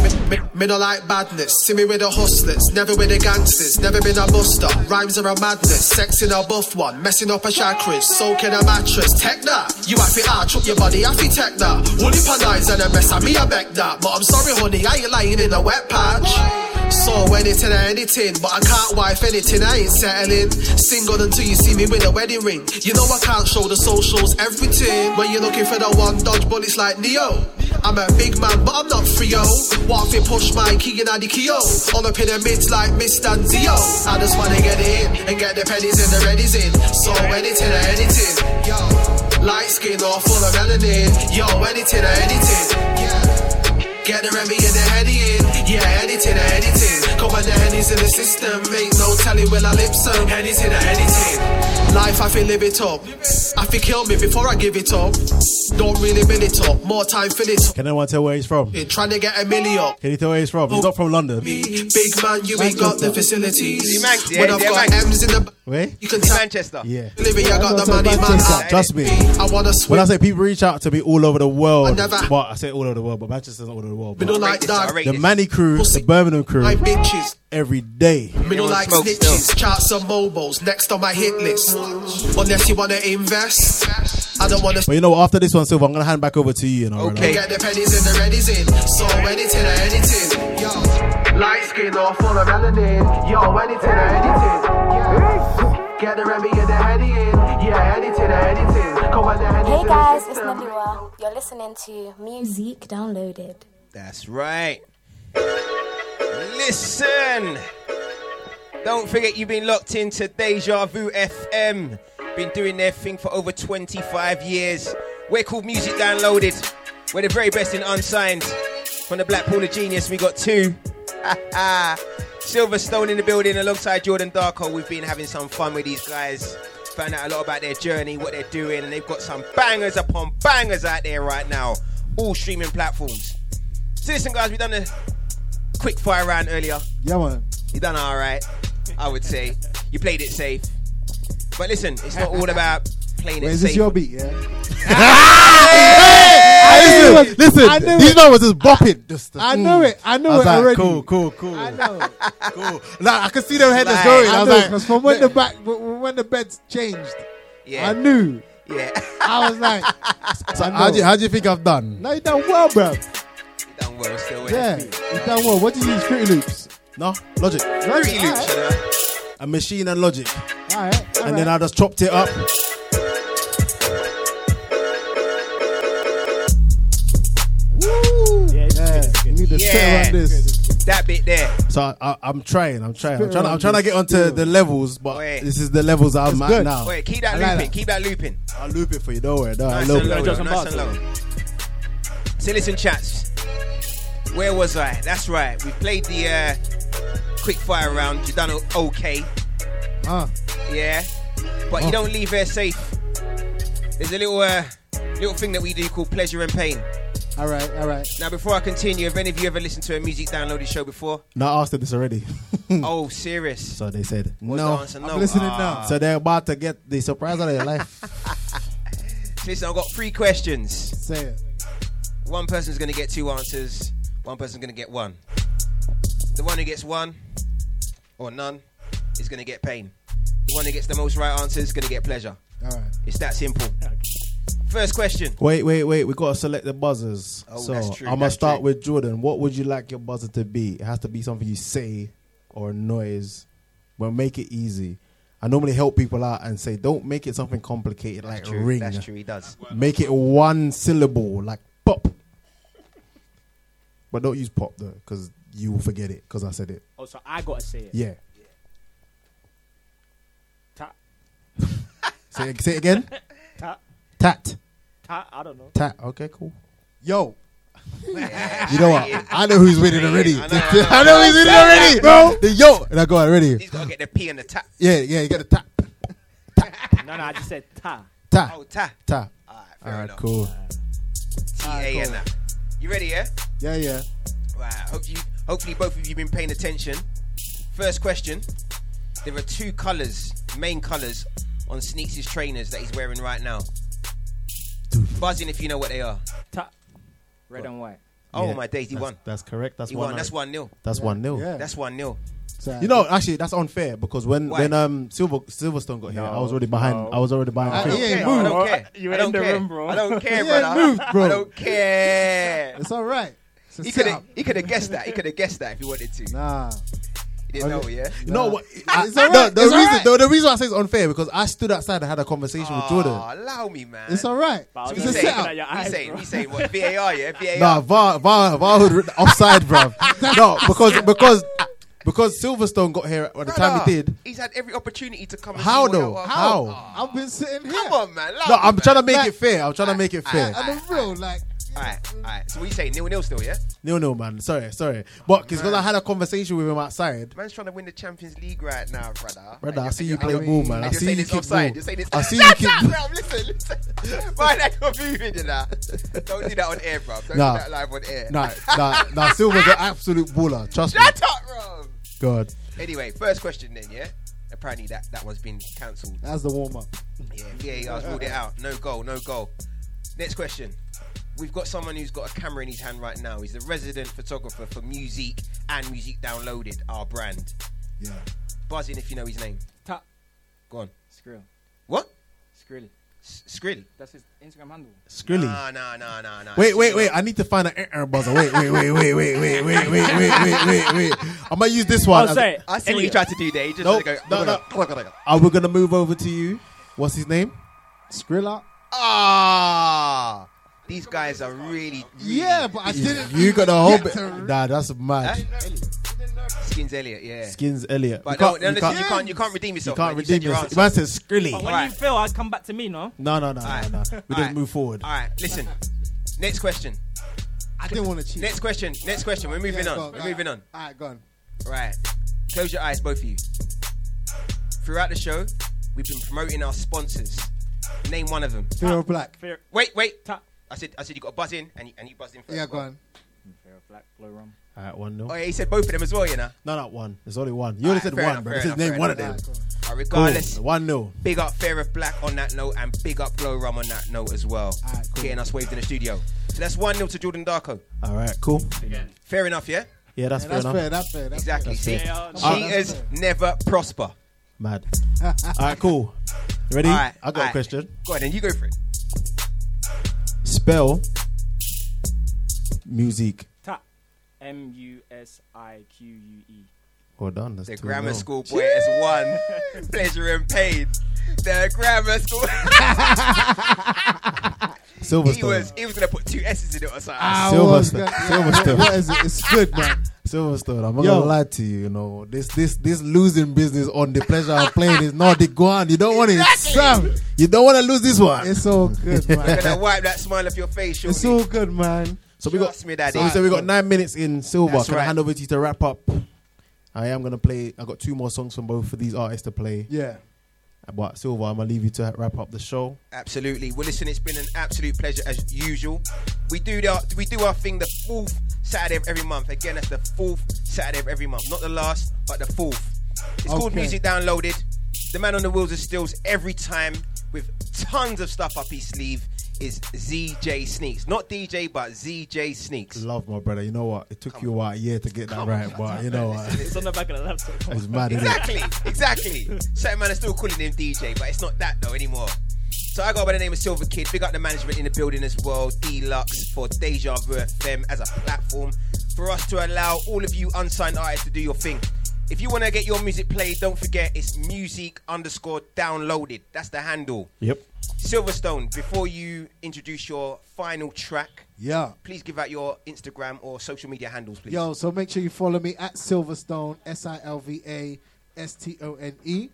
Me, me, me don't like badness. See me with the hustlers, never with the gangsters, never been a buster. Rhymes are a madness, sex in a buff one, messing up a chakras, soaking a mattress. Tech that, you have to arch up your body, have to tech that. Woolly pandas and a mess, I me I beg that. But I'm sorry, honey, I ain't lying in a wet patch. So anything or anything, but I can't wife anything, I ain't settling. Single until you see me with a wedding ring. You know I can't show the socials everything. When you're looking for the one dodge bullets like Neo. I'm a big man, but I'm not frio. What if it push my key in the kio? On the pyramids like Mr. Dio. I just wanna get it in and get the pennies in the readies in. So anything or anything, yo. Light skin or full of melanin, yo. Anything or anything, Get the Remy and the Henny in, yeah, anything or anything. Cause when the Henny's in the system, ain't no telling when I lip some. Anything or anything. Life, I feel live it up. I feel kill me before I give it up. Don't really min it up, more time fill it up.
Can anyone tell where he's from?
Been trying to get a million up.
Can you tell where he's from? He's not from London.
Big man, you ain't got the facilities.
Manchester,
When
yeah,
I've
yeah,
got
Manchester.
M's in the
Wait.
you can tell
Manchester.
Yeah.
Living, I got the
So
money, man.
Manchester,
I-
trust me.
I wanna swim.
When I say people reach out to me all over the world,
I never-
but I say all over the world, but Manchester's not all over the world.
We don't
but-
like that.
The Manny crew, the Birmingham crew,
Like bitches.
every day.
Middle like snitches, charts and mobos, next on my hit list. Unless you wanna invest, I don't wanna
But you know, what, after this one, Silver, I'm gonna hand back over to you. You know, right?
Get the pennies in the readies in. So anything or anything, yo. Light skin or full of melanin, yo. Anything or anything, yeah. Get the Remy and the Henny in, yeah. Anything or anything. Come on, the Henny's
Hey
in the
guys, it's
system.
Nabila. You're listening to Music Downloaded.
That's right. Listen. Don't forget you've been locked into Deja Vu FM. Been doing their thing for over 25 years. We're called Music Downloaded. We're the very best in unsigned. From the Blackpool of Genius, we got two. Silverstone in the building alongside Jordan Darko. We've been having some fun with these guys. Found out a lot about their journey, what they're doing, and they've got some bangers upon bangers out there right now. All streaming platforms. So listen, guys, we've done a quick fire round earlier.
Yeah, man.
You done all right, I would say. You played it safe. But listen, it's not all about playing
Wait,
it
is
safe.
this
Ah!
your beat? Yeah.
Hey,
I knew it.
listen,
I knew
listen. These
it.
know was just bopping. Just the-
I know it. I know
I was
it
like,
already.
Cool, cool, cool.
I know.
cool. Like, I could see them head
Like,
that's going.
I
I,
know,
was like,
because from when the back, when the beds changed,
Yeah.
I knew.
Yeah.
I was like,
so
I know.
how, do you, how do you think I've done?
no, you done well, bro.
Done well, still with
Yeah,
yeah.
you done well. What do you use? Fruity Loops.
No, logic.
Fruity Loops, alright.
A machine and logic.
All right.
and then I just chopped it up.
Yeah, you need to sit around this.
That bit there.
So I, I, I'm trying, I'm trying, I'm
Spit
trying,
around
I'm trying to
this.
get onto
Yeah.
the levels, but
Wait.
this is the levels I'm at now.
Wait, keep that
I like
looping. Keep that looping.
I'll loop it for you. Don't worry. Don't worry.
nice
I'll
and
loop it.
low, nice and low. So listen, chats. Where was I? That's right. We played the uh, quick fire round. You done o- okay.
Ah.
Yeah. But
Oh.
you don't leave her safe. There's a little uh, little thing that we do called pleasure and pain.
All right, all right.
Now, before I continue, have any of you ever listened to a music downloaded show before?
No, I asked them this already.
oh, serious.
So they said
What was
no.
the answer? No. Ah.
So they're about to get the surprise out of their life.
Listen, I've got three questions. Say
it.
One person's going to get two answers. One person's going to get one. The one who gets one or none is going to get pain. The one who gets the most right answers is going to get pleasure.
All right.
It's that simple. First question.
Wait, wait, wait. We gotta select the buzzers.
Oh,
so
that's true,
I'm gonna
that's
start
true.
with Jordan. What would you like your buzzer to be? It has to be something you say or a noise, but make it easy. I normally help people out and say, don't make it something complicated like
true,
ring.
that's true, he does.
Make it one syllable, like pop. But don't use pop though, because you will forget it. Because I said it.
Oh, so I gotta say it.
Yeah.
Tat.
Say it, say it again.
Tat.
Tat.
Tat. I don't know.
Tat. Okay, cool. Yo.
you
You know what? I know who's winning already.
Ah, I know, I
I know,
know.
who's winning already, bro. The yo, and I go already.
He's got to get the P and the tap.
Yeah, yeah, you got the tap,
No, no, I just said ta.
tap,
Oh, ta.
tap.
All right, fair
All right,
enough.
cool.
T-A and that. You ready, yeah?
Yeah, yeah.
Right. Hope you, hopefully, both of you been paying attention. First question: There are two colours, main colours, on Sneaks' trainers that he's wearing right now. Buzzing if you know what they are.
Red and white.
Oh
Yeah,
my days, he
that's-
won.
That's correct. That's
he
one.
won. That's one nil.
That's one nil.
That's one nil.
You know, actually, that's unfair because when
Why?
when um Silver Silverstone got here, I was already behind. I was already behind.
I
the
don't
field.
care. I don't care.
You
I
were
don't
in the
care.
room, bro.
I don't care,
You ain't
brother.
moved, bro.
I don't care.
It's all right.
He could have. He could have guessed that. He could have guessed that if he wanted to.
Nah.
He didn't know, yeah.
You know what? I-
all
no,
right,
the
it's all
reason
right.
the, the reason I say it's unfair because I stood outside and had a conversation with Jordan.
Allow me, man.
It's all right.
So
It's
we
a
saying,
setup.
we saying, we saying what VAR, yeah, VAR.
Nah, VAR, VAR, VAR had written offside, bruv. No, because because because Silverstone got here at the time
Brother,
he did.
He's had every opportunity to come. And
How
see what
though?
you are.
How?
I've been sitting here.
Come on, man. Love
No,
me,
I'm
man.
trying to make it fair. I'm trying to make it fair.
I'm a real like.
All right, all right. So we say nil nil still, yeah.
No, no, man. Sorry, sorry. But because I had a conversation with him outside.
Man's trying to win the Champions League right now, brother.
Brother, I
And
see
you're-
you
and
play
you're-
ball, man.
and
I
you're
see
saying
you
it's
kick
offside.
ball.
You're saying it's
I see you kick
Shut
ball.
up, Listen, listen. Why that you're moving, you know? Don't do that on air, bro. Don't
Nah.
do that live on air.
Nah, nah, nah. Silver's an absolute baller. Trust
Shut
me.
up, bro.
God.
Anyway, first question then, yeah. Apparently that that one's been cancelled.
That's the warm up.
Yeah, VAR's ruled it out. No goal, no goal. Next question. We've got someone who's got a camera in his hand right now. He's the resident photographer for Music and Music Downloaded, our brand.
Yeah.
Buzzing if you know his name.
Tap.
Go on.
Skrill.
What?
Skrill.
Skrill.
That's his Instagram handle.
Skrilly.
Nah, nah, nah, nah, nah.
Wait, wait, wait. I need to find an air buzzer. Wait, wait, wait, wait, wait, wait, wait, wait, wait, wait, wait, wait. I'm gonna use this one.
Oh, sorry. I see what you tried to do there. You just
Nope.
had to go,
No, no.
"Go, go, go, go."
Are we gonna move over to you? What's his name? Skrilla.
Ah, these guys are really, really
Yeah, but I didn't.
You got the whole
get
bit.
to-
Nah, that's mad.
Skins Elliot, yeah.
Skins Elliot.
But
You
no,
can't-
no,
you
listen,
can't-
you can't, you can't redeem yourself.
You can't
man.
redeem
said your
yourself.
answer.
Man said Skrilly.
But when you fail, I'd come back to me, no?
No, no, no,
Alright.
no, no. We
Alright.
just move forward.
All right, listen. Next question.
I didn't want to cheat.
Next question. Next question. We're moving
Yeah,
on.
go on,
We're
go on.
moving on.
All right, go on.
Right. Close your eyes, both of you. Throughout the show, we've been promoting our sponsors. Name one of them.
Fear of black.
Fair.
Wait, wait. I said, I said you got a buzz in, and you, and you buzzed in first.
Yeah, go on.
Fair of black, blow rum.
All right, one nil.
Oh, yeah, he said both of them as well, you know.
No, not one. There's only one. You only said
fair
one,
enough,
bro.
fair
This is
enough,
name
fair
one of them.
enough. Alright, regardless,
Cool. One nil.
big up Fair of Black on that note, and big up Blow Rum on that note as well. Getting us waved in the studio. So that's 1 0 to Jordan Darko.
All right, cool.
Fair enough, yeah?
Yeah, that's, fair enough.
fair. That's
exactly.
fair.
See,
That's fair.
cheaters never prosper.
Mad. All right, cool. You Ready?
All right,
I got
all
a
right.
question.
Go ahead, then you go for it.
Spell music.
Tap. M U S I Q U E.
Well done. That's
The
two
grammar
nil.
school boy has won. Pleasure and pain. The grammar school.
Silverstone.
He was he was gonna put two S's in it or something.
Ah, Silverstone. Silverstone.
What is it? It's good, man.
Silverstone, I'm not
Yo.
gonna lie to you. You know this this this losing business on the pleasure of playing is not the one. You don't want it, Sam. You don't want to lose this one. It's all good,
I'm gonna wipe that smile off your face. Shorty.
it's all good, man. So we got
Trust me, daddy.
So we said we got nine minutes in silver.
That's
Can I
right.
hand over to you to wrap up? I am gonna play. I got two more songs from both of these artists to play.
Yeah.
But silver, I'm gonna leave you to wrap up the show.
Absolutely. Well, listen, it's been an absolute pleasure as usual. We do our we do our thing the fourth Saturday of every month. Again, that's the fourth Saturday of every month, not the last, but the fourth. It's called
Okay.
Music Downloaded. The man on the wheels and stills every time with tons of stuff up his sleeve is ZJ Sneaks, not DJ, but ZJ Sneaks.
Love my brother. You know what? It took you about a year to get that right, but you know what?
It's on the back of the laptop.
It's mad, isn't it?
Exactly, exactly. Certain man are still calling him DJ, but it's not that though anymore. So I go by the name of Silver Kid. Big up the management in the building as well, Deluxe for Deja Vu FM as a platform for us to allow all of you unsigned artists to do your thing. If you want to get your music played, don't forget it's music underscore downloaded. That's the handle.
Yep.
Silverstone, before you introduce your final track,
Yeah.
please give out your Instagram or social media handles, please.
Yo, so make sure you follow me at Silverstone, S I L V A S T O N E,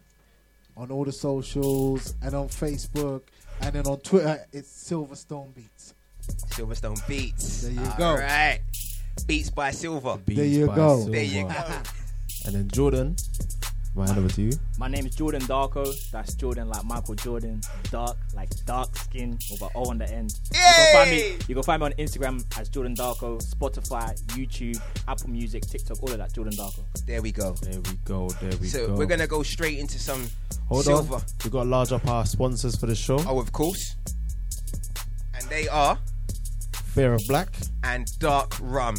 on all the socials and on Facebook. And then on Twitter, it's Silverstone Beats.
Silverstone Beats. There
you go.
All right. Beats by Silver.
There you by go.
There you go.
And then Jordan, my hand over to you.
My name is Jordan Darko. That's Jordan like Michael Jordan. Dark like dark skin with an O on the end. You can find me. You can find me on Instagram as Jordan Darko, Spotify, YouTube, Apple Music, TikTok, all of that. Jordan Darko.
There we go.
There we go. There we
so
go.
we're gonna go straight into some
Hold
silver,
on. We got large up our sponsors for the show.
Oh, of course. and they are
Fear of Black,
and dark rum,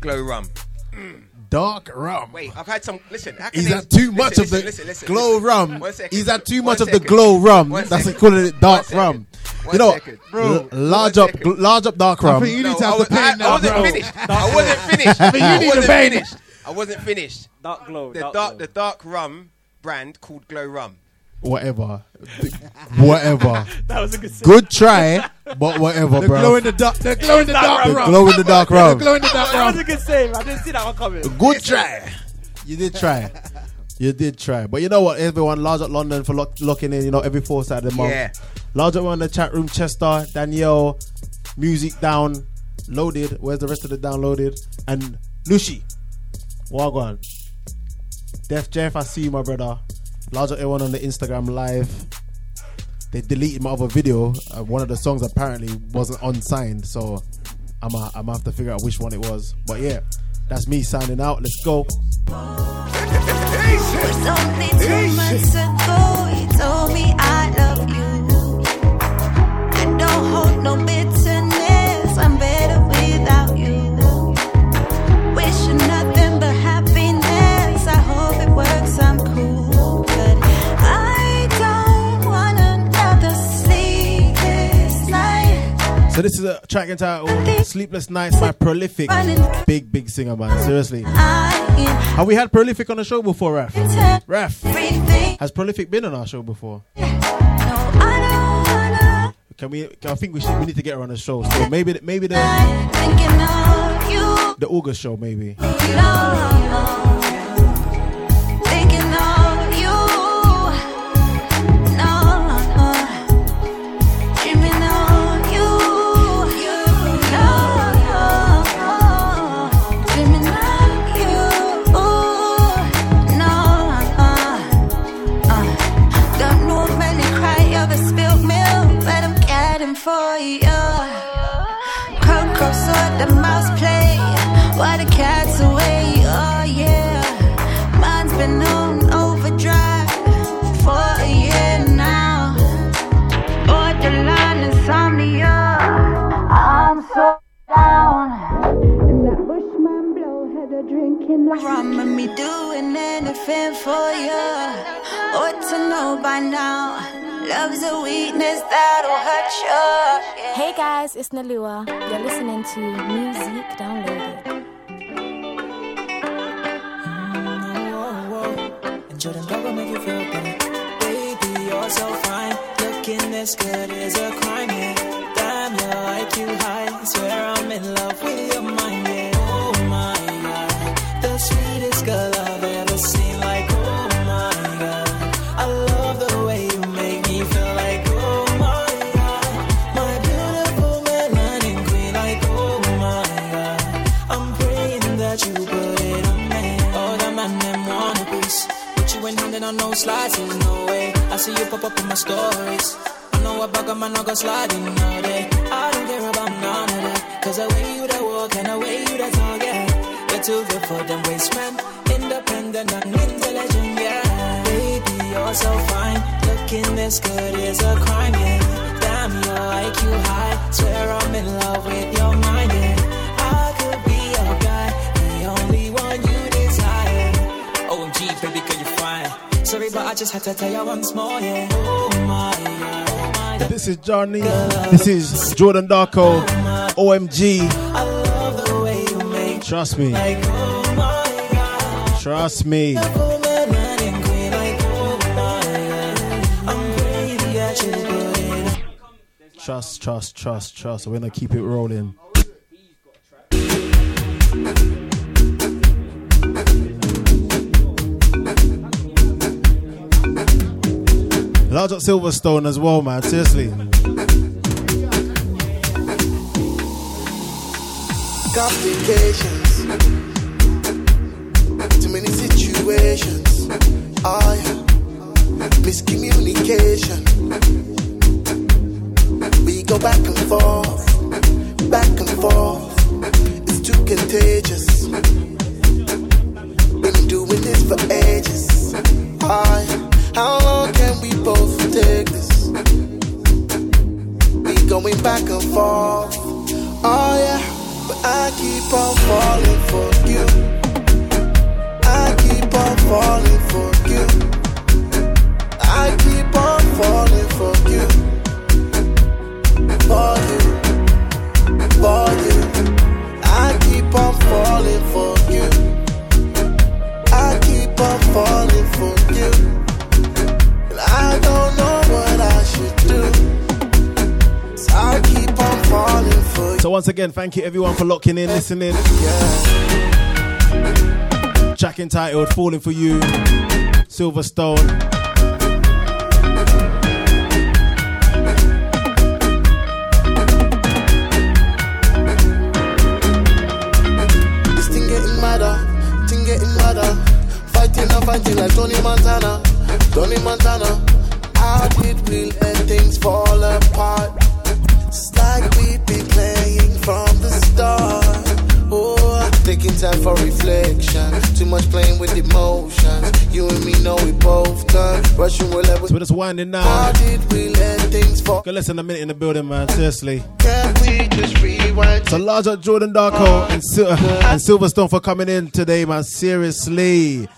glow rum. Mm.
Dark Rum.
Wait, I've had some. Listen, how can
He's
they-
had too
listen,
much of
listen,
the
listen, listen,
glow
listen.
rum.
One second.
He's had too much
One
of the
second.
glow rum.
One
That's
second.
it, calling it dark rum. you know,
Bro,
l- large up, gl- large up, dark rum.
No, I, was, I, I wasn't finished. I wasn't finished.
I think you
I
need to
wasn't
finish.
finished. I wasn't finished.
Dark glow.
The
dark
dark, the dark rum brand called Glow Rum.
Whatever, whatever.
That was a good sip.
Good try, but whatever,
The
bro.
glow in the dark, the glow in the dark,
The
rum.
glow in the dark rum.
The glow in the dark
That
rum.
was a good save. I didn't see that one coming.
Good try. You did try. You did try. But you know what, everyone, large up London for lock, locking in, you know, every fourth Saturday month.
Yeah.
Large up on the chat room, Chester, Danielle, music down, loaded. Where's the rest of the downloaded? And Lucy. Wagwan. Def Jeff, I see you, my brother. Large up everyone on the Instagram live. They deleted my other video. Uh, one of the songs apparently wasn't unsigned, so I'm gonna I'm have to figure out which one it was. But yeah, that's me signing out. Let's go.
was only two months ago you told me I love you. I don't hold no bitterness. I'm better without you. Wish you nothing but happiness. I hope it works. I'm cool, but I don't want another sleepless night.
So this is a track entitled "Sleepless Nights" by Prolific, big big singer man. Seriously, have we had Prolific on the show before, Raf? Raf, has Prolific been on our show before? Can we? I think we should. We need to get her on the show. So maybe maybe the
Thinking of you.
the August show maybe.
Thinking of you, no, no. Dreaming of you, you, no, no. Dreaming of you, no, no. Don't know when to cry over spilled milk, but I'm getting for you. Coco saw the mouse play. Why the cat's away? Oh yeah, mine's been on overdrive for a year now. Borderline insomnia, I'm so down. And that Bushman blow had a drinking like rum and me doing anything for you. Ought to know by now, love's a weakness that'll hurt you.
Hey guys, it's Nalua. You're listening to Music Downloaded.
And Jordan Love will make you feel better. Baby, you're so fine. Looking this good is a crime, yeah. Damn, you like you high. Swear I'm in love with your mind, yeah. Oh my god. oh oh oh up in my stories. I know I bug a man, I go sliding all day. I don't care about none of that. Cause the way you that walk and the way you that talk, yeah. You're too good for them waste man. Independent and intelligent, yeah. Baby, you're so fine. Looking this good is a crime, yeah. Damn, your IQ high. Swear I'm in love with your mind, yeah. I could be your guy, the only one you desire. OMG, baby, girl, you're fine. Sorry, but I just had to tell you once more, yeah. Oh my, oh my.
This is Johnny. This is Jordan Darko.
I
OMG.
love the way you make
Trust me.
like oh my
Trust me.
woman and queen, like oh my. I'm crazy at you, good.
Trust, trust, trust, trust. We're gonna keep it rolling. Large up Silverstone as well, man. Seriously.
Complications. Too many situations. I miscommunication. We go back and forth, back and forth. It's too contagious. Been doing this for ages. I, how long can we both take this? We going back and forth. Oh yeah. But I keep on falling for you. I keep on falling for you. I keep on falling for you. For you. For you. I keep on falling for you. I keep on falling for you. And I don't know what I should do. So I keep on falling for you.
So once again, thank you everyone for locking in, listening. Track entitled "Falling for You," Silverstone.
This thing getting madder, thing getting madder. Fighting and fighting like Tony Montana, Tony Montana. How did we let things fall apart? It's like we've been playing from the start. Oh, taking time for reflection. Too much playing with emotions. You and me know we both done. Rushing will ever.
So we're just winding
How
now.
did we let things fall?
Go listen a minute in the building, man. Seriously.
Can we just rewind?
So large up Jordan Darko and, Sil- and Silverstone for coming in today, man. Seriously.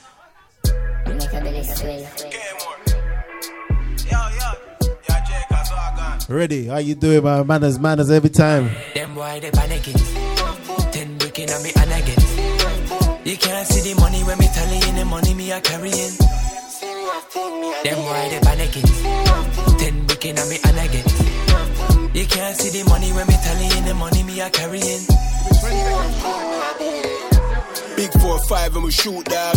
Ready? How you doing, man? Manners, manners every time.
Them boy they panicking. Ten breaking on me and again. You can't see the money when me tallying the money me a carrying. Them boy they panicking. Ten breaking on me and again. You can't see the money when me tallying the money me a carrying.
Big four five and we shoot dog.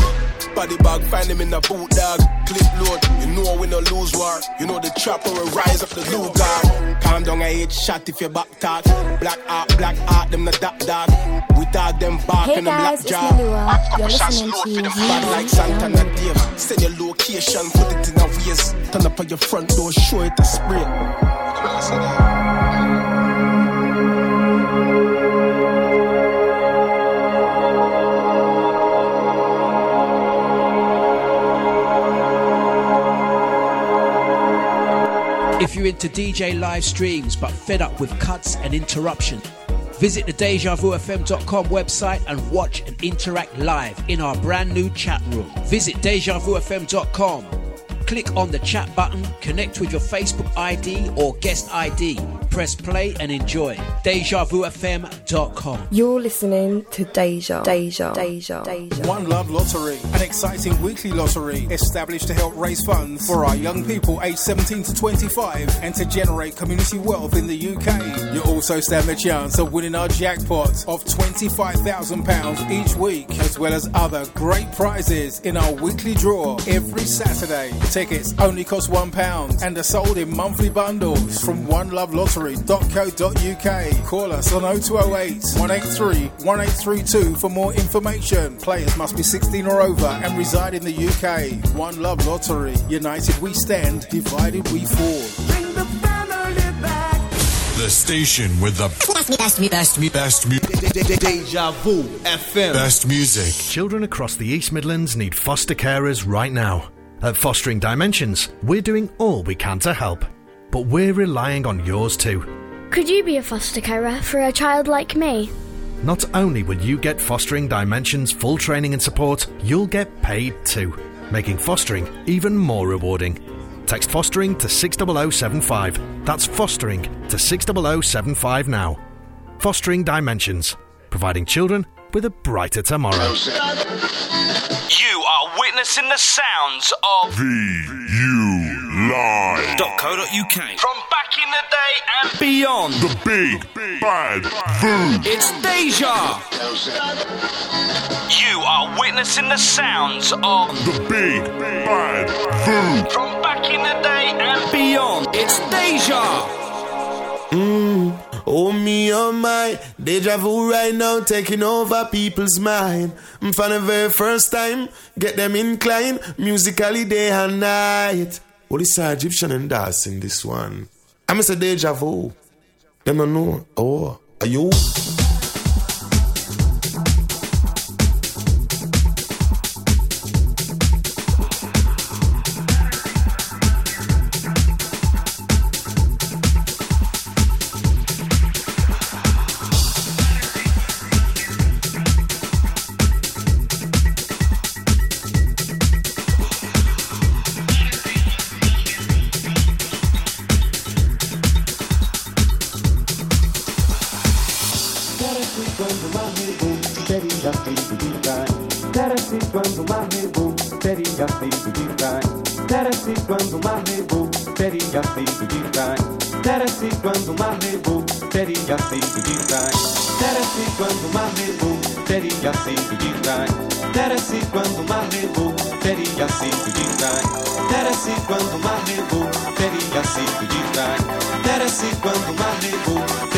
Body bag, find him in a boot dog. Clip load, you know we no lose war. You know the chopper will rise up the Lugar. Calm down, I hate shot if you back talk. Black art, black art, them not that dog. We dog them bark
Hey
and them
guys,
black
it's
jaw.
Nalua. You're
Shots
listening
load
to
for them bad
Yeezy
like Santana Dave. Send your location, put it in a waist. Turn up at your front door, show it a spray.
If you're into DJ live streams but fed up with cuts and interruption, visit the DejaVuFM.com website and watch and interact live in our brand new chat room. Visit DejaVuFM.com. Click on the chat button, connect with your Facebook ID or guest ID. Press play and enjoy. DejaVuFM.com.
You're listening to Deja. Deja. Deja. Deja.
One Love Lottery, an exciting weekly lottery established to help raise funds for our young people aged 17 to 25 and to generate community wealth in the UK. You also stand a chance of winning our jackpot of £25,000 each week, as well as other great prizes in our weekly draw every Saturday. Take tickets only cost £1 and are sold in monthly bundles from onelovelottery.co.uk. Call us on 0208 183 1832 for more information. Players must be 16 or over and reside in the UK. One Love Lottery. United we stand, divided we fall.
The station with the best, me, best, me, best, me, Deja Vu FM. Best music.
Children across the East Midlands need foster carers right now. At Fostering Dimensions, we're doing all we can to help, but we're relying on yours too.
Could you be a foster carer for a child like me?
Not only will you get Fostering Dimensions full training and support, you'll get paid too, making fostering even more rewarding. Text fostering to 60075. That's fostering to 60075 now. Fostering Dimensions, providing children with a brighter tomorrow.
You are witnessing the sounds of VULive.co.uk from back in the day and beyond. The big bad boom. It's Deja. You are witnessing the sounds of the big bad boom from back in the day and beyond. It's Deja.
Mm. Oh me, oh my, deja vu right now taking over people's mind. Mm, For the very first time, get them inclined musically day and night. Well, it's an Egyptian and dance in this one. I'm a deja vu. Them don't know. Oh, are you?
Cara se quando marrebo, teria feito de vai. Cara se quando marrebo, teria feito de vai. Cara se quando marrebo, teria feito de vai. Cara se quando marrebo, teria feito de vai. Cara se quando marrebo, teria feito de vai. Cara se quando marrebo, teria feito de vai. Cara se quando marrebo, teria feito de vai. Cara se quando marrebo,